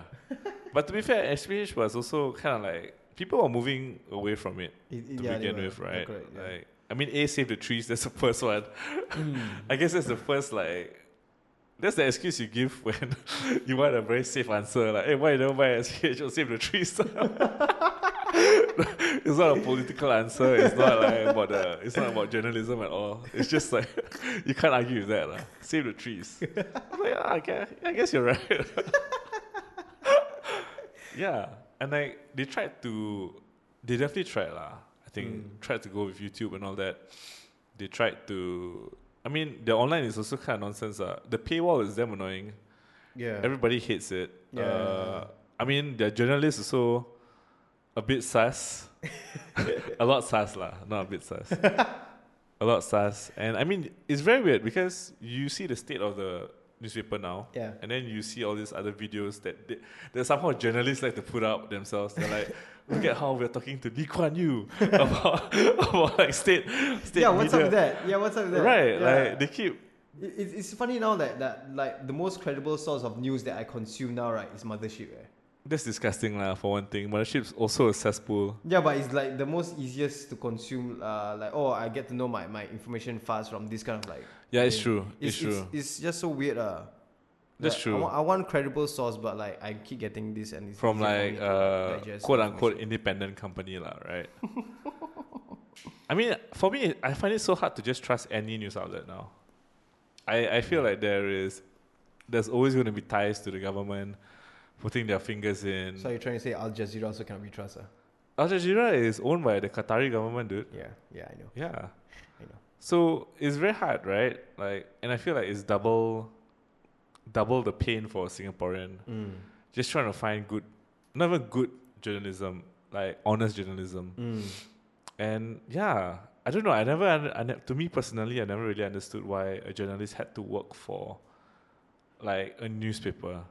S2: But to be fair, SPH was also kind of like people are moving away from it
S1: It- it-
S2: to
S1: yeah, they
S2: begin
S1: were.
S2: with,
S1: Yeah,
S2: right?
S1: correct, yeah.
S2: Like, I mean, A save the trees. That's the first one. I guess that's the first like. That's the excuse you give when you want a very safe answer. Like, hey, why you don't buy SPH or save the trees? it's not a political answer. It's not like about the. It's not about journalism at all. It's just like you can't argue with that. Like. Save the trees. I'm like, ah, I guess, I guess you're right. yeah, And like they tried to, they definitely tried lah. I think tried to go with YouTube and all that. They tried to. I mean, the online is also kind of nonsense. Uh. The paywall is damn annoying.
S1: Yeah.
S2: Everybody hates it.
S1: Yeah.
S2: Uh, I mean, the journalists also a bit sus. a lot sus lah, not a bit sus. a lot sus. And I mean, it's very weird because you see the state of the newspaper now.
S1: yeah.
S2: And then you see all these other videos that they, that somehow journalists like to put out themselves. They're like, look at how we're talking to Lee Kuan Yew about, about like state state
S1: yeah, what's
S2: media.
S1: up with that? Yeah, what's up with that?
S2: Right,
S1: Yeah.
S2: like they keep
S1: It- it's, it's funny now that, that like the most credible source of news that I consume now, right, is Mothership. Eh?
S2: that's disgusting lah for one thing. Mothership's also a cesspool.
S1: Yeah, but it's like the most easiest to consume. Uh, like, oh, I get to know my, my information fast from this kind of like.
S2: Yeah, it's
S1: Yeah.
S2: true. It's,
S1: It's,
S2: true.
S1: It's, it's just so weird. Uh,
S2: That's
S1: Like,
S2: true.
S1: I want, I want credible source, but like I keep getting this and it's
S2: From
S1: easier for me
S2: like
S1: to
S2: uh,
S1: digest
S2: quote unquote
S1: information.
S2: independent company lah, right? I mean, for me, I find it so hard to just trust any news outlet now. I, I feel like there is, there's always going to be ties to the government, putting their fingers in.
S1: So you're trying to say Al Jazeera also cannot be trusted?
S2: Al Jazeera is owned by the Qatari government, dude.
S1: Yeah, yeah, I know,
S2: Yeah.
S1: I know.
S2: So it's very hard, right? Like, and I feel like it's double, double the pain for a Singaporean
S1: Mm.
S2: just trying to find good, not even good journalism, like honest journalism.
S1: mm.
S2: And yeah, I don't know. I never, un- I ne- to me personally, I never really understood why a journalist had to work for like a newspaper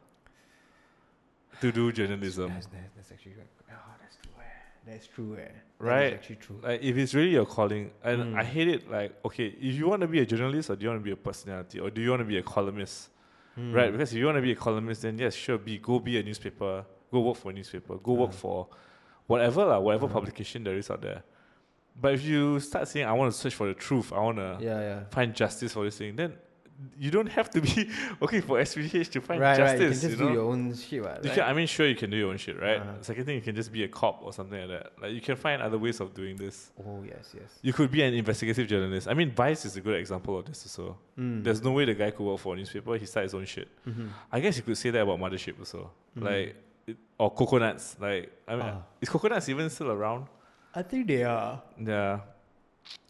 S2: to do journalism.
S1: That's, that's, that's actually like, oh, that's true. Eh. That's true. Eh.
S2: Right.
S1: That's actually true.
S2: Like, if it's really your calling, and
S1: Mm.
S2: I hate it. Like, okay, if you want to be a journalist, or do you want to be a personality, or do you want to be a columnist?
S1: Hmm.
S2: right? Because if you want to be a columnist, then yes, sure, be go be a newspaper, go work for a newspaper, go work
S1: Uh-huh.
S2: for whatever lah, whatever
S1: Uh-huh.
S2: publication there is out there. But if you start saying, I want to search for the truth, I want to
S1: Yeah, yeah.
S2: find justice for this thing, then you don't have to be okay for SPH to find
S1: right, right. You can
S2: justice.
S1: just
S2: you know?
S1: do your own shit, right?
S2: You
S1: Like-
S2: can- I mean, sure, you can do your own shit, right?
S1: Uh-huh.
S2: Second thing, you can just be a cop or something like that. Like you can find other ways of doing this.
S1: oh yes, yes.
S2: You could be an investigative journalist. I mean, Vice is a good example of this. So
S1: Mm.
S2: there's no way the guy could work for a newspaper. He started his own shit.
S1: Mhm.
S2: I guess you could say that about Mothership also,
S1: Mhm.
S2: like it, or coconuts. Like I mean,
S1: Ah.
S2: is coconuts even still around?
S1: I think they are.
S2: Yeah,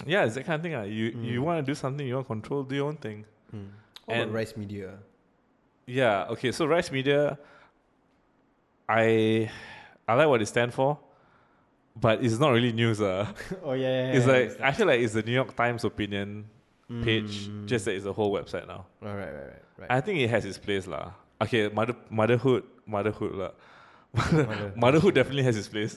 S2: yeah, it's that kind of thing. ah. You you
S1: Mm.
S2: want to do something, you want to control, do your own thing.
S1: Mm.
S2: What about
S1: and rice media.
S2: Yeah. Okay. So Rice Media, I I like what they stand for, but it's not really news. Uh.
S1: oh yeah, yeah,
S2: it's
S1: yeah,
S2: like I feel like it's the New York Times opinion
S1: Mm.
S2: page, just that it's a whole website now.
S1: Oh, right, right, right, right.
S2: I think it has its place lah. Okay, mother motherhood, motherhood lah. Mother,
S1: Mother-
S2: motherhood definitely has its place.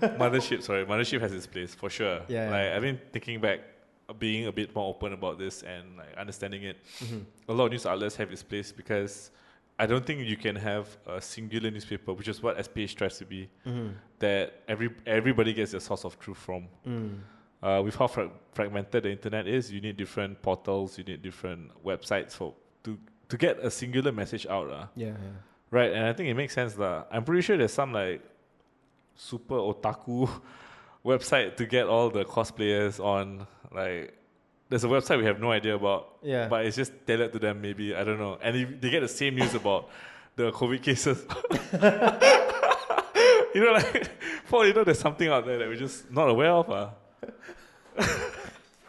S2: mothership, sorry, mothership has its place for sure.
S1: Yeah,
S2: like
S1: yeah.
S2: I've been thinking back, uh, being a bit more open about this and like understanding it.
S1: Mhm.
S2: A lot of news outlets have its place because I don't think you can have a singular newspaper, which is what SPH tries to be,
S1: Mhm.
S2: that every everybody gets their source of truth from
S1: Mm.
S2: uh, with how frag- fragmented the internet is, you need different portals, you need different websites for to to get a singular message out, uh. lah.
S1: Yeah, yeah.
S2: Right, and I think it makes sense, lah. I'm pretty sure there's some like super otaku website to get all the cosplayers on. Like, there's a website we have no idea about,
S1: Yeah.
S2: but it's just tailored to them. Maybe I don't know, and if they get the same news about the COVID cases. you know, like, for you know, there's something out there that we're just not aware of, ah.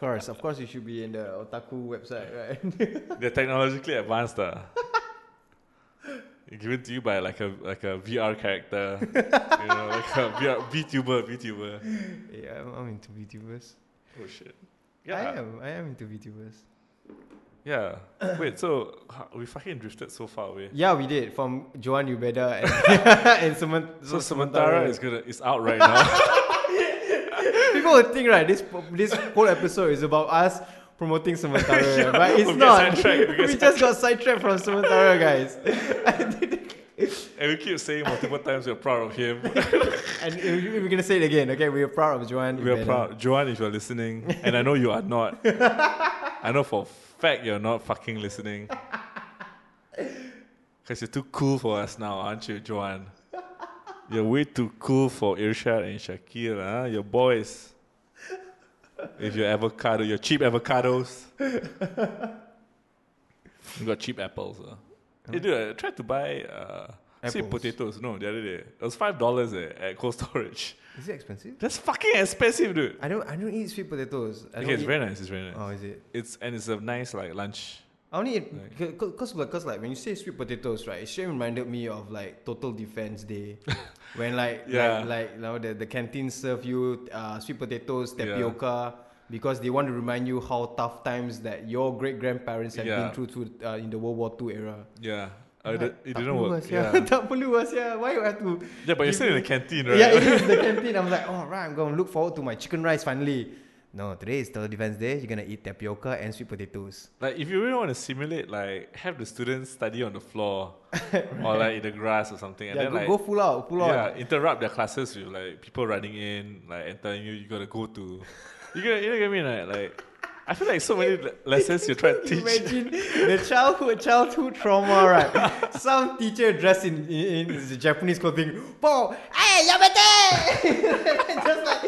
S1: Of course, of course, you should be in the otaku website, right?
S2: They're technologically advanced, uh. Given to you by like a like a VR character, you know, like a VR VTuber, VTuber.
S1: yeah, I'm, I'm into VTubers.
S2: Oh shit!
S1: I
S2: Yeah,
S1: am. I am into VTubers.
S2: yeah. Wait, so ha- we fucking drifted so far away.
S1: Yeah, we did from Joan Ubeda and, and Saman-
S2: So
S1: Samantara.
S2: Samantara is gonna is out right now.
S1: People would think right, this po- this whole episode is about us promoting Samantara,
S2: Yeah,
S1: but it's
S2: we get
S1: not.
S2: sidetracked, we
S1: we
S2: get
S1: just got sidetracked from Samantara, guys.
S2: and we keep saying multiple times we're proud of him.
S1: And we- we're gonna say it again, okay? We are proud of Joan.
S2: We are
S1: Ubeda.
S2: proud, Joanne, if you're listening, and I know you are not. I know for a fact you're not fucking listening, because you're too cool for us now, aren't you, Joanne? You're way too cool for Irshad and Shakir, huh? Your boys. If your avocado, your cheap avocados. you got cheap apples, huh? Hey, dude, I tried to buy uh, sweet
S1: Apples.
S2: potatoes. No, the other day. It was five dollars eh, at Cold Storage.
S1: Is it expensive?
S2: That's fucking expensive, dude.
S1: I don't. I don't eat sweet potatoes. I
S2: Okay,
S1: don't
S2: it's
S1: eat-
S2: very nice. It's very nice.
S1: Oh, is it?
S2: It's and it's a nice like lunch.
S1: I only eat
S2: Like-
S1: because like, cause like when you say sweet potatoes, right? It straight reminded me of like Total Defense Day, when like
S2: Yeah.
S1: like, like you know, the the canteen serve you uh, sweet potatoes tapioca because they want to remind you how tough times that your great grandparents have
S2: Yeah.
S1: been through through uh, in the World War II era.
S2: Yeah. Uh,
S1: I'm
S2: that-
S1: like,
S2: it
S1: "Tak
S2: didn't
S1: perlu
S2: work.
S1: lah, sia.
S2: Yeah.
S1: tak perlu lah, sia. Why you have to?
S2: yeah, but you're
S1: Give
S2: still in the
S1: me-
S2: canteen, right?
S1: Yeah, it is the canteen. I'm like, oh right, I'm gonna look forward to my chicken rice finally. No, today is Total Defense Day. You're gonna eat tapioca and sweet potatoes.
S2: Like if you really want to simulate, like have the students study on the floor or like in the grass or something, and
S1: yeah,
S2: then
S1: go,
S2: like
S1: go full out, full out.
S2: yeah, interrupt their classes with like people running in, like and telling you you gotta go to. You gonna you know what I mean? Like, like I feel like so many le- lessons you try to teach.
S1: Imagine the childhood childhood trauma, right? Some teacher dressed in, in, in Japanese clothing, Paul, hey, yamete! Just like,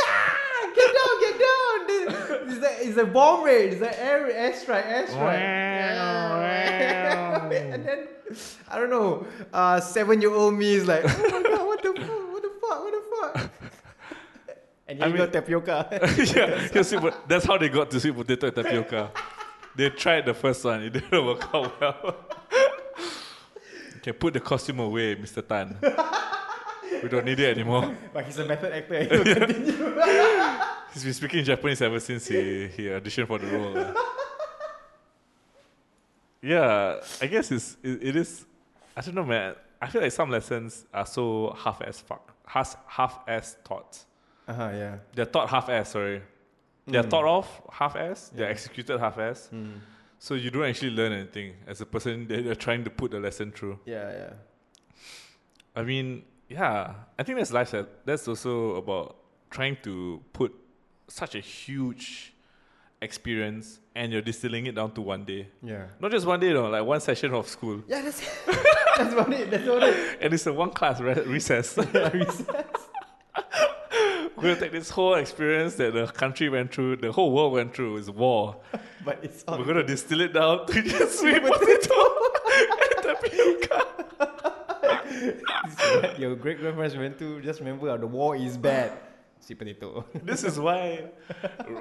S1: "Ah, get down, get down! This- It's a, it's a bomb raid, it's an air, airstrike, airstrike. and then, I don't know, uh, seven year old me is like, oh my god, what the fuck, what the fuck, what the fuck? And you
S2: I
S1: got
S2: mean-
S1: tapioca.
S2: yeah, yeah, sweet pot- that's how they got to sweet potato and tapioca. they tried the first one, it didn't work out well. okay, put the costume away, Mr. Tan. we don't need it anymore.
S1: but he's a method actor, he will continue.
S2: He's been speaking Japanese ever since he, he auditioned for the role. uh. yeah, I guess it's it, it is. I don't know, man. I feel like some lessons are so half as fuck, half half as taught.
S1: uh-huh, yeah.
S2: They're taught half as sorry. They're
S1: Mm.
S2: thought of half as. They're
S1: Yeah.
S2: executed half as.
S1: Hmm.
S2: So you don't actually learn anything as a person that you're trying to put the lesson through.
S1: Yeah, yeah.
S2: I mean, yeah, I think that's life. that- That's also about trying to put such a huge experience and you're distilling it down to one day.
S1: Yeah.
S2: Not just one day, you know, like one session of school.
S1: Yeah, that's that's about it. That's about it.
S2: And it's a one class re- recess. We're going to take this whole experience that the country went through, the whole world went through, is war.
S1: But it's
S2: We're
S1: all
S2: going to distill it down to just sweet potato and tapioca.
S1: this is what your great grandparents went to. Just remember, uh, the war is bad. Sweet potato.
S2: This is why,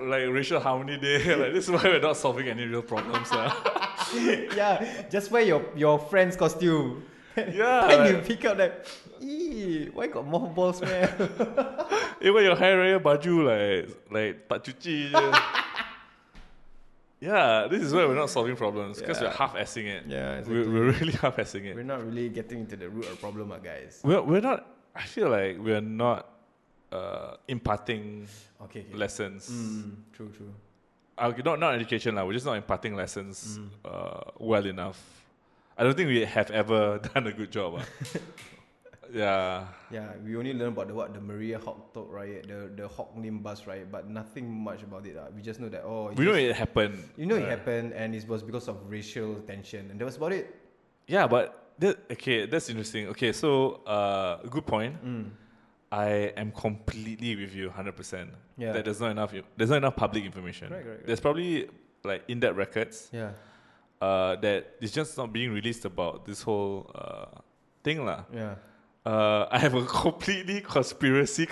S2: like racial harmony day, like this is why we're not solving any real problems. ah.
S1: yeah, just wear your your friend's costume.
S2: Yeah,
S1: Then you
S2: like-
S1: pick up like, ee, why got mothballs, man?
S2: Even your hair raya baju like like tak cuci. je. yeah, this is why we're not solving problems because
S1: Yeah.
S2: we're half assing it.
S1: Yeah,
S2: we're,
S1: exactly.
S2: we're really half assing
S1: We're
S2: it.
S1: not really getting into the root of the problem, uh, guys.
S2: We're we're not. I feel like we're not uh, imparting
S1: Okay. okay.
S2: lessons.
S1: Mm, true, true.
S2: Uh, not not education lah. We're just not imparting lessons
S1: Mm.
S2: uh, well enough. I don't think we have ever done a good job. ah. yeah,
S1: Yeah, we only learn about the what the Maria Hawthorne riot, the the Hawk Lim bus riot, but nothing much about it. Uh. We just know that oh, it's
S2: we know
S1: just-
S2: it happened.
S1: You know it
S2: right?
S1: happened, and it was because of racial tension, and that was about it.
S2: Yeah, but that, okay, that's interesting. Okay, so uh, good point. I am completely with you, hundred percent.
S1: Yeah.
S2: that there's not enough. There's not enough public information.
S1: Correct, correct,
S2: There's probably like in-depth records
S1: Yeah,
S2: uh, that is just not being released about this whole uh, thing, lah.
S1: yeah.
S2: Uh, I have a completely conspiracy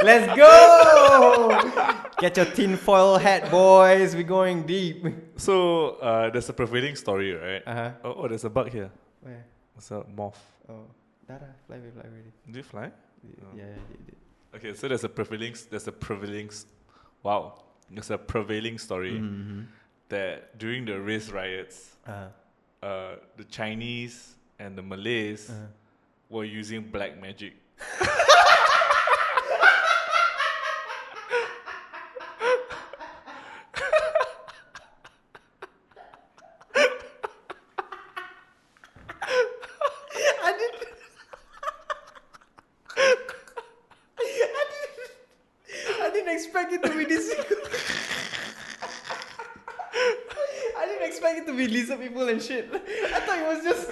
S1: Let's go! Get your tinfoil hat, boys. We're going deep.
S2: so uh, there's a prevailing story, right?
S1: Uh huh.
S2: Oh, oh, there's a bug here.
S1: Where?
S2: It's a moth.
S1: Oh, Dada, fly away, fly away.
S2: Did it fly? Oh.
S1: Yeah, yeah, yeah,
S2: Okay, so there's a prevailing there's a prevailing s- wow. There's a prevailing story
S1: yeah. Mm-hmm.
S2: that during the race riots,
S1: Uh,
S2: uh, the Chinese and the Malays
S1: uh.
S2: were using black magic.
S1: I didn't. I didn't. I didn't expect it to be this. I didn't expect it to be lizard people and shit. I thought it was just.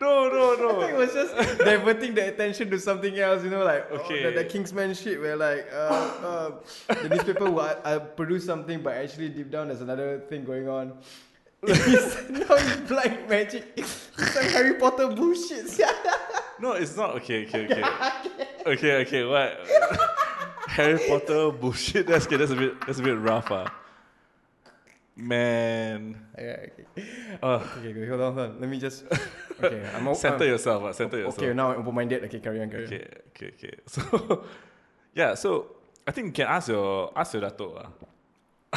S2: No, no,
S1: I thought it
S2: no.
S1: was just diverting the attention to something else, you know, like okay,
S2: Okay.
S1: the, the Kingsman shit where like uh, uh, the newspaper will uh, uh, produce something, but actually deep down there's another thing going on. It's- now it's black magic. It's some Harry Potter bullshit. sia.
S2: No, it's not. Okay, okay, okay. okay, okay, what? Harry Potter bullshit. That's okay, that's a bit that's a bit rough, ah. Man.
S1: Alright, okay.
S2: Ugh.
S1: okay, okay, hold on, hold on. Let me just. Okay, I'm Oh, um, o-
S2: Center
S1: I'm-
S2: yourself, ah. Center yourself.
S1: Okay, now I'm open-minded. Okay, carry on, carry on.
S2: Okay, okay, okay. So, yeah. So I think you can ask your ask your dato ah. lah.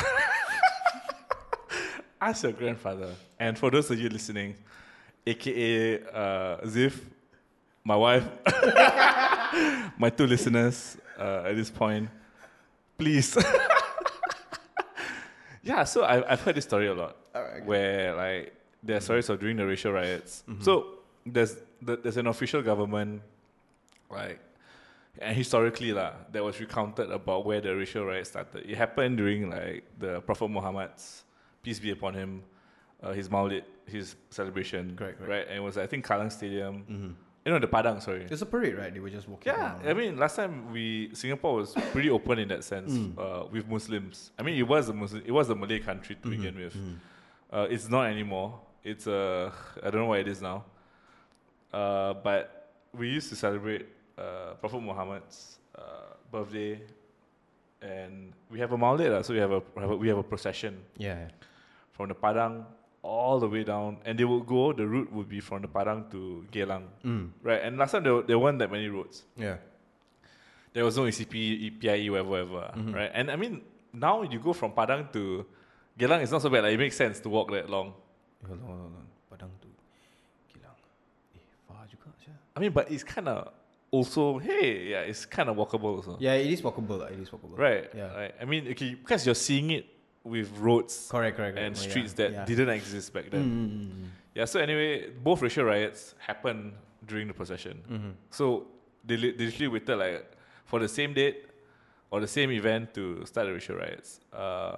S2: ask your grandfather. And for those of you listening, aka uh, Ziv, my wife, my two listeners uh, at this point, please. yeah. So I, I've heard this story a lot
S1: Alright, okay.
S2: where like
S1: Mm-hmm.
S2: there are stories of during the racial riots. So there's the, there's an official government, like, and historically lah, that was recounted about where the racial riots started. It happened during like the Prophet Muhammad's peace be upon him, uh, his Maulid, his celebration,
S1: Correct, correct.
S2: right? And it was I think Kallang Stadium,
S1: Mm-hmm.
S2: you know the Padang, sorry.
S1: It's a parade, right? They were just walking.
S2: Yeah,
S1: around.
S2: I mean, last time we Singapore was pretty open in that sense
S1: Mm.
S2: uh, with Muslims. I mean, it was a Muslim, it was a Malay country
S1: Mm-hmm.
S2: to begin with. Uh, it's not anymore. It's uh, I don't know what it is now. Uh, but we used to celebrate uh, Prophet Muhammad's uh, birthday, and we have a maulid, lah. so we have a, have a we have a procession
S1: yeah.
S2: from the Padang all the way down, and they would go. The route would be from the Padang to Geylang,
S1: yeah. Mm.
S2: right? And last time there, there weren't that many roads
S1: Yeah.
S2: there was no E ECP, EPIE, whatever, whatever, right? And I mean, now you go from Padang to Geylang, it's not so bad. Like, it makes sense to walk that long.
S1: Hold on, hold on. Padang tu Kilang. Eh, far juga sia.
S2: I mean, but it's kind of also, hey, yeah, it's kind of walkable also,
S1: Yeah, it is walkable. lah, It is walkable.
S2: right?
S1: Yeah.
S2: Right. I mean, okay, because you're seeing it with roads
S1: Correct, correct, correct.
S2: and
S1: Oh, yeah,
S2: streets that
S1: yeah.
S2: didn't exist back then.
S1: Mm,
S2: Yeah. So anyway, both racial riots happened during the procession.
S1: mm, mm, mm.
S2: So they, li- they literally waited like for the same date or the same event to start the racial riots. Uh,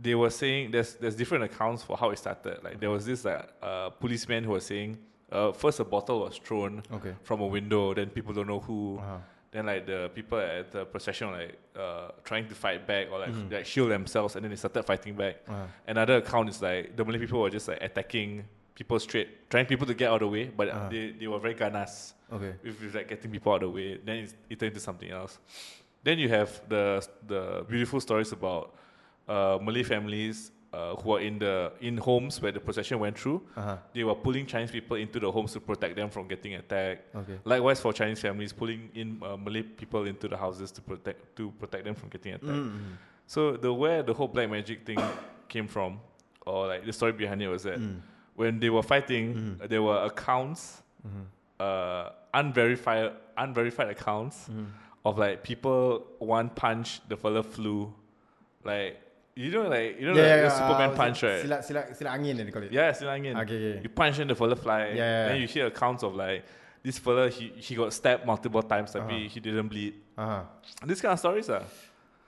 S2: they were saying there's there's different accounts for how it started. Like there was this like uh, policeman who was saying uh, first a bottle was thrown
S1: Okay.
S2: from a window, then people don't know who.
S1: Uh-huh.
S2: Then like the people at the procession were, like uh, trying to fight back or like,
S1: Mhm.
S2: like shield themselves, and then they started fighting back.
S1: Uh-huh.
S2: Another account is like the Malay people were just like attacking people straight, trying people to get out of the way, but
S1: Ah.
S2: they, they were very ganas
S1: Okay.
S2: with, with like getting people out of the way. Then it's, it turned into something else. Then you have the the beautiful stories about uh, Malay families uh, who are in the in homes where the procession went through.
S1: Uh-huh.
S2: They were pulling Chinese people into the homes to protect them from getting attacked.
S1: Okay.
S2: Likewise for Chinese families, pulling in uh, Malay people into the houses to protect to protect them from getting attacked.
S1: Mm,
S2: So the where the whole black magic thing came from, or like the story behind it was that
S1: mm,
S2: when they were fighting,
S1: Mhm.
S2: there were accounts
S1: mm,
S2: uh, unverified unverified accounts
S1: mm.
S2: of like people one punch the fella flew, like you know like you know like the Superman
S1: uh,
S2: punch right?
S1: Silat, silat, silat angin they call it. Ah,
S2: yeah, Silangin.
S1: Okay, okay.
S2: You punch and the fella fly.
S1: Yeah, yeah,
S2: Then
S1: yeah.
S2: you hear accounts of like this fella he, he got stabbed multiple times, like
S1: Uh-huh.
S2: he, he didn't bleed.
S1: Uh-huh.
S2: This kind of stories are.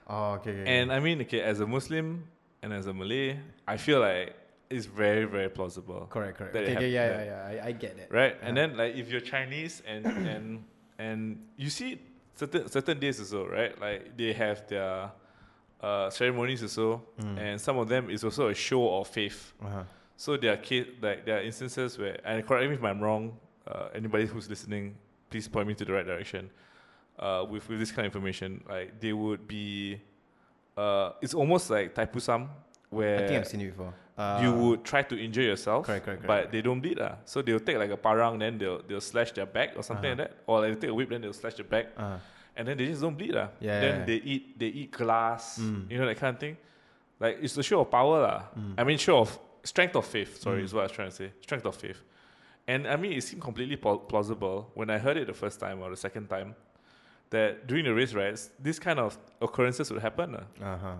S1: Oh, okay, okay.
S2: And I mean, okay, as a Muslim and as a Malay, I feel like it's very very plausible.
S1: correct, correct.
S2: that it
S1: Okay, okay,
S2: happened,
S1: yeah,
S2: yeah.
S1: yeah, yeah. I, I get that.
S2: right? And
S1: Yeah.
S2: then like if you're Chinese and and and you see certain certain days also, right? Like they have their uh, ceremonies also, and some of them is also a show of faith.
S1: Mm. Uh-huh.
S2: So there are case, like there are instances where, and correct me if I'm wrong. Uh, anybody who's listening, please point me to the right direction. Uh, with with this kind of information, like they would be, uh, it's almost like taipusam where
S1: I think I've seen it before. Uh,
S2: you would try to injure yourself,
S1: Correct, correct, correct,
S2: but
S1: correct.
S2: they don't bleed. Uh. So they'll take like a parang, then they'll, they'll slash their back or something
S1: Uh-huh.
S2: like that. Or like, they take a whip, then they'll slash their back,
S1: Uh,
S2: and then they just don't bleed. Uh.
S1: Yeah,
S2: then
S1: yeah, yeah.
S2: they eat they eat glass,
S1: Mm.
S2: you know, that kind of thing. Like, it's the show of power. lah. I mean, show of strength of faith, sorry,
S1: Mm.
S2: is what I was trying to say. Strength of faith. And I mean, it seemed completely pau- plausible when I heard it the first time or the second time that during the race riots, these kind of occurrences would happen. ah.
S1: uh-huh.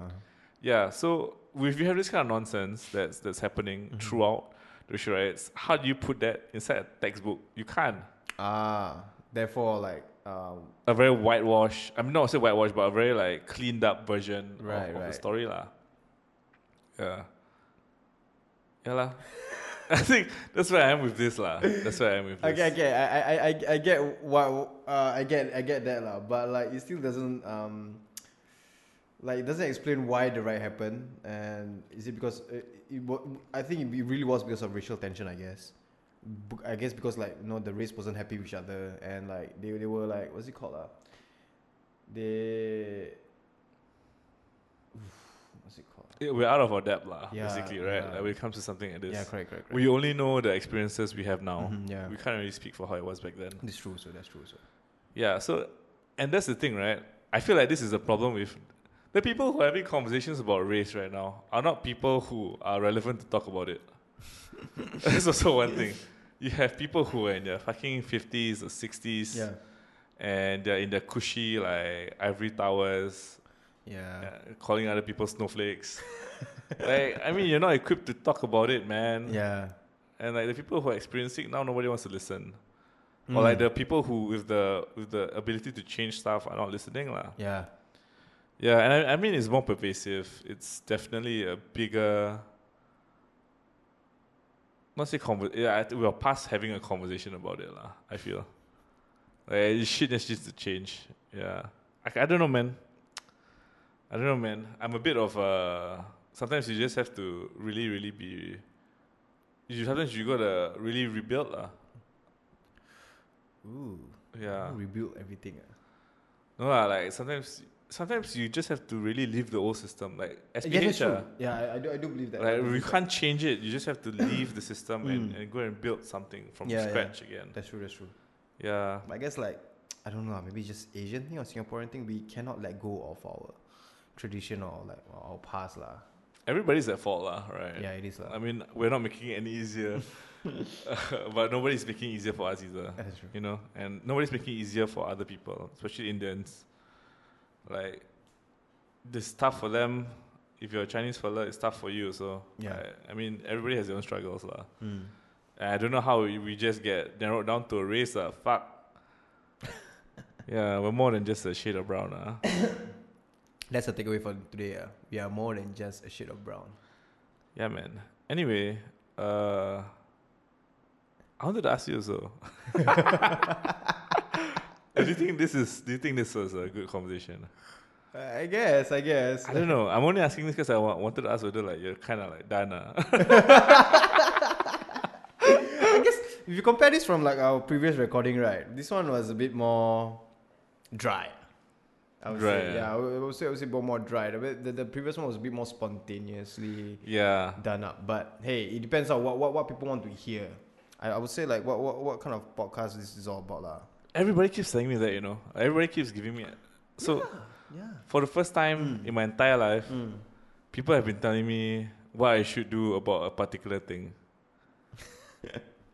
S2: Yeah, so if you have this kind of nonsense that's that's happening
S1: Mm-hmm.
S2: throughout the chariots, how do you put that inside a textbook? You can't.
S1: Ah, therefore, like, um,
S2: A very whitewash, I mean not say whitewash, but a very like cleaned up version
S1: Right,
S2: of, of the
S1: right.
S2: story lah. Yeah. Yeah lah. I think that's where I am with this lah. That's where I am with this.
S1: Okay, okay, I, I, I, I get what uh, I get, I get that lah. But like, it still doesn't um, like it doesn't explain why the riot happened, and is it because uh, it, wa I think it really was because of racial tension, I guess. B- I guess because like you know the race wasn't happy with each other, and like they they were like what's it called lah? They what's it called?
S2: Yeah, We're out of our depth lah,
S1: Yeah,
S2: basically, right?
S1: yeah.
S2: Like when it comes to something like this.
S1: Yeah, correct, correct, correct.
S2: We only know the experiences we have now.
S1: Mhm, yeah,
S2: We can't really speak for how it was back then.
S1: that's true. So that's true. So
S2: Yeah, so and that's the thing, right? I feel like this is a problem with the people who are having conversations about race right now are not people who are relevant to talk about it. that's also one thing. You have people who are in their fucking fifties or sixties
S1: yeah,
S2: and they're in their cushy like ivory towers,
S1: yeah.
S2: uh, calling other people snowflakes. like I mean you're not equipped to talk about it, man.
S1: Yeah.
S2: And like the people who are experiencing it now nobody wants to listen. Or like
S1: Hmm.
S2: the people who with the with the ability to change stuff are not listening lah.
S1: yeah.
S2: Yeah, and I, I mean it's more pervasive. It's definitely a bigger. Not say conver- Yeah, I think we're past having a conversation about it lah. I feel. Like it's shit that's just to change. Yeah, I, I don't know, man. I don't know, man. I'm a bit of uh Sometimes you just have to really, really be. You sometimes you gotta really rebuild lah.
S1: Ooh.
S2: Yeah.
S1: Rebuild everything. ah.
S2: No lah, like sometimes sometimes you just have to really leave the old system. Like SPH,
S1: Yeah, that's
S2: ah,
S1: true. Yeah, I, I, do, I do believe that. I
S2: like
S1: do
S2: we
S1: believe that.
S2: can't change it. You just have to leave the system and,
S1: Mm.
S2: and go and build something from
S1: Yeah, yeah.
S2: scratch again.
S1: That's true. That's true.
S2: Yeah.
S1: But I guess like I don't know. Maybe it's just Asian thing or Singaporean thing. We cannot let go of our tradition or like our past lah.
S2: Everybody's at fault lah, right? Um,
S1: Yeah, it is lah.
S2: I mean, we're not making it any easier. but nobody's making it easier for us either.
S1: That's true.
S2: You know? And nobody's making it easier for other people, especially Indians. Like it's tough for them. If you're a Chinese fella, it's tough for you. So
S1: Yeah.
S2: I, I mean everybody has their own struggles lah.
S1: Mm.
S2: And I don't know how we we just get narrowed down to a race. Uh, fuck. yeah, we're more than just a shade of brown. Uh.
S1: That's the takeaway for today. ah. We are more than just a shade of brown.
S2: Yeah, man. Anyway, uh, I wanted to ask you also. do you think this is? Do you think this was a good conversation?
S1: I I guess. I guess.
S2: I don't know. I'm only asking this because I wa- wanted to ask whether like you're kind of like done. Uh.
S1: I guess if you compare this from like our previous recording, right? This one was a bit more dry. I would
S2: Dry,
S1: say,
S2: yeah.
S1: yeah, I would I would say, I would say a bit more dry. The, the, the previous one was a bit more spontaneously
S2: yeah.
S1: done up. But hey, it depends on what, what, what people want to hear. I, I would say like what, what what kind of podcast this is all about lah.
S2: Everybody keeps telling me that you know. Everybody keeps giving me. So
S1: Yeah.
S2: for the first time in my entire life,
S1: Mm.
S2: people have been telling me what I should do about a particular thing.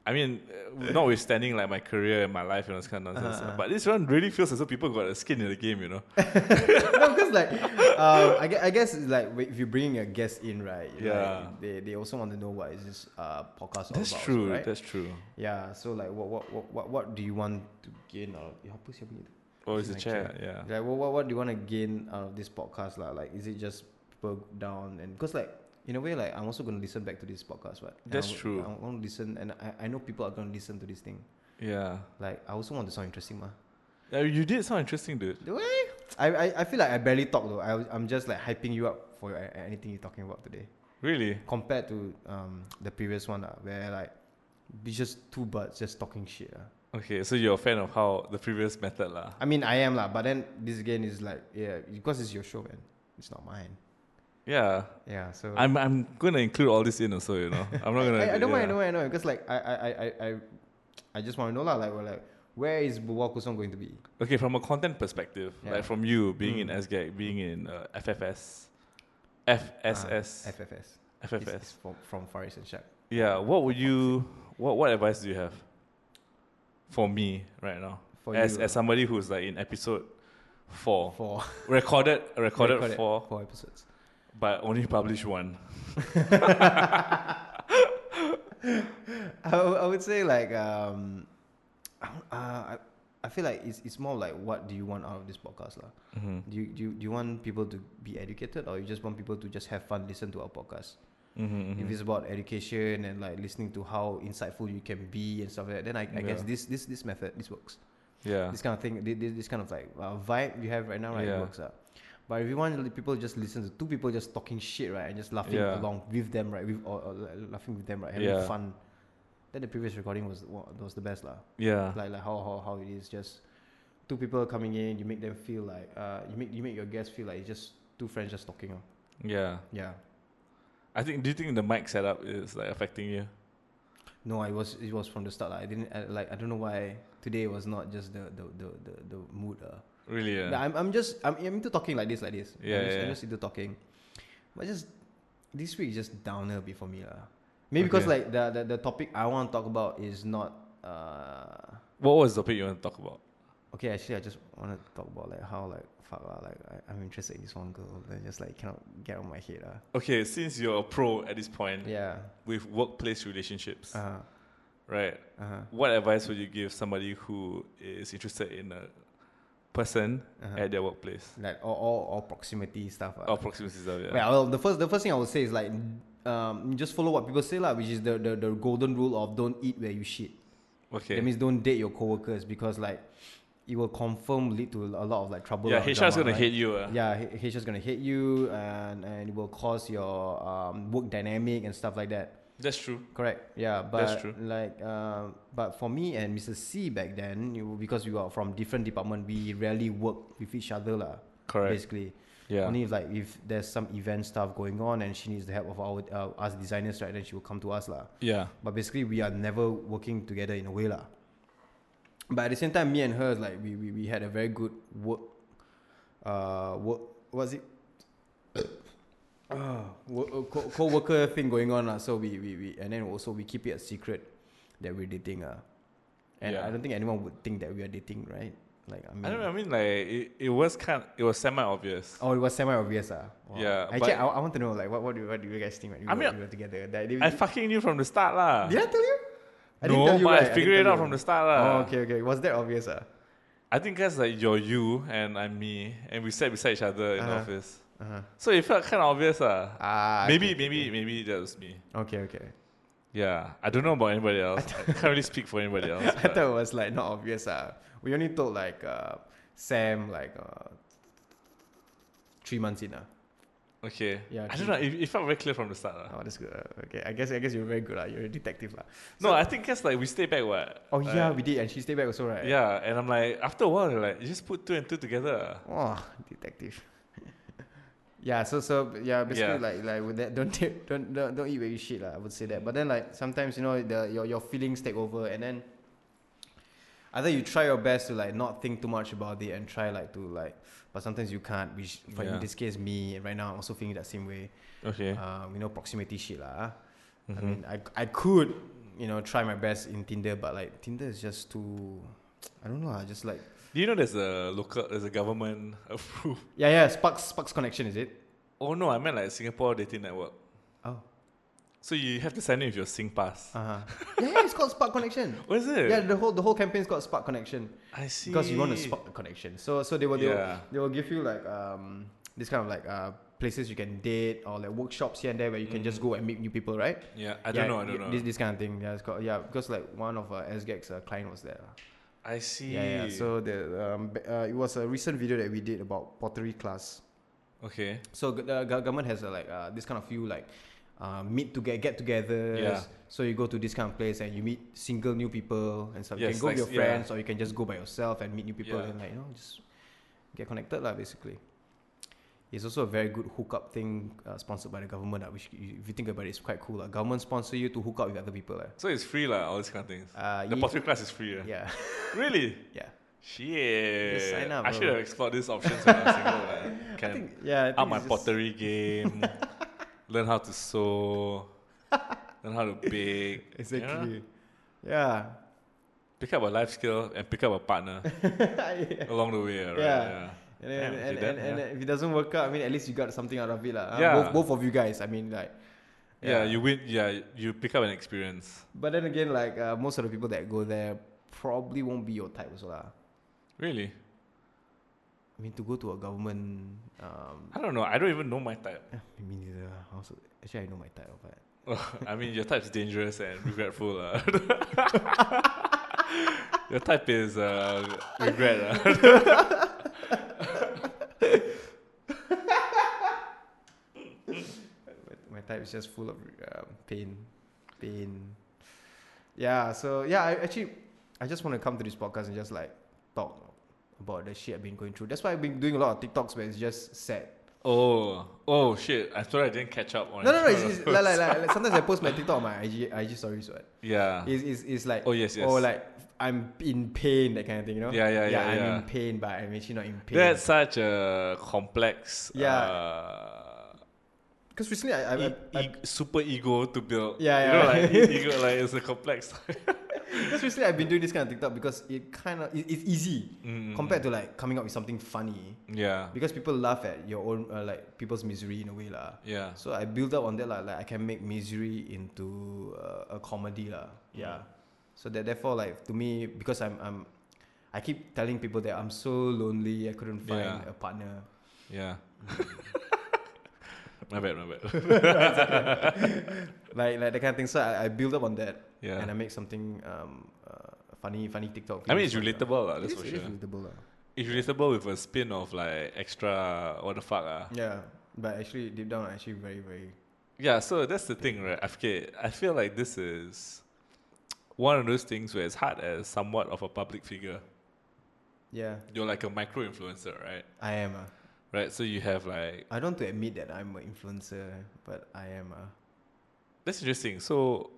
S2: I mean, uh, notwithstanding like my career and my life and all this kind of nonsense,
S1: Uh-huh, uh-huh.
S2: but this one really feels as though people got a skin in the game, you know?
S1: no, because like um, I, guess, I guess it's like if you bring a guest in, right? like,
S2: Yeah.
S1: they, they also want to know what is this uh podcast all
S2: That's
S1: about,
S2: true.
S1: right?
S2: That's true.
S1: Yeah, so like what what what what, what do you want to gain out of yeah, hapus siapa ni tu?
S2: Oh, it's
S1: This
S2: a
S1: is my
S2: chair. Yeah.
S1: Like what, what what do you want to gain out of this podcast lah? Like is it just broke down and because like in a way like I'm also gonna listen back to this podcast, right? And I
S2: That's
S1: w-
S2: true.
S1: I want to listen and I, I know people are gonna listen to this thing.
S2: Yeah.
S1: Like I also want to sound interesting, mah.
S2: Yeah, you did sound interesting, dude.
S1: Do I? I, I, I feel like I barely talk though. I, was- I'm just like hyping you up for a- anything you're talking about today.
S2: Really?
S1: Compared to um the previous one lah, where like it's just two birds just talking shit. lah.
S2: Okay, so you're a fan of how the previous method, lah.
S1: I mean, I am lah, but then this again is like, yeah, because it's your show, man. It's not mine.
S2: Yeah.
S1: Yeah, so
S2: I'm, I'm going to include all this in also, you know? I'm not going to.
S1: I, I don't mind, I
S2: yeah.
S1: don't mind, I don't mind, because like I, I, I, I, I, I just want to know lah, like, well, like, where is Buwa Kusong going to be?
S2: Okay, from a content perspective,
S1: Yeah.
S2: like from you being in
S1: Mm.
S2: SGAG, being in uh, FFS, FSS,
S1: Ah, FFS. It's-
S2: FFS.
S1: it's from from Far East and Shark.
S2: yeah, what would you? What what advice do you have for me right now?
S1: For
S2: as
S1: you,
S2: as
S1: ah.
S2: somebody who's like in episode four,
S1: for
S2: recorded recorded, four,
S1: four episodes.
S2: but only published one.
S1: I, w- I would say like um, I don't- uh, I, I feel like it's it's more like what do you want out of this podcast lah?
S2: Mm-hmm.
S1: Do you, do you do you want people to be educated or you just want people to just have fun listen to our podcast?
S3: Mm-hmm,
S1: If it's about education and like listening to how insightful you can be and stuff like that, then I, I guess
S3: Yeah.
S1: this this this method this works.
S2: Yeah.
S1: This kind of thing, thi- thi- this kind of like uh, vibe you have right now, right,
S2: Ah. Yeah.
S1: it works out. But if you want li- people just listen to two people just talking shit, right, and just laughing
S2: Yeah.
S1: along with them, right, with or, or la- laughing with them, right, having
S2: Yeah.
S1: fun. Then the previous recording was wa- was the best, lah
S2: Yeah.
S1: like like how, how how it is just two people coming in you make them feel like uh you make you make your guests feel like it's just two friends just talking oh.
S2: Yeah.
S1: yeah
S2: I think. Do you think the mic setup is like affecting you?
S1: no I was it was from the start like, I didn't I, like I don't know why today was not just the the the the, the mood uh.
S2: Really?
S1: Like,
S2: Yeah.
S1: I'm I'm just I'm, I'm into talking like this like this I'm
S2: Yeah,
S1: just,
S2: yeah,
S1: I'm
S2: yeah.
S1: just into talking but just this week is just downer before me lah maybe because like the, the the topic I want to talk about is not uh
S2: What was the topic you want to talk about?
S1: Okay, actually, I just want to talk about like how like fuck lah, like I, I'm interested in this one girl, then just like cannot get out of my head lah.
S2: Okay, since you're a pro at this point
S1: Yeah.
S2: with workplace relationships,
S1: Uh huh.
S2: right?
S1: Uh huh.
S2: What advice would you give somebody who is interested in a person
S1: Uh-huh.
S2: at Oh, their workplace
S1: Like all, all, all proximity stuff. ah.
S2: or proximity stuff? Yeah.
S1: Well, the first the first thing I would say is like um just follow what people say lah, which is the, the the golden rule of don't eat where you shit.
S2: okay.
S1: That means don't date your coworkers because like it will confirm lead to a lot of like trouble.
S2: yeah,
S1: or
S2: HR is
S1: drama,
S2: gonna
S1: right?
S2: hate you. Uh.
S1: yeah h- HR's gonna hate you and and it will cause your um, work dynamic and stuff like that.
S2: That's true.
S1: Correct. Yeah, but
S2: That's true.
S1: like, um, but for me and Mr. C back then, you, because we were from different department, we rarely worked with each other lah.
S2: Correct.
S1: Basically,
S2: Yeah.
S1: only if, like if there's some event stuff going on and she needs the help of our uh, us designers, right? Then she will come to us lah.
S2: yeah.
S1: But basically, we are never working together in a way lah. But at the same time, me and her, like we we, we had a very good work, uh, work was it. Uh, co- co-worker thing going on uh, so we, we, we and then also we keep it a secret that we're dating uh. and
S2: Yeah.
S1: I don't think anyone would think that we are dating right like I mean
S2: I don't know. I mean, like it, it was kind. it was semi obvious.
S1: oh it was semi obvious uh.
S2: Yeah,
S1: actually
S2: but-
S1: I, I want to know like what, what do you, what do you guys think when we,
S2: I
S1: were,
S2: mean,
S1: we were together that did,
S2: I fucking knew from the start, lah.
S1: did I tell you I
S2: no,
S1: didn't tell you
S2: but
S1: right, I
S2: I
S1: didn't
S2: figured it
S1: tell
S2: out
S1: you.
S2: from the start, lah.
S1: Oh, okay, okay. Was that obvious? Uh?
S2: I think that's like you're you and I'm me, and we sat beside each other in the
S1: Uh-huh.
S2: office.
S1: Uh-huh.
S2: So it felt kind of obvious, ah.
S1: Ah, okay,
S2: maybe, maybe, maybe that was me.
S1: Okay, okay.
S2: Yeah, I don't know about anybody else. I can't really speak for anybody else.
S1: I
S2: but-
S1: thought it was like not obvious. Uh. We only told like uh, Sam like uh, three months in. Uh.
S2: okay.
S1: Yeah,
S2: I don't know. It, it felt very clear from the start. ah. lah.
S1: Oh, that's good. Uh, okay, I guess I guess you're very good. Uh. You're a detective. Uh.
S2: no, I think that's like we stay back. What?
S1: Oh yeah,
S2: Like,
S1: we did, and she stayed back also, right?
S2: yeah, and I'm like after a while, you're like you just put two and two together. ah.
S1: Oh, detective. yeah. So so yeah, basically
S2: Yeah.
S1: like like with that, don't take- don't don't don't eat where you shit lah. I would say that. But then like sometimes you know the your your feelings take over, and then either you try your best to like not think too much about it and try like to like, but sometimes you can't. Which for in
S2: Yeah.
S1: this case me, and right now I'm also feeling that same way.
S2: Okay.
S1: Um, you know proximity shit lah. ah. I
S2: Mhm.
S1: mean I I could you know try my best in Tinder, but like Tinder is just too. I don't know. I just like
S2: Do you know there's a local, there's a government approved?
S1: yeah yeah. Sparks Sparks connection is it?
S2: Oh no, I meant like Singapore Dating Network.
S1: Oh.
S2: So you have to sign in with your SingPass.
S1: Uh-huh. yeah, yeah, it's called Spark Connection.
S2: what is
S1: Uh-huh.
S2: it?
S1: Yeah, the whole the whole campaign's called Spark Connection
S2: I see.
S1: because you want to spark a connection. So so they will they,
S2: Yeah.
S1: will, they will give you like um this kind of like uh places you can date or like workshops here and there where you can just go and meet new people, right?
S2: Yeah, Mm. I don't
S1: Yeah,
S2: know. I
S1: y-
S2: don't know.
S1: This, this kind of thing. Yeah, it's called yeah because like one of uh, SGEC's uh, client was there.
S2: I see.
S1: Yeah, yeah. So the um b- uh, it was a recent video that we did about pottery class.
S2: okay.
S1: So g- the go- government has a, like uh, this kind of few like uh, meet to get get together.
S2: Yeah.
S1: So you go to this kind of place and you meet single new people and stuff. you
S2: Yes,
S1: can go
S2: like-
S1: with your
S2: yeah.
S1: friends or you can just go by yourself and meet new people
S2: Yeah.
S1: and like you know just get connected lah basically. It's also a very good hookup thing uh, sponsored by the government, uh, which you- if you think about it, it's quite cool. Uh. Government sponsor you to hook up with other people. lah.
S2: So it's free, lah. All these kind of things.
S1: Uh, ye-
S2: the pottery class is free. Yeah.
S1: yeah,
S2: Really?
S1: yeah.
S2: Shit.
S1: Just sign up,
S2: I
S1: bro.
S2: should have explored these options when I was single. man. Can
S1: I think, yeah. I think
S2: up my
S1: it's just-
S2: pottery game. learn how to sew. learn how to bake. you know?
S1: Exactly. Yeah.
S2: Pick up a life skill and pick up a partner
S1: yeah.
S2: along the way. Right?
S1: Yeah.
S2: yeah.
S1: And,
S2: Damn,
S1: and,
S2: okay,
S1: and,
S2: that-
S1: and, and
S2: yeah.
S1: if it doesn't work out, I mean, at least you got something out of it. lah. Uh,
S2: Yeah.
S1: both, both of you guys. I mean, like.
S2: Yeah, you win. Yeah, you pick up an experience.
S1: But then again, like, uh, most of the people that go there probably won't be your type as well.
S2: Really?
S3: I mean, to go to a government. Um,
S2: I don't know. I don't even know my type.
S3: I mean, neither. I also, actually, I know my type, but
S2: I mean, your type's dangerous and regretful. lah. your type is uh, regret. lah.
S3: my type is just full of um, pain, pain. Yeah. So yeah, I actually, I just want to come to this podcast and just like talk about the shit I've been going through. That's why I've been doing a lot of TikToks where it's just sad.
S2: Oh, oh shit! I'm sorry I didn't catch up on.
S3: No, no, no. It's, it's like, like, like, like sometimes I post my TikTok on my IG, IG stories. What?
S2: yeah.
S3: It's, it's, it's like
S2: Ah. Oh yes, yes.
S3: or like I'm in pain, that kind of thing. You know?
S2: Yeah, yeah, yeah,
S3: I'm
S2: yeah.
S3: in pain, but I'm actually not in pain.
S2: That's such a complex.
S3: Yeah.
S2: Uh,
S3: because recently I, I, I,
S2: e-
S3: I
S2: e- super ego to build.
S3: Yeah, yeah.
S2: You know, like e- ego, like it's a complex.
S3: because recently I've been doing this kind of TikTok because it kind of it, it's easy
S2: Mm, mm,
S3: compared to like coming up with something funny
S2: yeah,
S3: because people laugh at your own uh, like people's misery in a way lah.
S2: yeah.
S3: So I build up on that lah. Like I can make misery into uh, a comedy lah. Yeah. So that therefore, like to me, because I'm I'm, I keep telling people that I'm so lonely. I couldn't find
S2: Yeah.
S3: a partner.
S2: Yeah. my bad, my bad.
S3: Like like that kind of thing. So I, I build up on that
S2: Yeah.
S3: and I make something um uh, funny funny TikTok.
S2: I mean, it's
S3: videos like that.
S2: relatable, lah,
S3: It
S2: that's
S3: is-
S2: for
S3: it is
S2: sure.
S3: relatable lah.
S2: It's relatable with a spin of like extra, what the fuck, ah.
S3: Yeah, but actually deep down, I'm actually very very.
S2: Yeah, so that's the thing, right? I feel, I feel like this is one of those things where it's hard as somewhat of a public figure.
S3: Yeah,
S2: You're like a micro influencer, right?
S3: I am. Uh,
S2: Right? So you have like
S3: I don't want to admit that I'm an influencer, but I am. Uh,
S2: That's interesting. So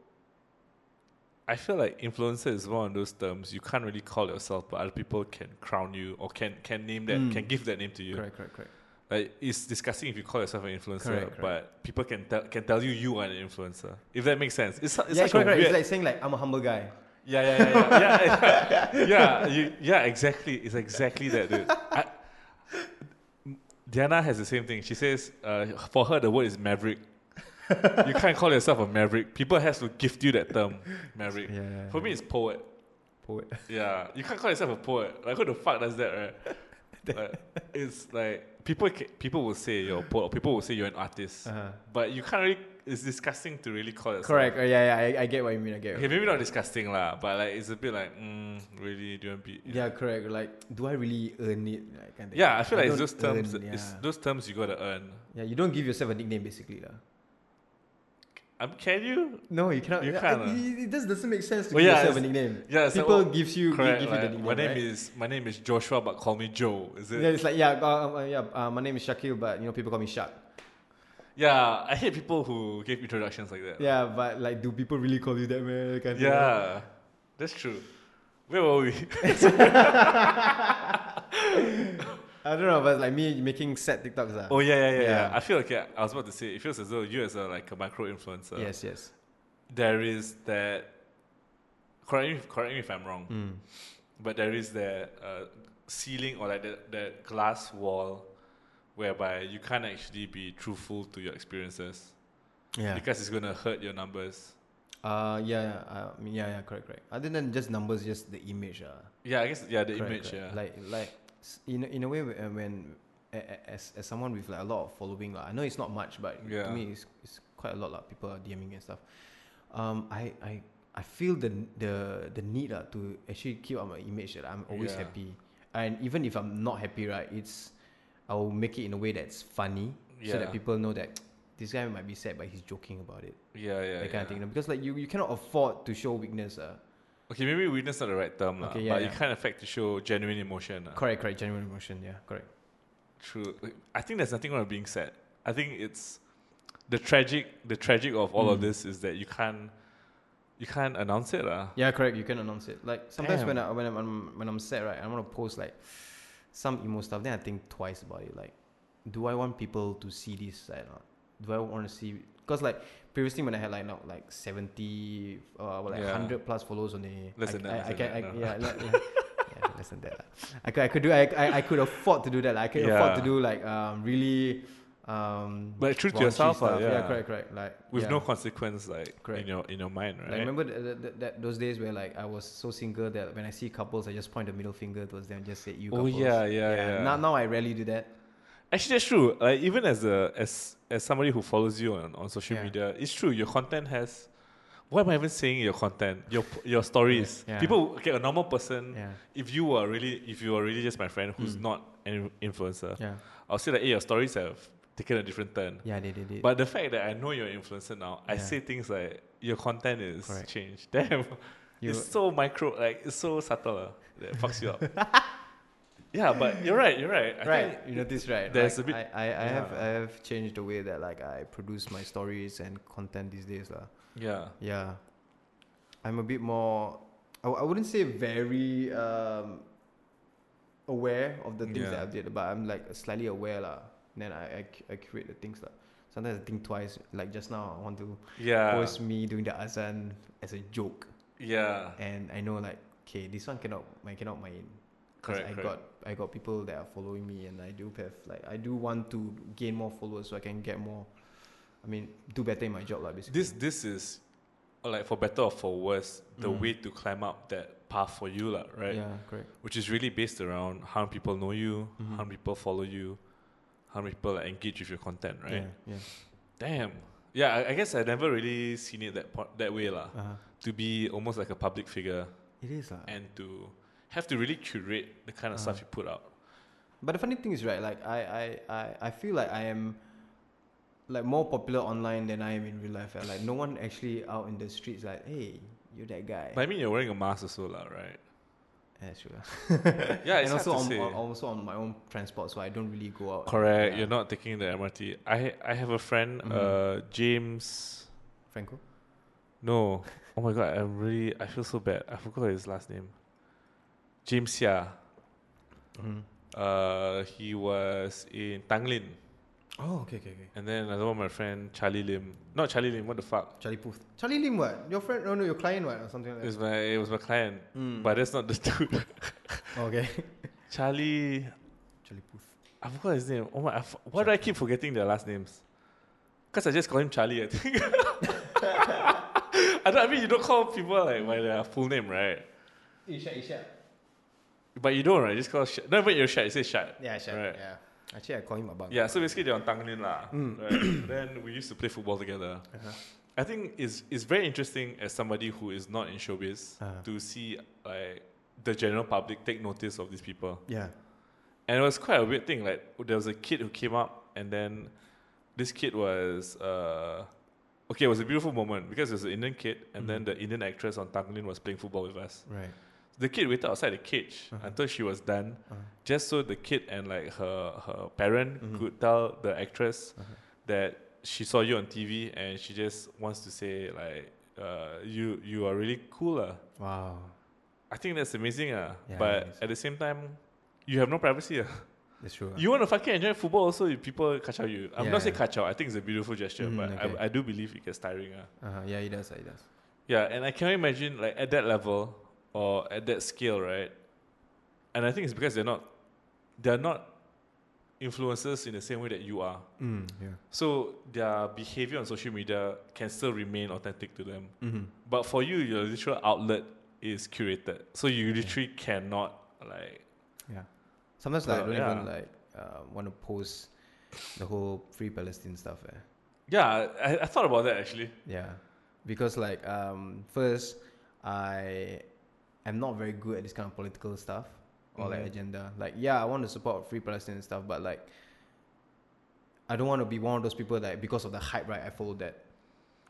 S2: I feel like influencer is one of those terms you can't really call yourself, but other people can crown you or can can name that,
S3: Mm.
S2: can give that name to you.
S3: correct, correct, correct.
S2: Like it's disgusting if you call yourself an influencer,
S3: Correct, correct.
S2: but people can tell can tell you you are an influencer. If that makes sense, it's, it's
S3: yeah,
S2: like
S3: correct, correct.
S2: a
S3: It's
S2: weird,
S3: like saying like I'm a humble guy.
S2: yeah, yeah, yeah, yeah, yeah, yeah, yeah, you, yeah, exactly. It's exactly that, dude. I, Diana has the same thing. She says, uh, for her, the word is maverick. you can't call yourself a maverick. People has to gift you that term, maverick.
S3: Yeah, yeah,
S2: For me, it's poet.
S3: poet.
S2: Yeah, you can't call yourself a poet. Like who the fuck does that, right? Like, it's like people ca- people will say you're a poet. Or people will say you're an artist,
S3: Uh-huh.
S2: but you can't really. It's disgusting to really call yourself.
S3: Correct. Uh, yeah, yeah. I, I get what you mean. I get.
S2: Okay,
S3: What.
S2: maybe not disgusting lah, but like it's a bit like, mm, really, do you want to be?
S3: Yeah, correct. Like, do I really earn it? Like, kind of thing.
S2: Yeah, I feel like it's
S3: don't
S2: those terms.
S3: earn,
S2: It's
S3: yeah.
S2: those terms you gotta earn.
S3: yeah, you don't give yourself a nickname basically, lah.
S2: Um, can you?
S3: No, you cannot.
S2: You
S3: yeah,
S2: can't,
S3: it, it, it just doesn't make sense to
S2: Well,
S3: give
S2: yeah,
S3: yourself a
S2: it's-
S3: nickname.
S2: Yeah, it's like,
S3: People
S2: oh,
S3: gives you
S2: correct,
S3: give you
S2: like,
S3: the nickname.
S2: My name
S3: right?
S2: is my name is Joshua, but call me Joe. Is it?
S3: Yeah, it's like yeah, uh, uh, yeah. Uh, my name is Shakil, but you know people call me Shaq.
S2: Yeah, I hate people who give introductions like that.
S3: Yeah, but like, do people really call you that, man? Kind of thing, right?
S2: Yeah, that's true. Where were we?
S3: I don't know, but like me making sad TikToks. ah.
S2: oh yeah, yeah, yeah, yeah.
S3: Yeah.
S2: I feel like yeah, I was about to say it feels as though you as a like a micro influencer.
S3: yes, yes.
S2: There is that. Correct me, if- correct me if I'm wrong,
S3: Mm.
S2: but there is that uh, ceiling or like that, that glass wall, whereby you can't actually be truthful to your experiences.
S3: Yeah.
S2: because it's gonna hurt your numbers.
S3: Uh, yeah, yeah, uh, I mean, yeah, yeah, correct, correct. Other than just numbers, just the image, uh,
S2: Yeah, I guess yeah the
S3: correct,
S2: image.
S3: correct.
S2: Yeah,
S3: Like, like s- in a- in a way, wh- uh, when a- a- as as someone with like a lot of following, like, I know it's not much, but
S2: Yeah.
S3: to me, it's it's quite a lot. Like, people are DMing and stuff. Um, I I I feel the the the need uh, to actually keep up my image that I'm always
S2: Yeah.
S3: happy, and even if I'm not happy, right, it's I'll make it in a way that's funny,
S2: Yeah.
S3: so that people know that this guy might be sad, but he's joking about it
S2: yeah, yeah. yeah.
S3: that kind of thing. you know, Because like you, you cannot afford to show weakness. Uh.
S2: Okay, maybe weakness not the right term, lah.
S3: Okay, yeah,
S2: but you
S3: yeah.
S2: can't affect to show genuine emotion. lah.
S3: Correct, correct. Genuine emotion. Yeah, correct.
S2: True. I think there's nothing wrong with being sad. I think it's the tragic the tragic of all of
S3: Mm.
S2: this is that you can't you can't announce it, ah. lah.
S3: Yeah, correct. You can announce it. Like sometimes when
S2: Damn.
S3: I when I'm, I'm when I'm sad, right, I want to post like some emo stuff. Then I think twice about it. Like, do I want people to see this side? Or not? Do I want to see? Because like previously when I had like not like seventy uh, well, like
S2: Yeah.
S3: hundred plus followers on the
S2: Less
S3: I,
S2: than that,
S3: I,
S2: less
S3: I
S2: than
S3: can
S2: that,
S3: I,
S2: no.
S3: yeah, le- le- yeah, less than that. lah. I could I could do I, I I could afford to do that. lah. I could
S2: Yeah.
S3: afford to do like um really um,
S2: Like, truth to
S3: raunchy
S2: yourself lah,
S3: stuff.
S2: yeah.
S3: correct, correct. Like
S2: with
S3: yeah.
S2: no consequence like
S3: Correct.
S2: in your in your mind, right?
S3: Like remember th- th- th- that those days where like I was so single that when I see couples, I just point the middle finger towards them and just say, "You."
S2: oh
S3: couples.
S2: yeah, yeah, yeah.
S3: Now, now I rarely do that.
S2: Actually, that's true. Like even as a as as somebody who follows you on, on social
S3: Yeah.
S2: media, it's true. Your content has. Why am I even saying your content? Your p- your stories.
S3: Yeah.
S2: People okay, a normal person.
S3: Yeah,
S2: If you are really, if you are really just my friend who's
S3: Mm.
S2: not an influencer,
S3: yeah,
S2: I'll say that hey, your stories have taken a different turn.
S3: yeah. They did it.
S2: But the fact that I know you're an influencer now, I
S3: Yeah.
S2: say things like your content is
S3: Correct.
S2: changed. Damn,
S3: You-
S2: it's so micro, like it's so subtle. Uh, that fucks you up. yeah, but you're right. You're right. I
S3: right,
S2: think-
S3: you notice right.
S2: there's
S3: like,
S2: a bit-
S3: I, I, I have
S2: yeah.
S3: I have changed the way that like I produce my stories and content these days lah.
S2: yeah.
S3: Yeah, I'm a bit more. I, w- I wouldn't say very um, aware of the things
S2: Yeah.
S3: that I did, but I'm like slightly aware lah. Then I, I cu- I curate the things lah. Sometimes I think twice. Like just now, I want to
S2: Yeah.
S3: post me doing the azan as a joke,
S2: yeah.
S3: and I know like okay, this one cannot I cannot mind. Because
S2: Correct.
S3: I
S2: correct.
S3: got I got people that are following me, and I do have like I do want to gain more followers so I can get more. I mean, do better in my job, like basically.
S2: this this is uh, like for better or for worse the
S3: Mm.
S2: way to climb up that path for you lah, right
S3: Yeah, correct.
S2: which is really based around how many people know you
S3: Mhm.
S2: how many people follow you how many people like, engage with your content right
S3: Yeah,
S2: damn yeah I, I guess I never really seen it that po- that way lah.
S3: yeah. Uh-huh.
S2: to be almost like a public figure
S3: It is lah.
S2: and to have to really curate the kind of stuff
S3: Uh-huh.
S2: you put out
S3: But the funny thing is, right? Like I, I, I, I feel like I am like more popular online than I am in real life. and, Like no one actually out in the streets like, hey, you're that guy. Eh,
S2: but I mean you're wearing a mask also lah, right
S3: Yeah, that's true. lah.
S2: yeah it's
S3: and also
S2: hard to say.
S3: on, on also on my own transport, so I don't really go out.
S2: correct
S3: Yeah.
S2: you're not taking the MRT I I have a friend
S3: Mhm.
S2: uh James
S3: Franco.
S2: No. Oh my god, I'm really I feel so bad. I forgot his last name. James Xia.
S3: Mm-hmm.
S2: Uh he was in Tanglin.
S3: Oh, okay, okay, okay.
S2: And then another one my friend Charlie Lim. Not Charlie Lim, what the fuck?
S3: Charlie Puth. Charlie Lim, what? Your friend? No, no, your client, what? Or something like
S2: It
S3: that.
S2: was my it was my client.
S3: Mm.
S2: But that's not the dude.
S3: okay.
S2: Charlie
S3: Charlie Puth.
S2: I forgot his name. Oh my I f- why do I keep forgetting their last names? Because I just call him Charlie, I think. I, don't, I mean you don't call people like by their full name, right?
S3: Isha, Isha.
S2: But you don't, right? You just call Sha- No, but you're Shat, you say Shat.
S3: Yeah, Isha.
S2: Right.
S3: Yeah. Actually, I call him Abang.
S2: Yeah, so basically they're on Tanglin lah.
S3: Mm.
S2: Right? then we used to play football together. I think it's it's very interesting as somebody who is not in showbiz
S3: Uh-huh.
S2: to see like the general public take notice of these people.
S3: Yeah.
S2: And it was quite a weird thing. Like there was a kid who came up and then this kid was uh okay, it was a beautiful moment because it was an Indian kid and then
S3: Mhm.
S2: the Indian actress on Tanglin was playing football with us.
S3: Right.
S2: The kid waited outside the cage
S3: Uh-huh.
S2: until she was done
S3: Uh,
S2: just so the kid and like her her parent
S3: Mhm.
S2: could tell the actress
S3: Uh-huh.
S2: that she saw you on TV and she just wants to say like uh, you you are really cool uh.
S3: wow.
S2: I think that's amazing uh.
S3: Yeah,
S2: but
S3: it is.
S2: at the same time you have no privacy uh.
S3: That's true.
S2: you want to fucking enjoy football also you people catch out you I'm
S3: Yeah.
S2: not saying catch out I think it's a beautiful gesture
S3: Mm,
S2: but
S3: okay.
S2: I, I do believe it gets tiring uh.
S3: uh Yeah, he does. He does.
S2: yeah and I can imagine like at that level or at that scale right and I think it's because they're not they're not influencers in the same way that you are
S3: Mm, yeah.
S2: So their behavior on social media can still remain authentic to them.
S3: Mm-hmm.
S2: But for you, your literal outlet is curated. So you literally cannot like
S3: Yeah. Sometimes like, I
S2: So,
S3: don't even
S2: yeah.
S3: like uh, want to post the whole free Palestine stuff. Eh.
S2: Yeah, I, I thought about that actually.
S3: Yeah. Because like um, first, I am not very good at this kind of political stuff or like
S2: Mhm.
S3: agenda. Like yeah, I want to support free Palestine and stuff, but like I don't want to be one of those people that because of the hype, right? I follow that.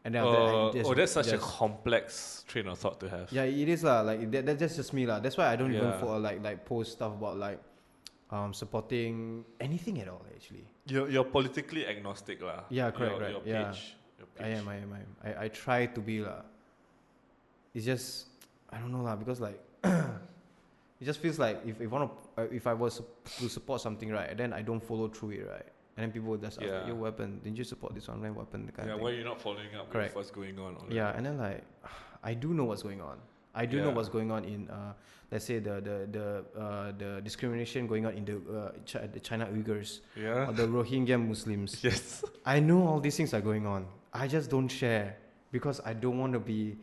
S3: And then after that, I
S2: Uh,
S3: just-
S2: oh, that's such a
S3: just-
S2: complex train of thought to have.
S3: Yeah, it is lah. Like that, that, that's just me lah. That's why I don't even
S2: Yeah.
S3: for like like post stuff about like um supporting anything at all. Actually,
S2: You're, you're politically agnostic lah.
S3: Yeah, correct,
S2: Your,
S3: right,
S2: your page,
S3: yeah.
S2: your
S3: I
S2: page.
S3: am, I am, I am. I, I try to be lah. It's just I don't know lah because like it just feels like if if one of, uh, if I was to support something right, then I don't follow through it right, and then people will just ask
S2: Yeah.
S3: like, "Yo, weapon? Didn't you support this one? Then weapon?" Kind
S2: Yeah,
S3: of
S2: why
S3: thing.
S2: you're not following up
S3: Correct.
S2: with what's going on? all that.
S3: yeah, and then like I do know what's going on. I do know
S2: Yeah.
S3: what's going on in, uh, let's say the the the uh, the discrimination going on in the uh, Chi- the China Uyghurs
S2: Yeah.
S3: or the Rohingya Muslims.
S2: Yes.
S3: I know all these things are going on. I just don't share because I don't want to be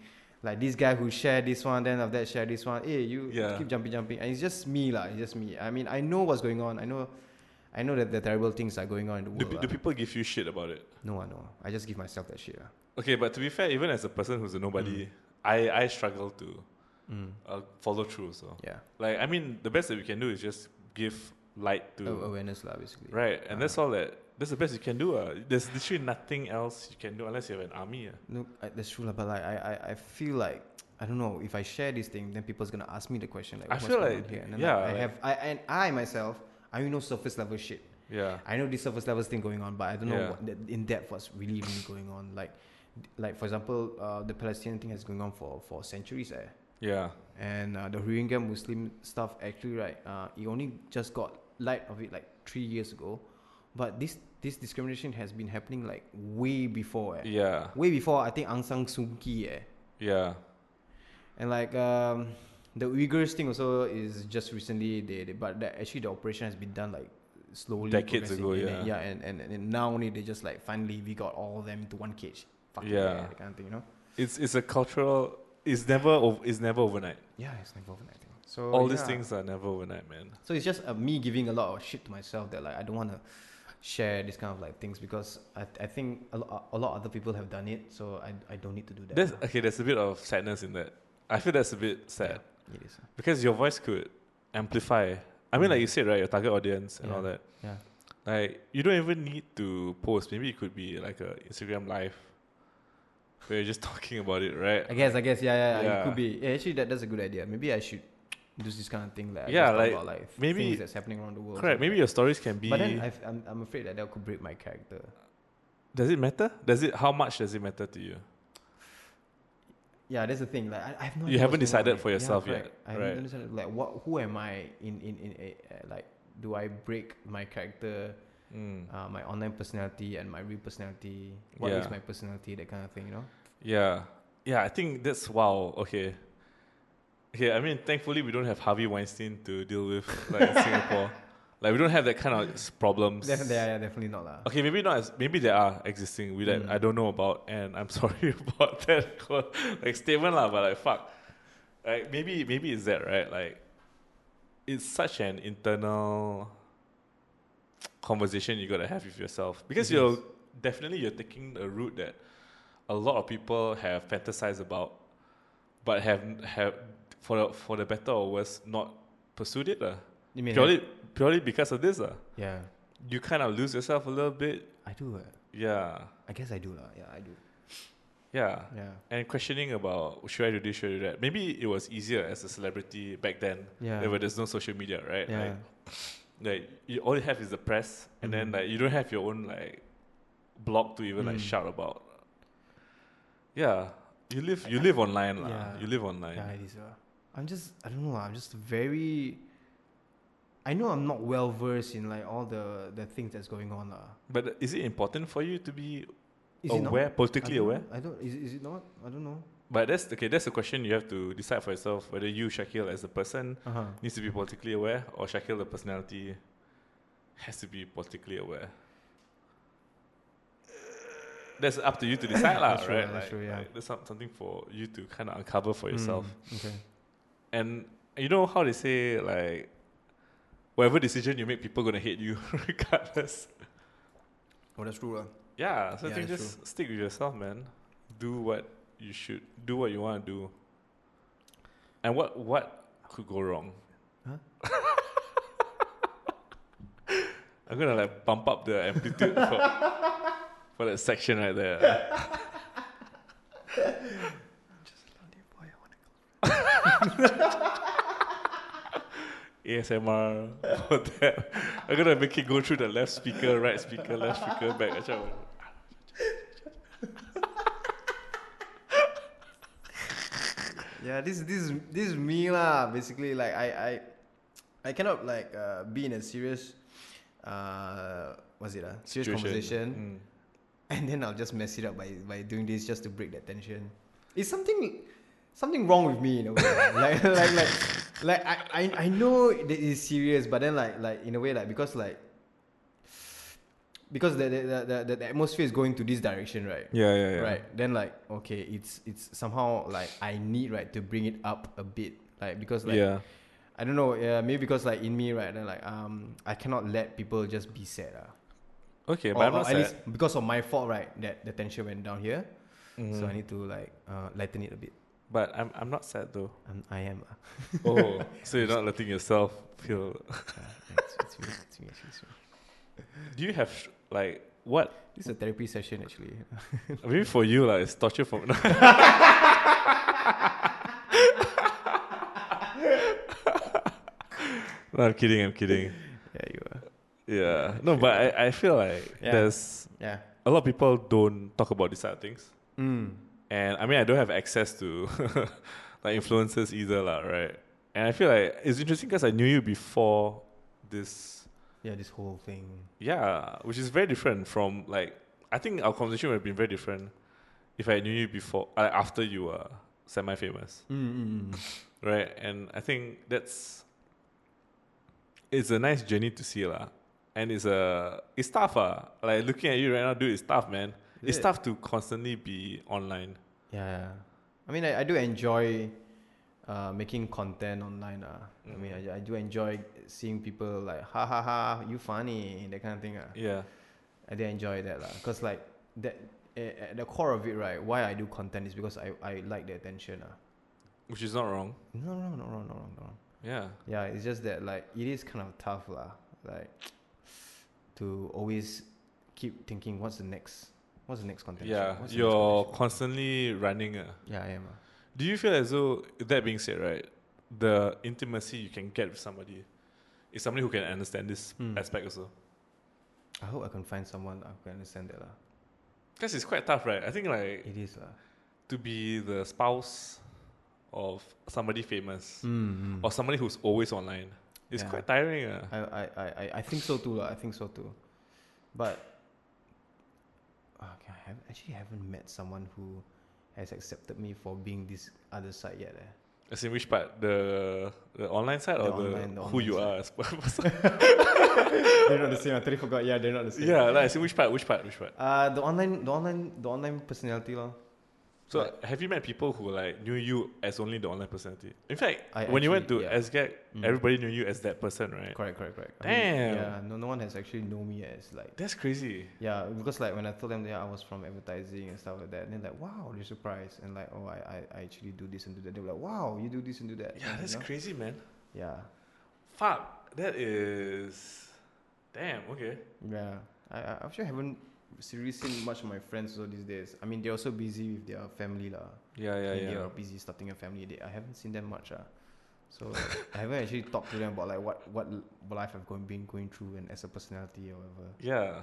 S3: like this guy who share this one, then of that share this one. Hey, you
S2: Yeah.
S3: keep jumping, jumping, and it's just me, lah. It's just me. I mean, I know what's going on. I know, I know that the terrible things are going on in the
S2: Do,
S3: world.
S2: pe-
S3: lah.
S2: do people give you shit about it?
S3: no, I know. I just give myself that shit. lah.
S2: Okay, but to be fair, even as a person who's a nobody, I, I struggle to
S3: Mm.
S2: uh, follow through. So,
S3: Yeah,
S2: like, I mean, the best that we can do is just give light to
S3: Aw- awareness, lah, basically.
S2: right, and that's
S3: Uh.
S2: all that. That's the best you can do. Uh. there's literally nothing else you can do unless you have an army. Uh.
S3: Look, I, that's true, lah. But like, I, I, I feel like I don't know if I share this thing, then people's gonna ask me the question like,
S2: I
S3: what's
S2: feel
S3: going
S2: like-
S3: on here? And then,
S2: yeah,
S3: like, I
S2: like-
S3: have, I and I myself, I know surface level shit.
S2: Yeah,
S3: I know this surface levels thing going on, but I don't know
S2: Yeah.
S3: what, the- in depth what's really really going on. Like, like for example, uh, the Palestinian thing has going on for for centuries, eh?
S2: yeah,
S3: And uh, the Rohingya Muslim stuff actually, right? Uh, it only just got light of it like three years ago, but this this discrimination has been happening like way before, eh?
S2: yeah,
S3: Way before I think Aung San Suu Kyi, eh?
S2: yeah,
S3: And like um, the Uyghurs thing also is just recently they, they but that actually the operation has been done like slowly.
S2: Decades ago,
S3: progressively,
S2: yeah.
S3: and, yeah, and, and and now only they just like finally we got all of them into one cage. Fuck
S2: Yeah.
S3: that kind of thing, you know.
S2: It's it's a cultural. It's never ov- it's never overnight.
S3: Yeah, it's like overnight thing. So
S2: all these
S3: yeah.
S2: things are never overnight, man.
S3: So it's just uh, me giving a lot of shit to myself that like I don't want to share this kind of like things because I, I think a lot, a lot of other people have done it, so I, I don't need to do that.
S2: There's okay. There's a bit of sadness in that. I feel that's a bit sad.
S3: It is.
S2: Because your voice could amplify. I mean, like you said, right? Your target audience and
S3: Yeah.
S2: all that.
S3: Yeah.
S2: Like, you don't even need to post. Maybe it could be like a Instagram live where you're just talking about it, right?
S3: I guess, I guess, yeah, yeah, yeah.
S2: Yeah.
S3: it could be. Yeah, actually, that, that's a good idea. Maybe I should do this kind of thing. Like, I
S2: Yeah,
S3: just talk
S2: like,
S3: about, like f-
S2: maybe-
S3: things that's happening around the world.
S2: Correct. Maybe your stories can be.
S3: But then i I'm, I'm afraid that that could break my character.
S2: does it matter? Does it? How much does it matter to you?
S3: Yeah, that's the thing. Like, I, I have no.
S2: You
S3: idea
S2: haven't
S3: what's going on,
S2: decided
S3: right?
S2: for yourself
S3: yeah, correct.
S2: yet,
S3: I haven't
S2: right.
S3: decided. Like, what? Who am I in? In in a, uh, like, do I break my character,
S2: Mm.
S3: uh, my online personality, and my real personality? What is
S2: Yeah.
S3: my personality? That kind of thing. You know.
S2: Yeah. Yeah, I think that's wow. Okay. Okay, I mean, thankfully we don't have Harvey Weinstein to deal with like in Singapore. Like we don't have that kind of s- problems.
S3: Definitely, yeah, yeah, definitely not lah.
S2: Okay, maybe not. As, maybe there are existing we that
S3: Mm.
S2: I don't know about, and I'm sorry about that like statement lah. But like fuck, like maybe maybe it's that right? Like it's such an internal conversation you gotta have with yourself because
S3: It
S2: you're
S3: is.
S2: definitely you're taking a route that a lot of people have fantasized about, but have have for the, for the better or worse not pursued it lah.
S3: You mean?
S2: Purely purely because of this lah.
S3: yeah,
S2: You kind of lose yourself a little bit.
S3: I do. Uh,
S2: Yeah,
S3: I guess I do lah. Yeah, I do.
S2: yeah.
S3: Yeah.
S2: And questioning about should I do this, should I do that? Maybe it was easier as a celebrity back then.
S3: Yeah.
S2: Where there's no social media, right?
S3: yeah.
S2: Like, like you, all you have is the press, and then
S3: Mhm.
S2: like you don't have your own like blog to even like
S3: Mm.
S2: shout about. Yeah, you live you live online, lah.
S3: Yeah.
S2: You live online.
S3: Yeah, it is. Uh, I'm just, I don't know. I'm just very. I know I'm not well versed in like all the the things that's going on. Uh.
S2: But is it important for you to be
S3: Is it not?
S2: aware,
S3: I
S2: politically Oh,
S3: don't
S2: aware?
S3: know. I don't. Is, is it not? I don't know.
S2: But that's okay. That's a question you have to decide for yourself whether you Shakil as a person
S3: Uh huh.
S2: needs to be politically aware, or Shakil the personality has to be politically aware. That's up to you to decide, lah.
S3: That's true,
S2: right?
S3: that's true, yeah.
S2: like, that's some- something for you to kind of uncover for yourself.
S3: Hmm, okay.
S2: And you know how they say, like, whatever decision you make, people gonna hate you regardless.
S3: Oh, that's true. Uh.
S2: Yeah, so I
S3: Yeah,
S2: think
S3: that's
S2: just stick with yourself, man. Do what you should. Do what you want to do. And what what could go wrong?
S3: Huh?
S2: I'm gonna like bump up the amplitude for, for that section right there. ASMR for that. I'm gonna make it go through the left speaker, right speaker, left speaker, back. Macam-
S3: Yeah. This this is- this is me lah. Basically, like I I I cannot like uh, be in a serious uh was it a serious conversation
S2: Mm.
S3: and then I'll just mess it up by by doing this just to break that tension. It's something something wrong with me in a way. like like like like I, I I know it is serious, but then like like in a way like because like because the the, the, the, the atmosphere is going to this direction, right?
S4: Yeah, yeah, yeah.
S3: Right. Then like okay, it's it's somehow like I need right to bring it up a bit. Like because like
S4: yeah.
S3: I don't know, yeah, maybe because like in me, right, then like um I cannot let people just be sad. ah.
S2: Okay, but
S3: or,
S2: I'm
S3: or
S2: not
S3: at
S2: sad.
S3: least because of my fault, right, that the tension went down here. So
S2: Mm-hmm.
S3: I need to like uh, lighten it a bit.
S2: Mm. But I'm I'm not sad though.
S3: I'm, I am. ah.
S4: Oh,
S2: So you're not letting yourself feel.
S3: uh, it's, it's me, it's me, it's me, it's me.
S2: Do you have sh- like what?
S3: This is a therapy session actually.
S2: Maybe for you like it's torture for. no, I'm kidding. I'm kidding.
S3: yeah, you are.
S2: Yeah. No, but I, I feel like
S3: Yeah.
S2: there's
S3: Yeah.
S2: a lot of people don't talk about these side of things.
S3: Mm.
S2: And I mean, I don't have access to like influencers either, lah, right? And I feel like it's interesting because I knew you before this,
S3: Yeah, this whole thing.
S2: yeah, which is very different from like I think our conversation would have been very different if I knew you before, uh, after you were semi-famous,
S3: Mm, mm, mm.
S2: right? And I think that's it's a nice journey to see, lah. And it's a it's tough, ah. Like looking at you right now, dude, it's tough, man.
S3: Is
S2: it's
S3: it?
S2: tough to constantly be online.
S3: Yeah. I mean, I, I do enjoy uh, making content online. Uh. I mean,
S2: Mm.
S3: I, I do enjoy seeing people like, ha ha ha, you funny, that kind of thing. Uh.
S2: Yeah.
S3: I do enjoy that. Because, like, that eh, at the core of it, right, why I do content is because I, I like the attention. Uh.
S2: Which is not wrong.
S3: No, no, no, no, no, no, no.
S2: Yeah.
S3: Yeah, it's just that like it is kind of tough lah. Like to always keep thinking, what's the next, what's the next contention?
S2: Yeah.
S3: What's the next
S2: You're
S3: contention?
S2: constantly running. ah.
S3: yeah, I am. ah.
S2: Do you feel as though, that being said, right, the intimacy you can get with somebody is somebody who can understand this
S3: Hmm.
S2: aspect also?
S3: I hope I can find someone who can understand that lah.
S2: Because it's quite tough, right? I think, like,
S3: It is lah.
S2: to be the spouse of somebody famous
S3: Mm.
S2: or somebody who's always online is
S3: Yeah.
S2: quite tiring. ah.
S3: I, I, I, I- I think so too lah. I think so too, but okay, I have, actually haven't met someone who has accepted me for being this other side yet. Eh.
S2: As in which part? The, the online side
S3: The
S2: or the,
S3: online- the
S2: who you
S3: online
S2: are as a person?
S3: they're not the same. I totally forgot. Yeah, they're not the
S2: yeah, like, as in which part? Which part? Which part?
S3: Uh, the online, the online, the online personality lah.
S2: So
S3: Like-
S2: have you met people who like knew you as only the online personality? In fact,
S3: I
S2: when you went to
S3: actually- yeah.
S2: SGAG,
S3: Mm.
S2: everybody knew you as that person, right?
S3: Correct, correct, correct.
S2: Damn.
S3: yeah, no, no one has actually known me as like.
S2: That's crazy.
S3: Yeah, because like when I told them that I was from advertising and stuff like that, and they're like, "Wow, they're surprised," and like, "Oh, I, I, I actually do this and do that." They were like, "Wow, you do this and do that."
S2: Yeah,
S3: you
S2: that's
S3: know?
S2: crazy, man.
S3: Yeah,
S2: Fuck, that is. Damn. Okay.
S3: yeah. I, I actually haven't really seen much of my friends so these days. I mean, they're also busy with their family lah.
S2: Yeah, yeah,
S3: I mean,
S2: yeah.
S3: They are busy starting a family. They, I haven't seen them much ah. So like, I haven't actually talked to them about like what what l- what life I've going, been going through and as a personality or whatever.
S2: Yeah.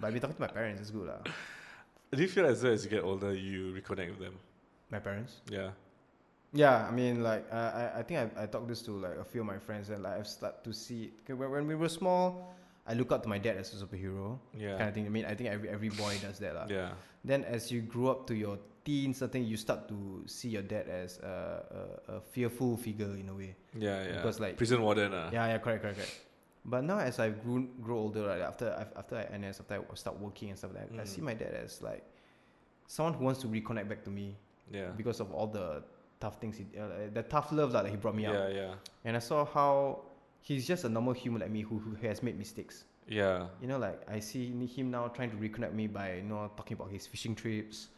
S3: But I've been talking to my parents. It's good lah.
S2: Do you feel as though as you get older, you reconnect with them?
S3: My parents.
S2: Yeah.
S3: Yeah, I mean, like I, I, I think I, I talked this to like a few of my friends, and like I've started to see. 'kay, when, when we were small, I look up to my dad as a superhero
S2: Yeah.
S3: kind of thing. I mean, I think every every boy does that, lah.
S2: yeah.
S3: Then as you grow up to your teens, something you start to see your dad as a, a, a fearful figure in a way.
S2: Yeah. Yeah.
S3: Because, like-
S2: prison warden. Uh.
S3: Yeah, yeah, correct, correct, correct. But now as I grew grow older, right, after I after I NS, after I start working and stuff like that, I
S2: Mm.
S3: see my dad as like someone who wants to reconnect back to me
S2: Yeah.
S3: because of all the tough things, he, uh, the tough love lah that he brought me up.
S2: Yeah. Yeah.
S3: and I saw how he's just a normal human like me who, who has made mistakes.
S2: Yeah.
S3: You know, like I see him now trying to reconnect me by you know talking about his fishing trips,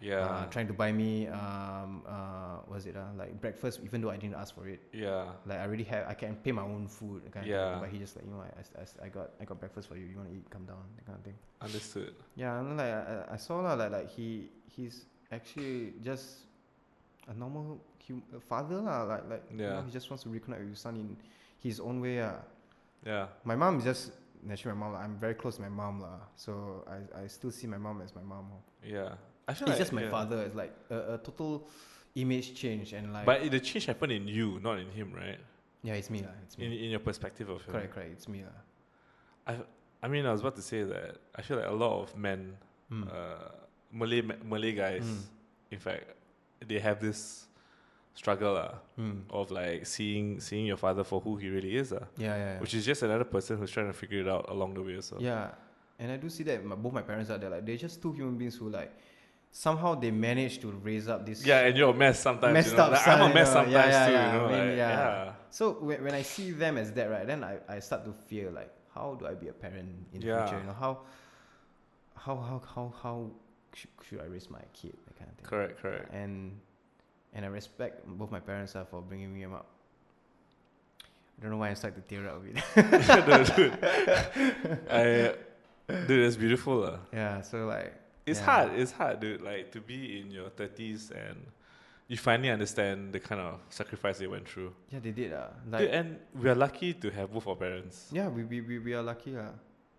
S2: Yeah.
S3: uh, trying to buy me um uh was it uh, like breakfast even though I didn't ask for it.
S2: yeah.
S3: Like I already have, I can pay my own food. that Kind Of
S2: Yeah.
S3: thing. But he just like you know I- I s- I, s- I got I got breakfast for you. You want to eat? Come down. That kind of thing.
S2: Understood.
S3: Yeah, and then like I, I- I saw lah like like he he's actually just a normal hum- a father lah like like you know,
S2: Yeah.
S3: he just wants to reconnect with his son in his own way ah.
S2: Yeah.
S3: My mom is just naturally my mom. I'm very close to my mom lah, so I, I still see my mom as my mom.
S2: Yeah. I feel
S3: It's
S2: like,
S3: just my
S2: yeah.
S3: father. It's like a, a total image change and like
S2: But the change happened in you, not in him, right?
S3: yeah, it's me lah. It's me.
S2: In, in your perspective of him.
S3: correct, correct. It's me lah.
S2: I, I mean, I was about to say that I feel like a lot of men,
S3: Mm.
S2: uh, Malay ma- Malay guys
S3: Mm.
S2: in fact, they have this struggle uh,
S3: Hmm.
S2: of like seeing seeing your father for who he really is, uh,
S3: Yeah, yeah, yeah.
S2: which is just another person who's trying to figure it out along the way. So
S3: Yeah, and I do see that my, both my parents are there. Like they're just two human beings who like somehow they manage to raise up this.
S2: Yeah, and you're a mess sometimes.
S3: Messed
S2: you know?
S3: up
S2: Like,
S3: son,
S2: I'm
S3: you
S2: a mess
S3: know. Yeah,
S2: sometimes
S3: yeah,
S2: too.
S3: yeah.
S2: You know,
S3: I mean,
S2: like,
S3: yeah.
S2: yeah.
S3: So when, when I see them as that, right, then I, I start to fear like how do I be a parent in the
S2: Yeah.
S3: future? You know how how how how how should, should I raise my kid? That kind of thing.
S2: Correct, correct.
S3: And and I respect both my parents are for bringing me up. I don't know why I start to tear up a bit.
S2: no, dude. I, dude, it's beautiful. lah.
S3: yeah. So like
S2: It's
S3: Yeah.
S2: hard. It's hard, dude. Like to be in your thirties and you finally understand the kind of sacrifice they went through.
S3: yeah, they did uh, like
S2: Dude, and we are lucky to have both our parents.
S3: Yeah, we we, we, we are lucky lah.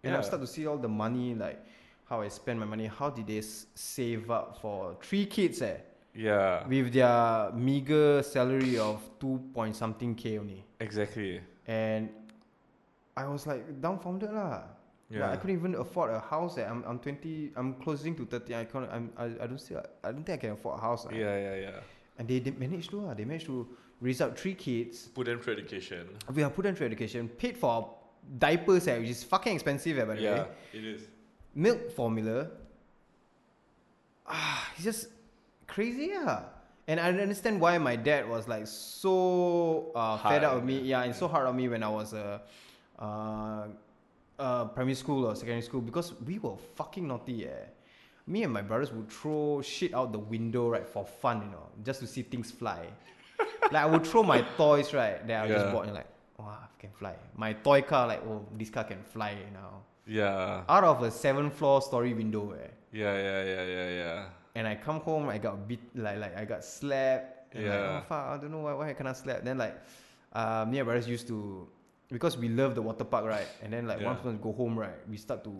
S3: And
S2: Yeah.
S3: I start to see all the money, like how I spend my money. How did they s- save up for three kids? Eh,
S2: Yeah,
S3: with their meager salary of two point something k only.
S2: exactly.
S3: And I was like dumbfounded lah. Like,
S2: Yeah,
S3: I couldn't even afford a house. Eh. I'm I'm twenty. I'm closing to thirty. I can't. I'm, I I don't see. I don't think I can afford a house. ah.
S2: yeah, yeah, yeah.
S3: And they, they managed to. lah. They managed to raise up three kids.
S2: Put them through education.
S3: We are put them through education, paid for our diapers, eh, which is fucking expensive. Eh, by the way.
S2: Yeah, it is.
S3: milk formula. Ah, it's just crazy, yeah. And I don't understand why my dad was like so uh,
S2: Hard
S3: fed up
S2: on
S3: with me,
S2: you.
S3: yeah, and so hard on me when I was uh, uh, uh, primary school or secondary school because we were fucking naughty, yeah. Me and my brothers would throw shit out the window, right, for fun, you know, just to see things fly. like I would throw my toys, right, that I
S2: Yeah.
S3: just bought, and like, wow, I can fly. My toy car, like, oh, this car can fly now
S2: Yeah,
S3: out of a seven floor story window eh.
S2: yeah, yeah, yeah, yeah, yeah.
S3: and I come home I got beat like like I got slapped and
S2: Yeah.
S3: like, oh fuck I don't know why why I cannot slap then like uh, me and brothers used to because we love the water park right and then like
S2: Yeah.
S3: once we go home right we start to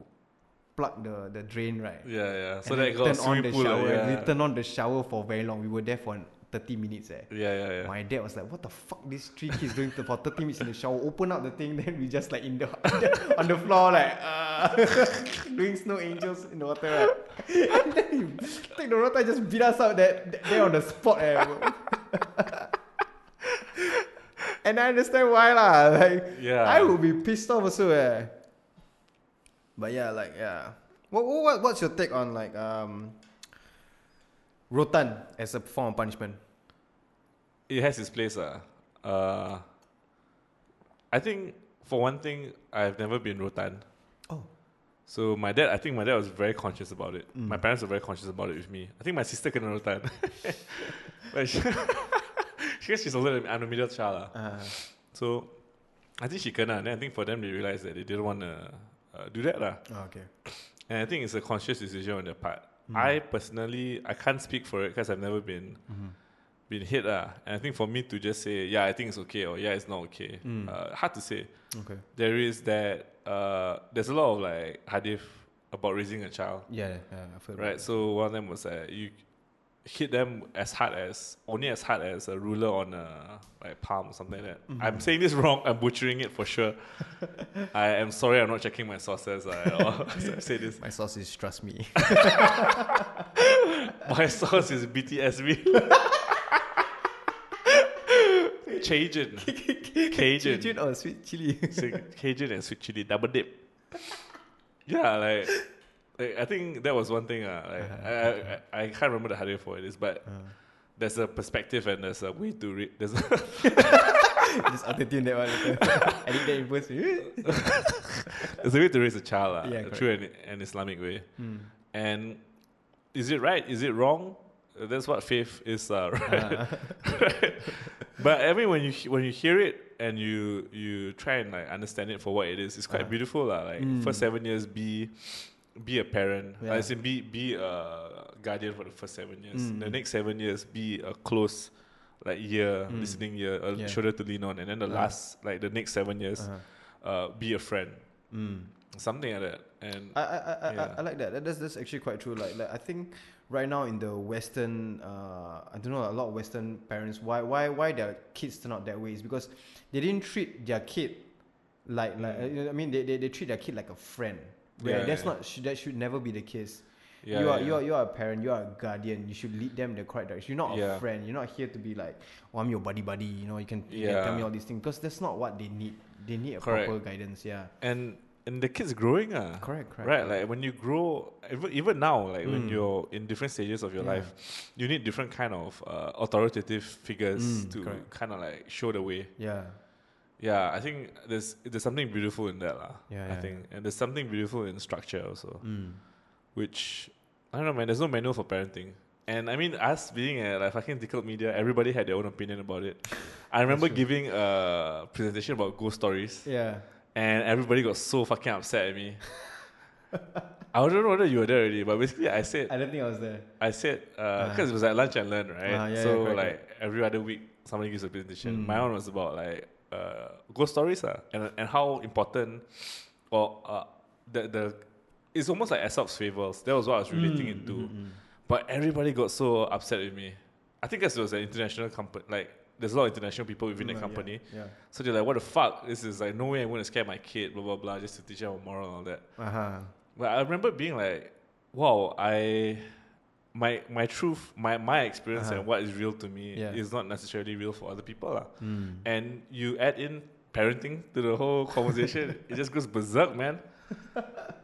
S3: plug the the drain right
S2: Yeah, yeah. So that
S3: And then
S2: got
S3: turn on
S2: swimming
S3: the
S2: pool. lah,
S3: shower
S2: yeah.
S3: we turn on the shower for very long we were there for 30 minutes eh.
S2: yeah, yeah, yeah.
S3: My dad was like, "What the fuck? These three kids doing to- for thirty minutes in the shower? Open up the thing, then we just like in the on the, on the floor like uh, doing snow angels in the water." right? and then he take the rota, just beat us out there, there on the spot. Eh. and I understand why lah. Like
S2: Yeah.
S3: I would be pissed off also. Eh. But yeah, like yeah. What, what what- what's your take on like um rotan as a form of punishment?
S2: it has its place. Uh. Uh, I think, for one thing, I've never been Rotan.
S3: Oh.
S2: So my dad, I think my dad was very conscious about it.
S3: Mm.
S2: My parents were very conscious about it with me. I think my sister can Rotan. but she, she guess she's older than me. I'm the middle child. ah. lah.
S3: Uh,
S2: So I think she kena. And then I think for them, they realized that they didn't want to uh, do that. lah.
S3: Oh, okay.
S2: And I think it's a conscious decision on their part.
S3: Mm.
S2: I personally, I can't speak for it because I've never been
S3: Mm-hmm.
S2: been hit. lah. And I think for me to just say, yeah, I think it's okay or yeah, it's not okay,
S3: Mm.
S2: uh, hard to say.
S3: Okay.
S2: There is that, uh, there's a lot of like hadith about raising a child,
S3: Yeah, yeah, yeah, I feel
S2: right? So one of them was that you hit them as hard as, only as hard as a ruler on a like palm or something like that. I'm saying this wrong, I'm butchering it for sure. I am sorry, I'm not checking my sources uh, at all. I say this.
S3: My sausage, trust me.
S2: My source is BTS Cajun. Cajun.
S3: Cajun or sweet chili? Uh-huh.
S2: So, Cajun and sweet chili double dip. Yeah, like, like, I think that was one thing. Uh, like, I, I, I I can't remember the hadith for it is, but there's a perspective and there's a way to read. There's a,
S3: Just auto tune that one. later. I need that in post.
S2: there's a way to raise a child. Uh,
S3: Yeah,
S2: through an, an Islamic way.
S3: Hmm.
S2: And is it right? Is it wrong? Uh, That's what faith is, uh, right?
S3: Ah.
S2: but I mean, when you he- when you hear it and you you try and like understand it for what it is, it's quite
S3: Ah.
S2: beautiful, lah. Like
S3: Mm.
S2: first seven years, be be a parent.
S3: Yeah.
S2: I As in, be be a guardian for the first seven years.
S3: Mm.
S2: The next seven years, be a close like year,
S3: Mm.
S2: listening year, a
S3: Yeah.
S2: shoulder to lean on, and then the
S3: Ah.
S2: last like the next seven years,
S3: Uh-huh.
S2: uh, be a friend,
S3: Mm.
S2: something like that. And
S3: I, I, I, I,
S2: Yeah.
S3: I like that. That- That's, that's actually quite true. Like, like I think right now in the Western, uh, I don't know, a lot of Western parents, why, why, why their kids turn out that way is because they didn't treat their kid like, like
S2: Mm.
S3: uh, I mean, they, they, they treat their kid like a friend. Where
S2: Yeah,
S3: that's
S2: yeah.
S3: not, should, that should never be the case.
S2: Yeah,
S3: you are
S2: yeah.
S3: you are you are a parent. You are a guardian. You should lead them in the correct direction. You're not
S2: Yeah.
S3: a friend. You're not here to be like, oh, I'm your buddy buddy. You know, you can, you can
S2: Yeah.
S3: tell me all these things because that's not what they need. They need a
S2: Correct.
S3: proper guidance. Yeah,
S2: and and the kids growing ah.
S3: correct, correct.
S2: Right, like when you grow, even, even now, like when
S3: Mm.
S2: you're in different stages of your
S3: Yeah.
S2: life, you need different kind of uh, authoritative figures
S3: Mm,
S2: to
S3: correct.
S2: kind of like show the way.
S3: Yeah,
S2: Yeah, I think there's there's something beautiful in that lah.
S3: Yeah,
S2: I
S3: yeah.
S2: think, and there's something beautiful in structure also,
S3: mm.
S2: which I don't know, man. There's no manual for parenting, and I mean, us being at like fucking tickled media, everybody had their own opinion about it. I remember
S3: true.
S2: giving a presentation about ghost stories
S3: yeah.
S2: and everybody got so fucking upset at me. I don't know whether you were there already, but basically I said
S3: I don't think I was there.
S2: I said because
S3: Ah.
S2: it was like lunch and learn, right?
S3: Ah, yeah,
S2: so
S3: yeah, correct,
S2: like every other week, somebody gives a presentation.
S3: Mm.
S2: My one was about like uh, ghost stories, uh, and and how important or uh, the the it's almost like Aesop's fables. That was what I was relating
S3: Mm,
S2: it to.
S3: mm, mm, mm.
S2: But everybody got so upset with me. I think because it was an international company, like there's a lot of international people within
S3: Mm,
S2: the
S3: yeah,
S2: company.
S3: Yeah.
S2: So they're like, what the fuck? This is like, no way I'm going to scare my kid, blah, blah, blah, just to teach them a moral and all that.
S3: Uh huh.
S2: But I remember being like, wow, I, my, my truth, my, my experience
S3: Uh-huh.
S2: and what is real to me
S3: Yeah.
S2: is not necessarily real for other people. lah.
S3: Mm.
S2: And you add in parenting to the whole conversation, it just goes berserk, man.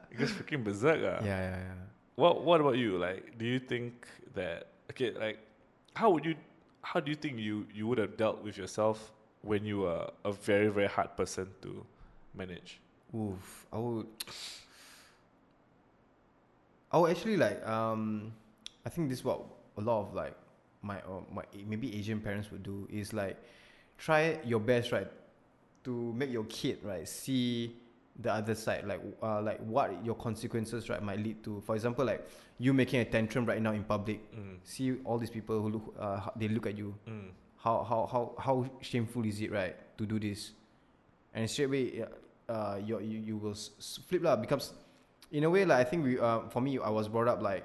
S2: It goes freaking berserk.
S3: Yeah,
S2: ah.
S3: yeah, yeah.
S2: What, what about you? Like, do you think that, okay, like, how would you, how do you think you, you would have dealt with yourself when you were a very, very hard person to manage?
S3: Oof, I would. I would actually like. Um, I think this is what a lot of like my uh, my maybe Asian parents would do is like try your best right to make your kid right see the other side like uh, like what your consequences right might lead to. For example, like you making a tantrum right now in public.
S2: Mm,
S3: See all these people who look, uh, ho- they look at you.
S2: mm,
S3: how how how how shameful is it right to do this and straight away uh you you, you will s- s- flip lah becomes in a way like i think we uh for me i was brought up like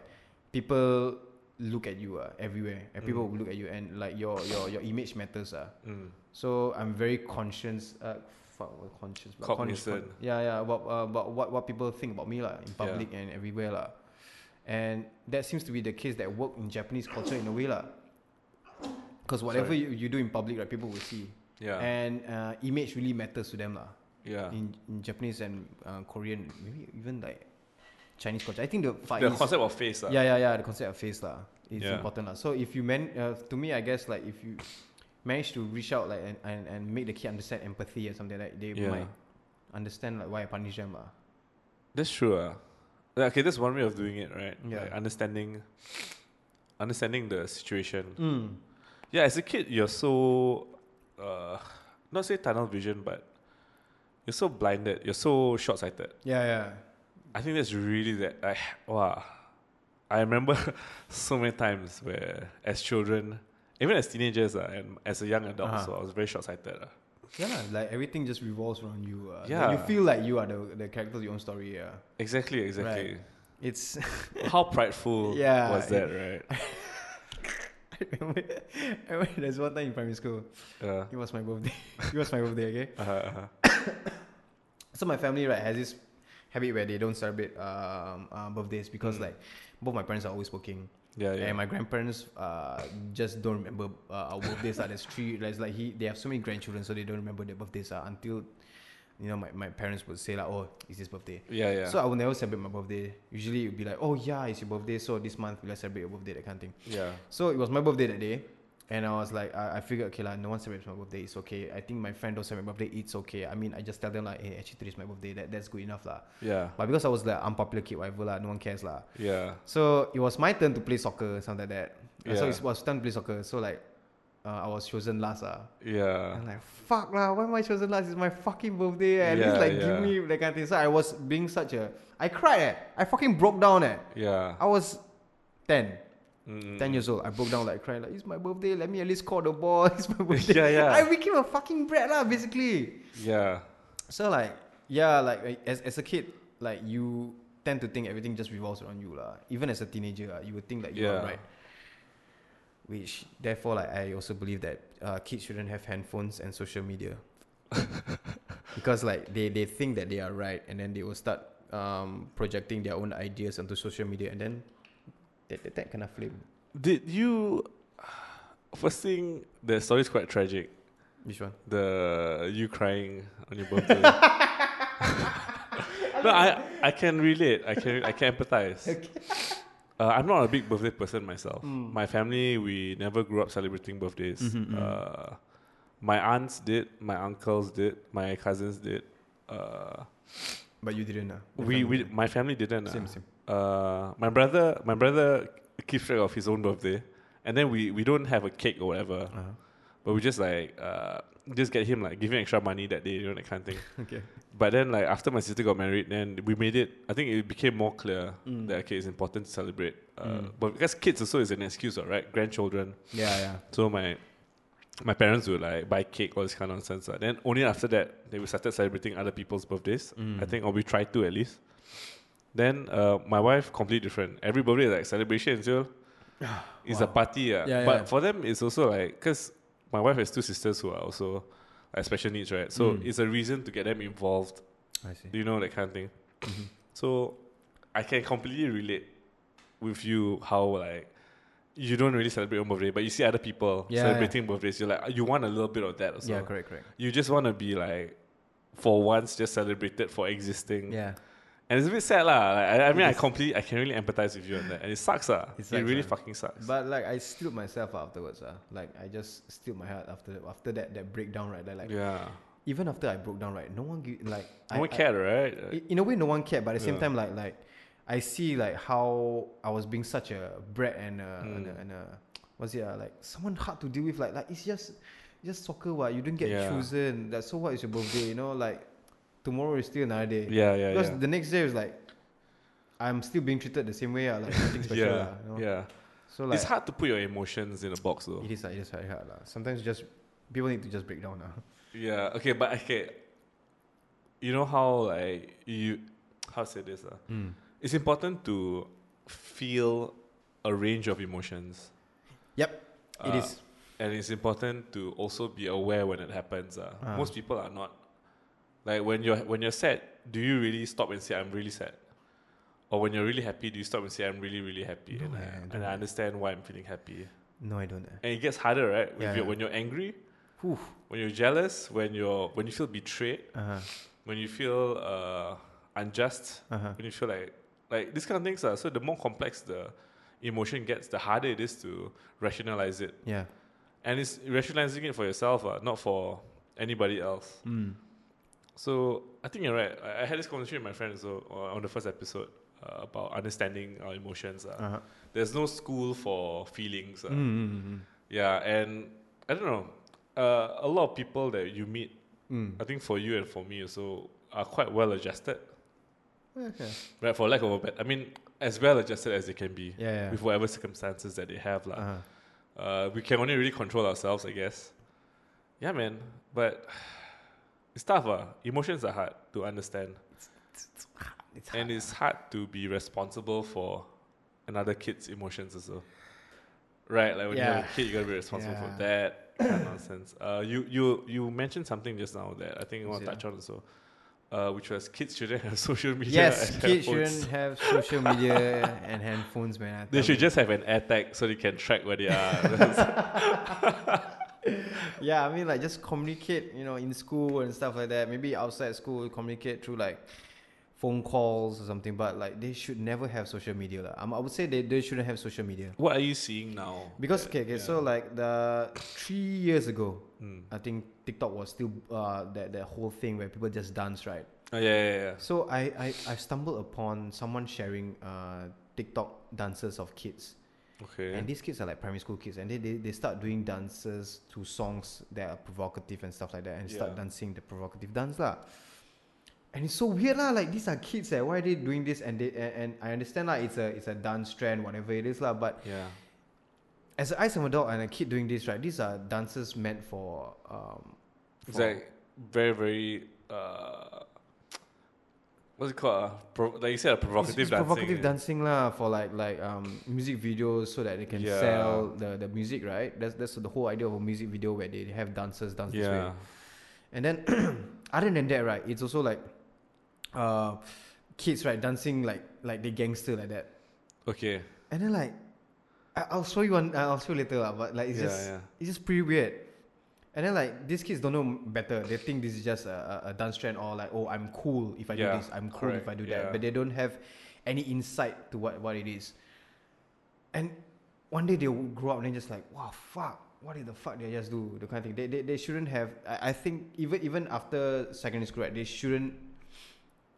S3: people look at you uh, everywhere and people
S2: Mm.
S3: will look at you and like your your your image matters uh.
S2: mm.
S3: so i'm very conscious uh fuck, what conscious but con-
S2: Cognizant.
S3: con- yeah yeah about uh, about what what people think about me lah in
S2: Yeah.
S3: public and everywhere lah and that seems to be the case that work in japanese culture in a way lah because whatever
S2: Sorry.
S3: you, you do in public right people will see
S2: Yeah.
S3: and uh, image really matters to them lah.
S2: yeah.
S3: In, in Japanese and uh, Korean, maybe even like Chinese culture. I think the Far
S2: The
S3: East-
S2: concept of face. ah.
S3: yeah, yeah, yeah. The concept of face lah is
S2: Yeah.
S3: important lah. So if you man, uh, to me, I guess like if you manage to reach out like and, and, and make the kid understand empathy or something like they
S2: Yeah.
S3: might understand like why I punish them lah.
S2: That's true. ah. Like, okay, that's one way of doing it, right?
S3: Yeah.
S2: Like understanding, understanding the situation.
S3: Mm.
S2: Yeah, as a kid, you're so, uh, not say tunnel vision, but you're so blinded. You're so short sighted.
S3: Yeah, yeah.
S2: I think that's really that. Like, wow. I remember so many times where, as children, even as teenagers uh, and as a young adult,
S3: Uh-huh.
S2: so I was very short sighted. Uh.
S3: Yeah, lah, like everything just revolves around you. Uh.
S2: Yeah.
S3: you feel like you are the, the character of your own story. Yeah,
S2: Exactly, exactly.
S3: it's
S2: How prideful
S3: Yeah,
S2: was that, right?
S3: I remember, I remember there's one time in primary school.
S2: Uh,
S3: It was my birthday. it was my birthday, okay?
S2: uh-huh, uh-huh.
S3: So my family, right, has this habit where they don't celebrate um, uh, birthdays because,
S2: Mm.
S3: like, both my parents are always working.
S2: Yeah, yeah.
S3: And my grandparents uh, just don't remember uh, our birthdays. uh, there's three, there's like, he, they have so many grandchildren, so they don't remember their birthdays uh, until, you know, my, my parents would say, like, oh, it's his birthday.
S2: yeah, yeah.
S3: So I will never celebrate my birthday. Usually it would be like, oh, yeah, it's your birthday, so this month, let's celebrate your birthday, that kind of thing.
S2: yeah.
S3: So it was my birthday that day, and I was like, I, I figured, okay, like no one celebrates my birthday, it's okay. I think my friend don't celebrate my birthday, it's okay. I mean, I just tell them like, hey, actually today's my birthday, that, that's good enough lah.
S2: Yeah.
S3: But because I was like unpopular kid, whatever lah, no one cares lah.
S2: Yeah.
S3: So it was my turn to play soccer, something like that. And So
S2: Yeah.
S3: it was time to play soccer. So like, uh, I was chosen last lah.
S2: Yeah.
S3: I'm like, fuck lah, why am I chosen last? It's my fucking birthday. eh. At least
S2: Yeah,
S3: like
S2: yeah.
S3: give me that kind of thing. So I was being such a, I cried. Eh. I fucking broke down. Eh.
S2: Yeah.
S3: I was ten.
S2: Mm.
S3: 10 years old, I broke down like crying, like, it's my birthday, let me at least call the ball, it's my birthday.
S2: Yeah, yeah.
S3: I became a fucking brat, lah, basically.
S2: Yeah.
S3: So, like, yeah, like, like, as, as a kid, like, you tend to think everything just revolves around you, lah. Even as a teenager, lah, you would think that you are
S2: Yeah.
S3: right. Which, therefore, like, I also believe that uh, kids shouldn't have handphones and social media. because, like, they, they think that they are right, and then they will start um, projecting their own ideas onto social media, and then That, that, that kind of flame.
S2: Did you? First thing, the story's quite tragic.
S3: Which one?
S2: The you crying on your birthday. no, I I can relate. I can I can empathize. Uh, I'm not a big birthday person myself. My family we never grew up celebrating birthdays.
S3: Mm-hmm,
S2: Uh, my aunts did, my uncles did, my cousins did. Uh,
S3: But you didn't. Uh, Your
S2: we we
S3: family
S2: my family didn't.
S3: didn't.
S2: uh,
S3: Same, same.
S2: uh, my brother my brother keeps track of his own birthday and then we, we don't have a cake or whatever
S3: Uh-huh.
S2: but we just like uh, just get him like give him extra money that day you know that kind of thing
S3: Okay.
S2: but then like after my sister got married then we made it i think it became more clear
S3: Mm.
S2: that okay it's important to celebrate uh,
S3: Mm.
S2: but because kids also is an excuse all right grandchildren
S3: Yeah, yeah.
S2: so my my parents would like buy cake all this kind of nonsense lah. then only after that they we started celebrating other people's birthdays
S3: Mm.
S2: I think, or we tried to at least. Then uh, my wife completely different. Every birthday is like celebration, so it's a
S3: Wow.
S2: party, yeah.
S3: Yeah,
S2: but
S3: yeah.
S2: for them, it's also like because my wife has two sisters who are also like special needs, right? So
S3: Mm.
S2: it's a reason to get them involved,
S3: I see.
S2: you know, that kind of thing.
S3: Mhm.
S2: So I can completely relate with you how like you don't really celebrate your birthday, but you see other people
S3: Yeah, yeah.
S2: celebrating birthdays. You're like you want a little bit of that, also.
S3: yeah, correct, correct.
S2: You just want to be like, for once, just celebrated for existing.
S3: Yeah.
S2: And it's a bit sad lah. Like, I, I mean,
S3: It
S2: I
S3: is.
S2: completely, I can really empathize with you on that, and it sucks lah.
S3: It
S2: It,
S3: sucks,
S2: really
S3: ah.
S2: fucking sucks.
S3: But like I steeled myself up afterwards. Uh. Like I just steeled my heart after after that, that breakdown right there. Like
S2: yeah,
S3: even after I broke down right, no one give, like
S2: no one cared, right?
S3: I- in a way, no one cared. But at the same
S2: Yeah.
S3: time, like like I see like how I was being such a brat and a,
S2: Mm.
S3: and, a, and a what's it uh, like someone hard to deal with. Like like it's just just soccer. What you didn't get
S2: Yeah.
S3: chosen. That so what is your birthday? You know like tomorrow is still another day.
S2: yeah, yeah,
S3: because
S2: yeah.
S3: the next day is like I'm still being treated the same way. Uh, like nothing special.
S2: yeah,
S3: lah, you know?
S2: yeah.
S3: So like
S2: it's hard to put your emotions in a box though.
S3: it is uh, it is very hard lah. Sometimes just people need to just break down. Uh.
S2: Yeah. Okay, but okay. You know how like you how to say this ah?
S3: Hmm.
S2: It's important to feel a range of emotions.
S3: Yep, it
S2: Ah,
S3: is.
S2: and it's important to also be aware when it happens. Uh.
S3: Ah.
S2: Most people are not. Like when you're when you're sad, do you really stop and say I'm really sad? Or when you're really happy, do you stop and say I'm really really happy
S3: No,
S2: and,
S3: I-
S2: I,
S3: I
S2: and
S3: don't.
S2: I understand why I'm feeling happy?
S3: No, I don't. Uh.
S2: And it gets harder, right? If
S3: Yeah,
S2: you're-
S3: yeah.
S2: When you're angry,
S3: Whew.
S2: when you're jealous, when you're when you feel betrayed,
S3: Uh-huh.
S2: when you feel uh, unjust,
S3: Uh-huh.
S2: when you feel like like these kind of things. Uh. So the more complex the emotion gets, the harder it is to rationalize it
S3: Yeah.
S2: and it's rationalizing it for yourself, uh, not for anybody else.
S1: Hmm.
S3: Mm.
S2: So I think you're right. I, I had this conversation with my friends so, uh, on the first episode uh, about understanding our emotions. Uh.
S3: Uh-huh.
S2: There's no school for feelings. Uh.
S3: Mm,
S2: Yeah, and I don't know. Uh, a lot of people that you meet,
S3: Mm.
S2: I think for you and for me also, are quite well adjusted,
S3: Okay.
S2: right? For lack of a better, I mean, as well adjusted as they can be
S3: Yeah, yeah.
S2: with whatever circumstances that they have, lah.
S3: Uh-huh.
S2: Uh, we can only really control ourselves, I guess. Yeah, man. But it's tough, uh. Emotions are hard to understand,
S3: It's
S2: and it's hard to be responsible for another kid's emotions also. Right, like when you have
S3: Yeah.
S2: a kid, you gotta be responsible
S3: Yeah.
S2: for that. that nonsense. Uh, you you you mentioned something just now that I think I want
S3: Yeah.
S2: to touch on also, uh, which was kids shouldn't have social media.
S3: yes,
S2: and
S3: kids
S2: handphones.
S3: shouldn't have social media and handphones, man. I
S2: They
S3: tell
S2: should
S3: you.
S2: just have an air tag so they can track where they are.
S3: Yeah, I mean, like just communicate, you know, in school and stuff like that. Maybe outside school, communicate through like phone calls or something. But like, they should never have social media. lah. Um, I would say they, they shouldn't have social media
S2: what are you seeing now?
S3: because
S2: that-
S3: okay, okay.
S2: yeah.
S3: So like the three years ago,
S2: Mm.
S3: I think TikTok was still uh that that whole thing where people just dance, right?
S2: Oh, yeah, yeah, yeah.
S3: So I, I, I stumbled upon someone sharing uh, TikTok dances of kids.
S2: Okay.
S3: And these kids are like primary school kids and they, they, they start doing dances to songs that are provocative and stuff like that and start
S2: Yeah.
S3: dancing the provocative dance lah. And it's so weird lah, like these are kids eh, why are they doing this and they and, and I understand like it's a it's a dance trend, whatever it is lah, but
S2: yeah.
S3: as an as an adult and a kid doing this, right, these are dances meant for um
S2: It's
S3: for-
S2: like very, very. Uh, what's it called? Uh, pro- like you said, a provocative
S3: it's, it's
S2: dancing.
S3: provocative dancing lah for like like um music videos so that they can
S2: Yeah.
S3: sell the, the music right that's that's the whole idea of a music video where they have dancers dance this way
S2: Yeah.
S3: and then other than that right it's also like uh kids right dancing like like they gangster like that
S2: Okay.
S3: And then like, I, I'll show you one. I'll show you later, lah, but like it's
S2: Yeah,
S3: just
S2: yeah.
S3: it's just pretty weird. And then like these kids don't know better. They think this is just a, a, a dance trend or like oh I'm cool if I
S2: Yeah,
S3: do this. I'm cool if
S2: correct,
S3: I do
S2: yeah.
S3: that. But they don't have any insight to what what it is. And one day they will grow up and they're just like wow fuck what did the fuck did I just do the kind of thing. They they, they shouldn't have. I, I think even even after secondary school right they shouldn't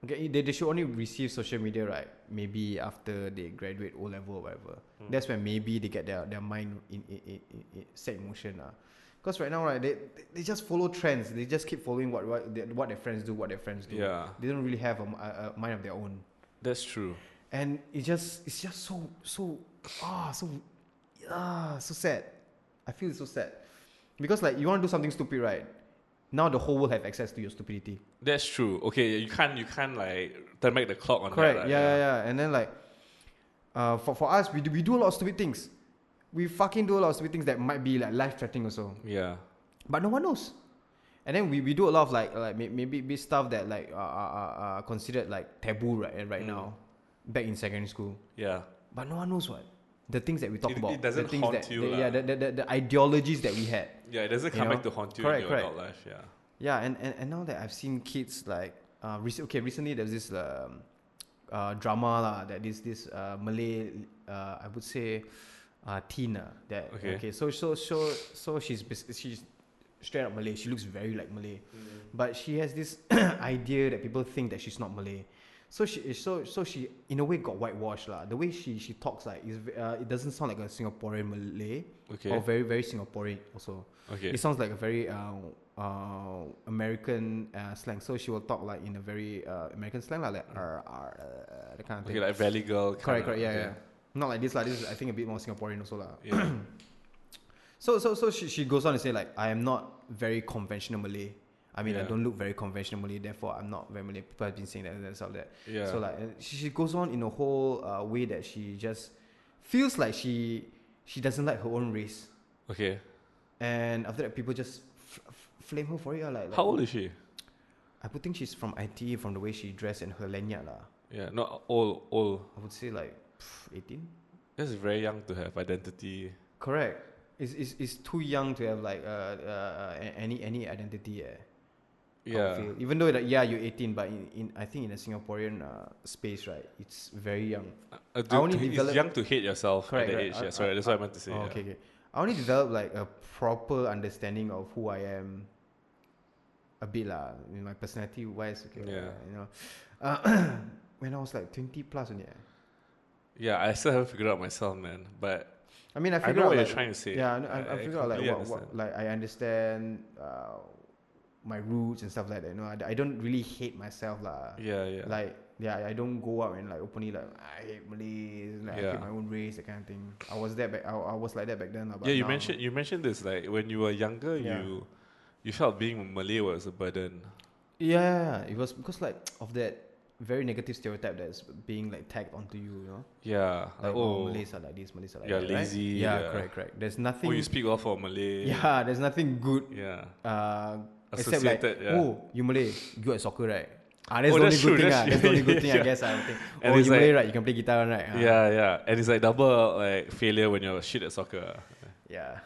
S3: Okay, they, they should only receive social media right maybe after they graduate O level or whatever. That's when maybe they get their, their mind in, in, in, in, in set in motion lah. Because right now right they, they they just follow trends. They just keep following what what, their what their friends do, what their friends do.
S2: Yeah.
S3: They don't really have a, m- a- a mind of their own,
S2: That's true.
S3: and it just it's just so so ah so ah so sad. I feel so sad because like you want to do something stupid right now the whole world have access to your stupidity.
S2: That's true. Okay, you can't you can't like turn back the clock on
S3: Correct.
S2: that. right?
S3: yeah, yeah, yeah, And then like, uh, for for us, we do, we do a lot of stupid things. We fucking do a lot of stupid things that might be like life threatening also,
S2: Yeah.
S3: but no one knows. And then we, we do a lot of like like may- maybe big stuff that like uh, are, are, are- are considered like taboo right right
S2: Mm.
S3: now, back in secondary school.
S2: Yeah.
S3: But no one knows what the things that we talk
S2: It-
S3: about.
S2: it doesn't
S3: the things
S2: haunt
S3: that,
S2: you
S3: the-
S2: lah.
S3: yeah, the, the, the, the ideologies that we had.
S2: Yeah, it doesn't
S3: You
S2: come
S3: know?
S2: back to haunt you
S3: Correct,
S2: in your
S3: correct.
S2: adult life. Yeah.
S3: Yeah, and, and, and now that I've seen kids like uh, rec- okay, recently there's this um, uh, drama lah that this this uh, Malay uh, I would say uh, teen ah, that
S2: Okay.
S3: okay. so so so so she's bas- she's straight up Malay. She looks very like Malay, but she has this idea that people think that she's not Malay. So she so so she in a way got whitewashed lah. The way she she talks like is ve- uh, it doesn't sound like a Singaporean Malay
S2: Okay.
S3: or very very Singaporean also.
S2: Okay.
S3: It sounds like a very uh, uh, American uh, slang. So she will talk like in a very uh, American slang, like, like "Arr, arr, uh, that kind of thing.
S2: Okay, like Valley Girl.
S3: correct,
S2: kinda,
S3: correct, yeah,
S2: okay.
S3: yeah. Not like this, like this. Is, I think a bit more Singaporean also, lah.
S2: Yeah.
S3: So, so, so she, she goes on to say like, I am not very conventional Malay. I mean, I
S2: Yeah.
S3: don't look very conventional Malay. Therefore, I'm not very Malay. People have been saying that and stuff like that.
S2: yeah.
S3: So like uh, she, she goes on in a whole uh, way that she just feels like she she doesn't like her own race.
S2: okay.
S3: And after that, people just f- f- flame her for it. ah, Like, like,
S2: How old is she?
S3: I would think she's from IT from the way she dressed and her lanyard. lah.
S2: Yeah, not old. Old.
S3: I would say like 18.
S2: That's very young to have identity.
S3: Correct. It's, it's, it's too young to have like uh, uh, a- any any identity. Eh, I would
S2: Yeah.
S3: feel. Even though that yeah you're 18, but in, in I think in a Singaporean uh, space right, it's very young.
S2: Uh,
S3: I only
S2: to- it's
S3: developed-
S2: young to hate yourself
S3: Correct,
S2: at that
S3: right.
S2: age.
S3: I-
S2: yeah, sorry,
S3: I-
S2: that's what I meant to say.
S3: Oh,
S2: yeah.
S3: okay, okay. I only developed like a proper understanding of who I am. A bit lah, in my personality wise. Okay,
S2: Yeah.
S3: lah, you know, uh, when I was like 20 plus only. eh.
S2: Yeah, I still haven't figured out myself, man. But
S3: I mean, I
S2: I,
S3: figured
S2: know
S3: out
S2: what you're
S3: like,
S2: trying to say.
S3: Yeah, I, know- I, I,
S2: I
S3: figure out like
S2: completely
S3: what, what,
S2: understand.
S3: like I understand uh, my roots and stuff like that. You know, I, I don't really hate myself lah.
S2: Yeah, yeah.
S3: Like yeah, I don't go out and like openly like I hate Malays, like I
S2: Yeah.
S3: hate my own race, that kind of thing. I was that back. I, I was like that back then. lah, but
S2: yeah, you
S3: now-
S2: mentioned you mentioned this like when you were younger,
S3: Yeah.
S2: you you felt being Malay was a burden.
S3: Yeah, it was because like of that very negative stereotype that's being like tagged onto you. You know,
S2: Yeah, like,
S3: like oh,
S2: oh,
S3: Malays are like this, Malays are like
S2: you're
S3: that, right?
S2: lazy,
S3: Yeah,
S2: yeah.
S3: correct, correct. There's nothing.
S2: oh, you speak well for Malay.
S3: yeah, there's nothing good.
S2: yeah.
S3: Uh, Except
S2: Associated,
S3: like,
S2: yeah.
S3: oh, you Malay, good at soccer, right? Ah, that's
S2: Oh,
S3: the only
S2: that's
S3: good
S2: true,
S3: thing.
S2: that's
S3: ah. that's the only good thing, I
S2: yeah.
S3: guess. I would think.
S2: And
S3: oh, you
S2: it's like-
S3: Malay, right? You can play guitar, right? Ah,
S2: Yeah, yeah, and it's like double like failure when you're shit at soccer.
S3: yeah.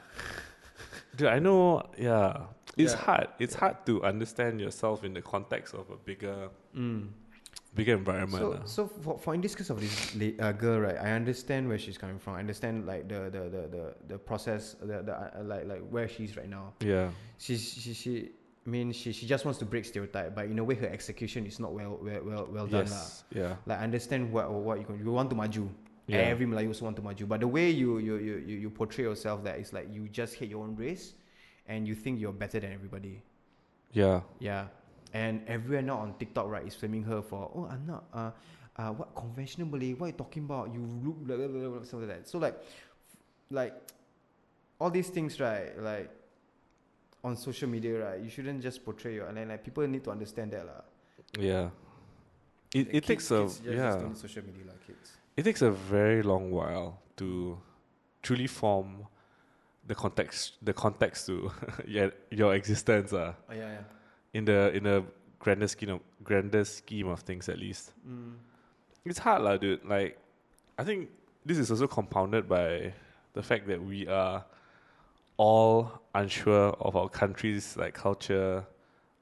S2: Dude, I know. Yeah, it's
S3: Yeah.
S2: hard. It's hard to understand yourself in the context of a bigger,
S3: Mm.
S2: bigger environment.
S3: So,
S2: lah.
S3: so for, for in this case of this la- uh, girl, right? I understand where she's coming from. I understand like the the the the, the process, the, the uh, like like where she's right now.
S2: ah. yeah,
S3: She she she. I mean, she, she just wants to break stereotype, but in a way, her execution is not well well well, well done. ah. lah.
S2: yes, yeah,
S3: Like, I understand what what you can, you want to maju.
S2: yeah.
S3: Every Malay also want to maju. But the way you you, you, you you portray yourself that it's like you just hate your own race and you think you're better than everybody.
S2: yeah,
S3: Yeah. And everyone now on TikTok, right, is flaming her for, oh, I'm not, uh, uh, what conventional Malay, what you talking about? You look, blah, blah, blah, blah, something like that. So, like, like, all these things, right, like, on social media, right, you shouldn't just portray your, and then, like, people need to understand that, lah.
S2: yeah. It,
S3: Like,
S2: it takes a
S3: kids just- just
S2: yeah.
S3: don't need social media, like, kids.
S2: It takes a very long while to truly form the context the context to your, your existence uh,
S3: Oh, yeah, yeah.
S2: in the in the grander scheme of grander scheme of things at least.
S3: Mm.
S2: It's hard lah dude. Like I think this is also compounded by the fact that we are all unsure of our country's like culture,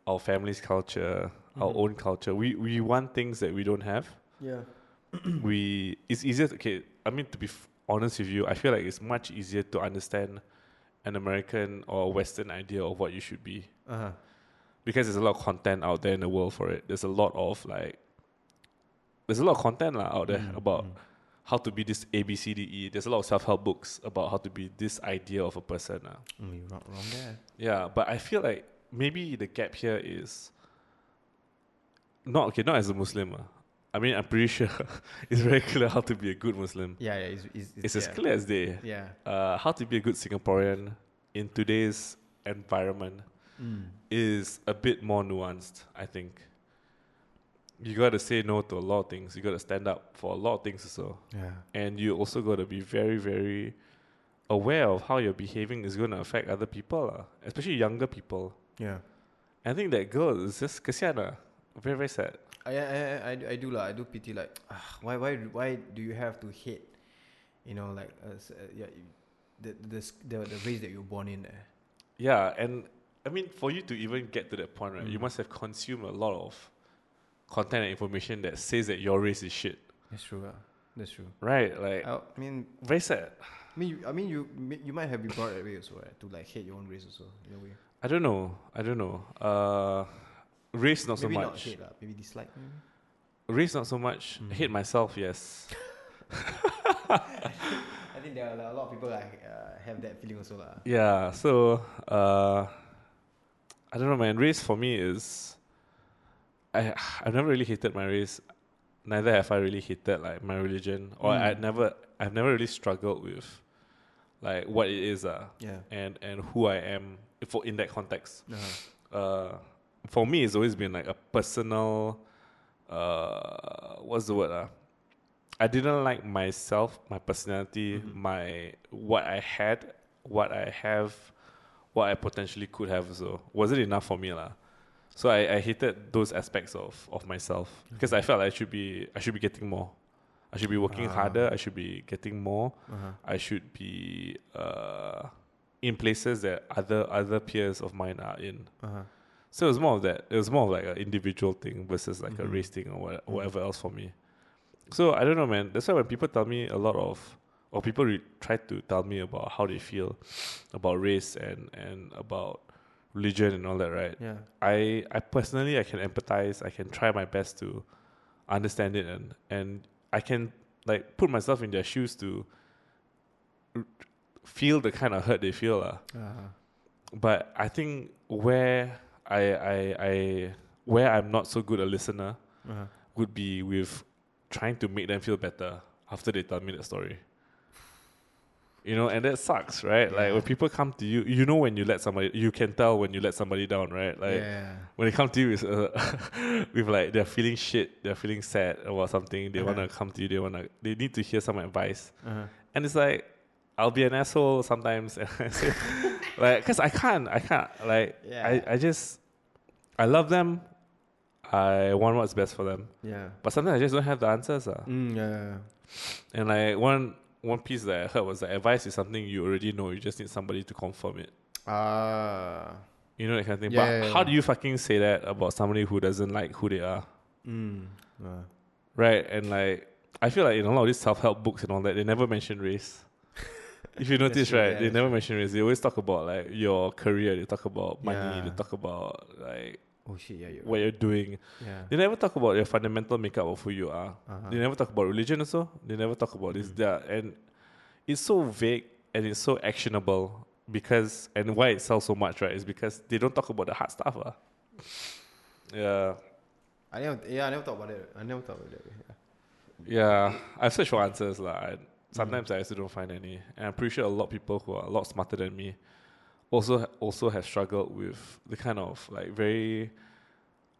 S2: our family's culture, our
S1: Mhm.
S2: own culture. We we want things that we don't have.
S1: Yeah.
S2: we it's easier to- okay i mean to be f- honest with you i feel like it's much easier to understand an american or western idea of what you should be
S1: Uh
S3: Mm,
S1: huh.
S2: because there's a lot of content out there in the world for it there's a lot of like there's a lot of content lah out there
S3: mm, Mm-hmm.
S2: about how to be this a b c d e there's a lot of self-help books about how to be this idea of a person lah.
S1: Mm, you're not wrong there.
S2: Yeah, but I feel like maybe the gap here is not okay. Not as a Muslim, ah. I mean, I'm pretty sure it's very clear how to be a good Muslim.
S1: Yeah, yeah. It's, it's,
S2: It's,
S1: yeah.
S2: as clear as day.
S1: Yeah.
S2: Uh, how to be a good Singaporean in today's environment
S1: Mm.
S2: is a bit more nuanced. I think you got to say no to a lot of things. You got to stand up for a lot of things, so
S1: Yeah.
S2: and you also got to be very very aware of how you're behaving is going to affect other people, lah, especially younger people.
S1: Yeah.
S2: I think that girl is just kasihan lah. Very, very sad.
S1: I I I, I- I do like I do pity like ah, why why why do you have to hate, you know like uh, s- uh, yeah, you- the the s- the the race that you're born in. Eh?
S2: Yeah, and I mean, for you to even get to that point, right, you
S1: Mm.
S2: must have consumed a lot of content and information that says that your race is shit,
S1: That's true. Uh, that's true.
S2: right? Like,
S1: I, I mean,
S2: very sad.
S1: I mean, you, I mean, you mi- you might have been brought that way also, right? To like hate your own race also in a way.
S2: I don't know. I don't know. Uh, race not
S1: maybe
S2: so
S1: not
S2: much.
S1: hate lah, maybe dislike. Maybe.
S2: race not so much.
S1: Mm.
S2: Hate myself, yes.
S1: I think there are a lot of people like uh, have that feeling also lah.
S2: Yeah, so uh, I don't know, man. Race for me is I I've never really hated my race. Neither have I really hated like my religion, or
S1: Mm.
S2: I never I've never really struggled with like what it is, uh,
S1: Yeah.
S2: and and who I am for in that context.
S3: Mm.
S1: Uh-huh.
S2: Uh, for me, it's always been like a personal. Uh, what's the word? Uh? I didn't like myself, my personality,
S1: Mhm.
S2: my what I had, what I have, what I potentially could have. So wasn't enough for me, lah. So I, I hated those aspects of, of myself because I felt I should be I should be getting more. I should be working
S1: Ah.
S2: harder. I should be getting more.
S1: Uh-huh.
S2: I should be uh, in places that other other peers of mine are in.
S1: Uh-huh.
S2: So it was more of that. It was more of like an individual thing versus like a
S1: Mhm.
S2: race thing or what,
S1: Mhm.
S2: whatever else for me. So I don't know, man. That's why when people tell me a lot of, or people re- try to tell me about how they feel about race and and about religion and all that, right?
S1: Yeah.
S2: I I personally I can empathize. I can try my best to understand it and and I can like put myself in their shoes to r- feel the kind of hurt they feel, lah
S1: Uh-huh.
S2: but I think where I I I where I'm not so good a listener
S1: Uh-huh.
S2: would be with trying to make them feel better after they tell me that story. You know, and that sucks, right? Like
S1: Yeah.
S2: when people come to you, you know when you let somebody, you can tell when you let somebody down, right? Like
S1: yeah.
S2: when they come to you with, uh, with like they're feeling shit, they're feeling sad about something, they
S1: Uh-huh.
S2: wanna come to you, they wanna, they need to hear some advice.
S1: Uh-huh.
S2: And it's like, I'll be an asshole sometimes. and I say- like, cause I can't, I can't. Like,
S1: Yeah.
S2: I, I just, I love them. I want what's best for them.
S1: Yeah.
S2: But sometimes I just don't have the answers. ah.
S1: Mm, yeah.
S2: And like one, one piece that I heard was that advice is something you already know. You just need somebody to confirm it.
S1: Ah.
S2: You know that kind of thing.
S1: Yeah,
S2: but
S1: yeah, yeah.
S2: how do you fucking say that about somebody who doesn't like who they are?
S1: Mm.
S3: Mm-hmm.
S1: Uh.
S2: Right. And like, I feel like in a lot of these self help books and all that, they never mention race. if you
S1: That's
S2: notice,
S1: true,
S2: right,
S1: yeah,
S2: they
S1: that's
S2: never mention race. They always talk about like your career, they talk about money,
S1: Yeah.
S2: they talk about like
S1: Oh shit. Yeah. You're
S2: what you're doing.
S1: Yeah.
S2: They never talk about your fundamental makeup of who you are.
S1: Uh-huh.
S2: They never talk about religion, also. They never talk about this, that. And it's so vague and it's so actionable because, and why it sells so much, right, is because they don't talk about the hard stuff. ah. Yeah.
S1: I never. Yeah. I never thought about it. I never thought about it. Yeah.
S2: Yeah, I've searched for answers lah. I, sometimes I also don't find any, and I'm pretty sure a lot of people who are a lot smarter than me also also have struggled with the kind of like very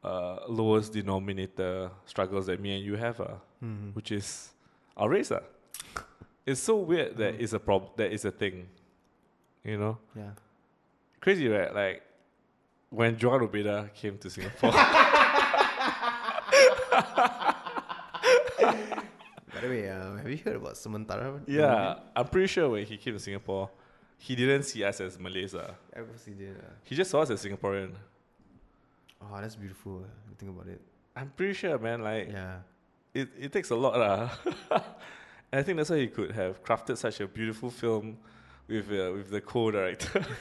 S2: uh, lowest denominator struggles that me and you have, uh,
S1: Mm-hmm.
S2: which is our race. ah. It's so weird that
S1: Mm.
S2: it's a prob- that is a thing, you know.
S1: Yeah.
S2: Crazy, right? Like when Joan Ubeda came to Singapore.
S1: Uh,
S3: By the way, uh, have you heard about Sementara?
S2: Yeah, Mm-hmm. I'm pretty sure when he came to Singapore, he didn't see us as Malays. ah.
S3: I obviously did. Uh.
S2: He just saw us as Singaporean.
S3: Oh, that's beautiful. Uh, you think about it.
S2: I'm pretty sure, man. Like
S3: Yeah.
S2: it, it takes a lot, lah. and I think that's why he could have crafted such a beautiful film with uh, with the co-director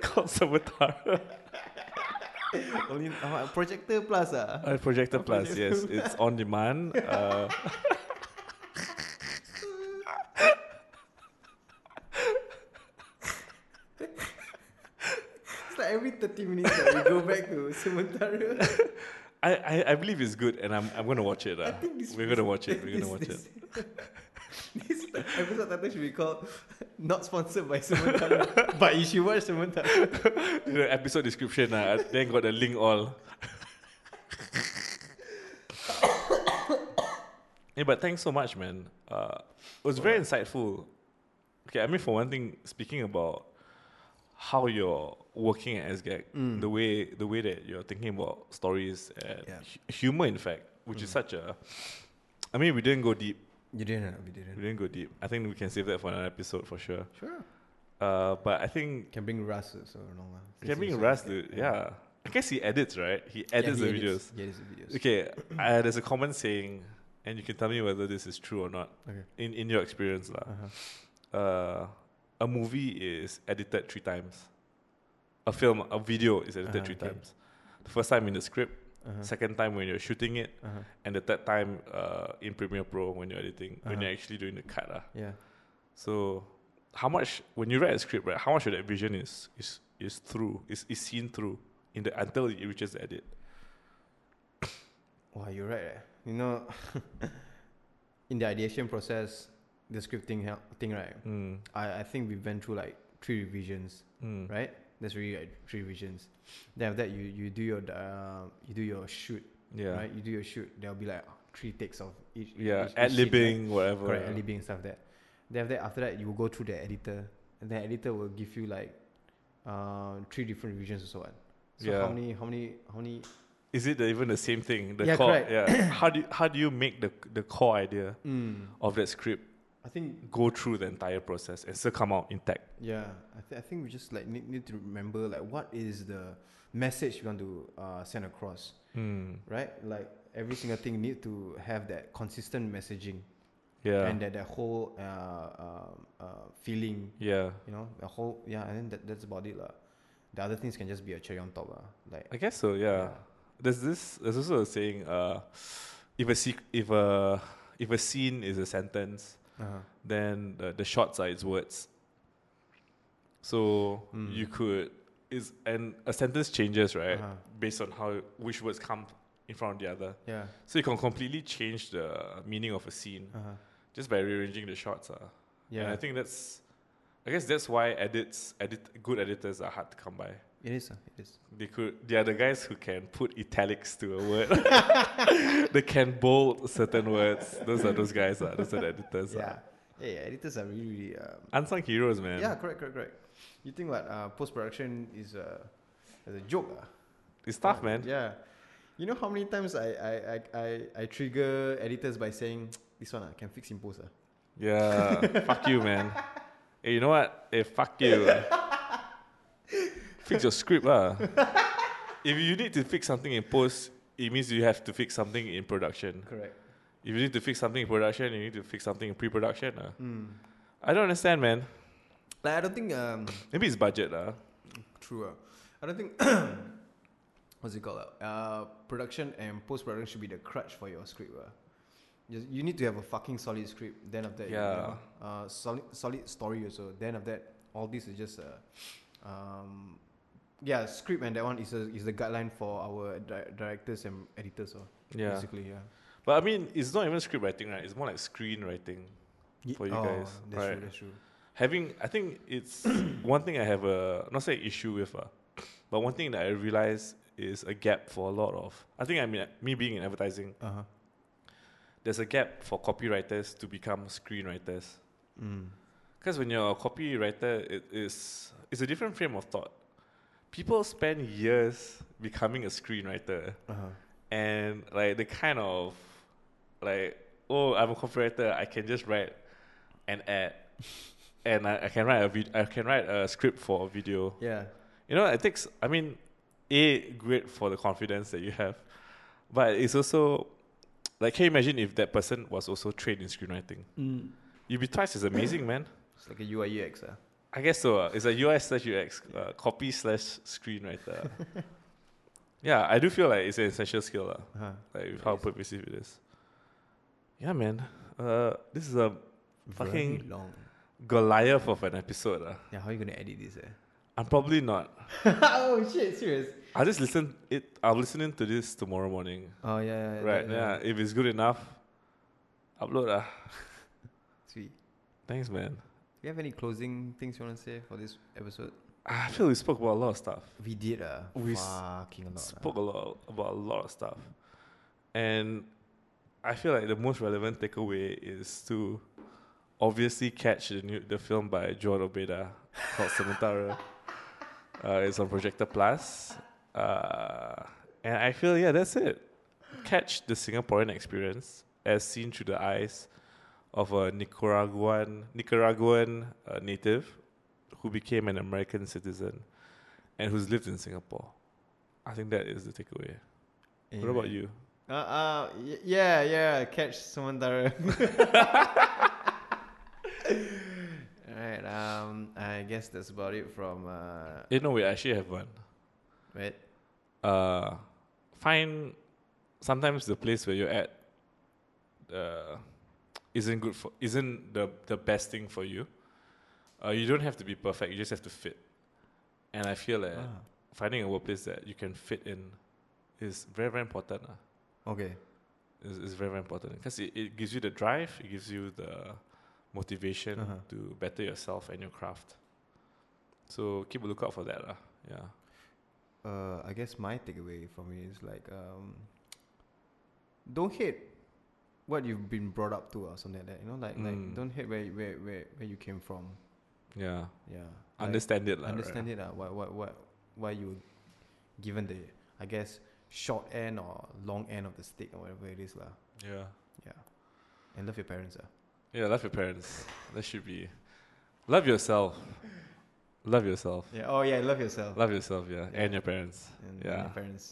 S2: called Savatara.
S3: Only uh, projector plus ah.
S2: Uh, Projector Plus, yes, it's on demand. Uh,
S3: It's like every 30 minutes that we go back to Sementara.
S2: I, I, I believe it's good, and I'm, I'm gonna watch it. Uh.
S3: I think this
S2: We're gonna watch it. We're gonna
S3: this-
S2: watch it.
S3: this- this t- episode title should be called Not Sponsored by Sementara, but you should watch Sementara.
S2: the episode description, uh, then got the link all. yeah, Eh, but thanks so much, man. Uh, it was very insightful. Okay, I mean, for one thing, speaking about how you're working at SGAG, the way the way that you're thinking about stories and
S3: Yeah.
S2: hu- humor, in fact, which is such a. I mean, we didn't go deep.
S3: You didn't, we didn't.
S2: We didn't go deep. I think we can save that for another episode for sure.
S3: Sure.
S2: Uh, but I think
S3: Can bring Russ, so no. lah.
S2: Can
S3: Since he
S2: bring
S3: was
S2: Ras,
S3: like-
S2: dude. Yeah. I guess he edits, right? He edits
S3: yeah,
S2: the
S3: he
S2: videos.
S3: He edits the videos.
S2: Okay, uh, there's a common saying, and you can tell me whether this is true or not.
S3: Okay.
S2: In in your experience, lah.
S3: Uh-huh.
S2: Uh, a movie is edited three times. A film, a video is edited
S3: Uh-huh,
S2: three
S3: okay.
S2: times. The first time in the script,
S3: Uh-huh.
S2: second time when you're shooting it,
S3: uh-huh.
S2: and the third time uh, in Premiere Pro when you're editing, when
S3: Uh-huh.
S2: you're actually doing the cut. lah.
S3: Yeah.
S2: So, how much when you write a script, right? How much of that vision is is is through is is seen through in the until it reaches the edit.
S3: Wow, you're right. eh. You know, in the ideation process, the scripting hel- thing, right?
S2: Mm.
S3: I, I think we went through like three revisions,
S2: Mm.
S3: right? That's really like three revisions. Then after that, you you do your uh, you do your shoot,
S2: Yeah.
S3: right? You do your shoot. There'll be like three takes of each.
S2: Yeah.
S3: each- each
S2: Ad
S3: scene, right?
S2: libbing, whatever.
S3: correct?
S2: yeah.
S3: Ad libbing and stuff that. Then after that, after that, you will go through the editor, and then editor will give you like uh, three different revisions or so on. So
S2: Yeah.
S3: how many how many how many
S2: Is it the, even the same thing? The
S3: Yeah,
S2: core.
S3: correct.
S2: Yeah. How do you, how do you make the the core idea
S3: mm,
S2: of that script
S3: I think
S2: go through the entire process and still come out intact?
S3: Yeah, I, th- I think we just like need, need to remember like what is the message we want to uh, send across,
S2: Mm.
S3: right? Like every single thing need to have that consistent messaging
S2: Yeah.
S3: and that, that whole uh, um uh, feeling,
S2: yeah.
S3: you know, the whole yeah. I think that, that's about it lah. The other things can just be a cherry on top lah. Like
S2: I guess so. yeah. there's this there's also a saying uh if a sec- if a if a scene is a sentence
S3: Uh-huh.
S2: then the, the shots are its words so
S3: Mm.
S2: you could is and a sentence changes right
S3: Uh-huh.
S2: based on how which words come in front of the other
S3: Yeah.
S2: so you can completely change the meaning of a scene
S3: Uh-huh.
S2: just by rearranging the shots uh.
S3: Yeah.
S2: and i think that's i guess that's why edits edit good editors are hard to come by
S3: it is. ah, It is.
S2: they could. They are the guys who can put italics to a word. they can bold certain words. Those are those guys. Uh, those are the editors. ah.
S3: Yeah. Yeah, yeah. Editors are really. really um,
S2: Unsung heroes, man.
S3: yeah. Correct. Correct. Correct. You think what uh, post production is a is a joke ah?
S2: It's tough, man.
S3: Yeah. You know how many times I I, I, I, I trigger editors by saying this one I can fix in post. ah."
S2: Yeah. fuck you, man. Hey, you know what? Hey, fuck you. fix your script, lah. if you need to fix something in post, it means you have to fix something in production.
S3: Correct.
S2: If you need to fix something in production, you need to fix something in pre-production. ah.
S3: Mm.
S2: I don't understand, man.
S3: Like I don't think um
S2: Maybe it's budget, lah.
S3: true. ah. I don't think what's it called? ah? Uh, production and post production should be the crutch for your script. ah. You, you need to have a fucking solid script. Then after that, you
S2: Yeah.
S3: know, uh, solid solid story also. Then after that, all this is just uh, um, yeah, script and that one is a, is the guideline for our di- directors and editors. Or
S2: Yeah.
S3: basically, yeah.
S2: But I mean, it's not even script writing, right? It's more like screen writing.
S3: Ye-
S2: for you
S3: oh,
S2: guys,
S3: That's
S2: right.
S3: true. That's true.
S2: Having, I think it's one thing I have a not say issue with, uh, but one thing that I realize is a gap for a lot of. I think I mean me being in advertising,
S3: Uh huh.
S2: there's a gap for copywriters to become screenwriters.
S3: Mm.
S2: Because when you're a copywriter, it is it's a different frame of thought. People spend years
S3: Uh-huh.
S2: becoming a screenwriter,
S3: Uh huh.
S2: and like the kind of like oh, I'm a copywriter. I can just write an ad, and I, I can write a vid- I can write a script for a video.
S3: Yeah.
S2: You know, it takes. I mean, a great for the confidence that you have, but it's also like can you imagine if that person was also trained in screenwriting?
S5: Mm.
S2: You'd be twice as amazing, man.
S3: It's like a UI UX. Uh.
S2: I guess so. Uh, it's a UI slash UX, uh, copy slash screenwriter. yeah, I do feel like it's an essential skill, uh,
S3: Uh-huh.
S2: like with
S3: It
S2: how
S3: is.
S2: pervasive it is. Yeah, man. Uh, this is a Fucking-
S3: Very long.
S2: Goliath of an episode. Uh.
S3: Yeah, how are you gonna edit this? Eh?
S2: I'm probably not.
S3: oh shit! Serious?
S2: I'll just listen it. I'm listening to this tomorrow morning.
S3: Oh yeah. yeah
S2: Right?
S3: that-
S2: Yeah. If it's good enough, upload. Uh.
S3: Sweet.
S2: Thanks, man.
S3: Do you have any closing things you want to say for this episode?
S2: I feel we spoke about a lot of stuff.
S3: We did uh,
S2: We s-
S3: fucking a lot. ah.
S2: spoke a lot about a lot of stuff, and I feel like the most relevant takeaway is to obviously catch the new the film by Joel Obeda called Samantara. Uh, it's on Projector Plus, uh, and I feel yeah that's it. Catch the Singaporean experience as seen through the eyes of a Nicaraguan Nicaraguan uh, native who became an American citizen and who's lived in Singapore. I think that is the takeaway.
S3: Yeah.
S2: What about you?
S3: Uh, uh, y- yeah, yeah. Catch someone there. Alright, um, I guess that's about it from uh,
S2: You know, we actually have one.
S3: wait.
S2: Uh, find sometimes the place where you're at uh, isn't good for isn't the the best thing for you. Uh, you don't have to be perfect. You just have to fit. And I feel that
S3: Ah.
S2: finding a workplace that you can fit in is very very important. ah.
S3: Okay.
S2: is, is very very important because it, it gives you the drive it gives you the motivation
S3: Uh-huh.
S2: to better yourself and your craft so keep a lookout for that lah. yeah
S3: Uh, I guess my takeaway from it is like um, don't hate what you've been brought up to or something like that. You know, like
S2: Mm.
S3: like don't hate where where where where you came from.
S2: yeah
S3: Yeah. like-
S2: understand it lah,
S3: understand
S2: right?
S3: it uh, why, why, why, why you were given the I guess short end or long end of the stick or whatever it is lah.
S2: yeah
S3: Yeah, and love your parents uh.
S2: yeah love your parents that should be love yourself love yourself
S3: Yeah. Oh yeah, love yourself.
S2: love yourself yeah,
S3: Yeah.
S2: and your parents
S3: and,
S2: yeah.
S3: and your parents.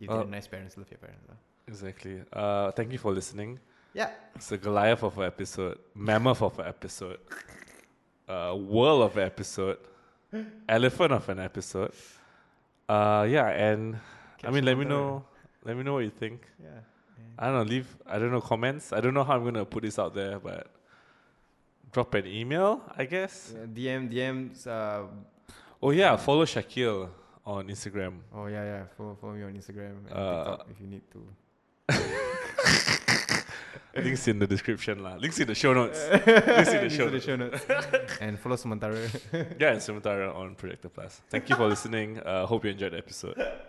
S3: If
S2: Uh,
S3: you're nice parents, love your parents. Uh.
S2: exactly uh thank you for listening
S3: Yeah.
S2: it's a goliath of an episode mammoth of an episode uh whirl of an episode elephant of an episode uh yeah and I
S3: Catch
S2: mean, let
S3: them
S2: me
S3: on the-
S2: know. Uh, Let me know what you think.
S3: Yeah.
S2: I don't know. Leave. I don't know comments. I don't know how I'm gonna put this out there, but drop an email, I guess.
S3: Yeah, DM DMs. Uh,
S2: Oh yeah, follow Shaquille on Instagram.
S3: oh yeah, yeah. Follow, follow me on Instagram
S2: Uh,
S3: and TikTok if you need to.
S2: Links in the description lah. Links in the show notes. Links in the
S3: These
S2: show.
S3: are the
S2: notes.
S3: show notes. and follow Samantara.
S2: Yeah, and Sumantara on Projector Plus. Thank you for listening. Uh, hope you enjoyed the episode.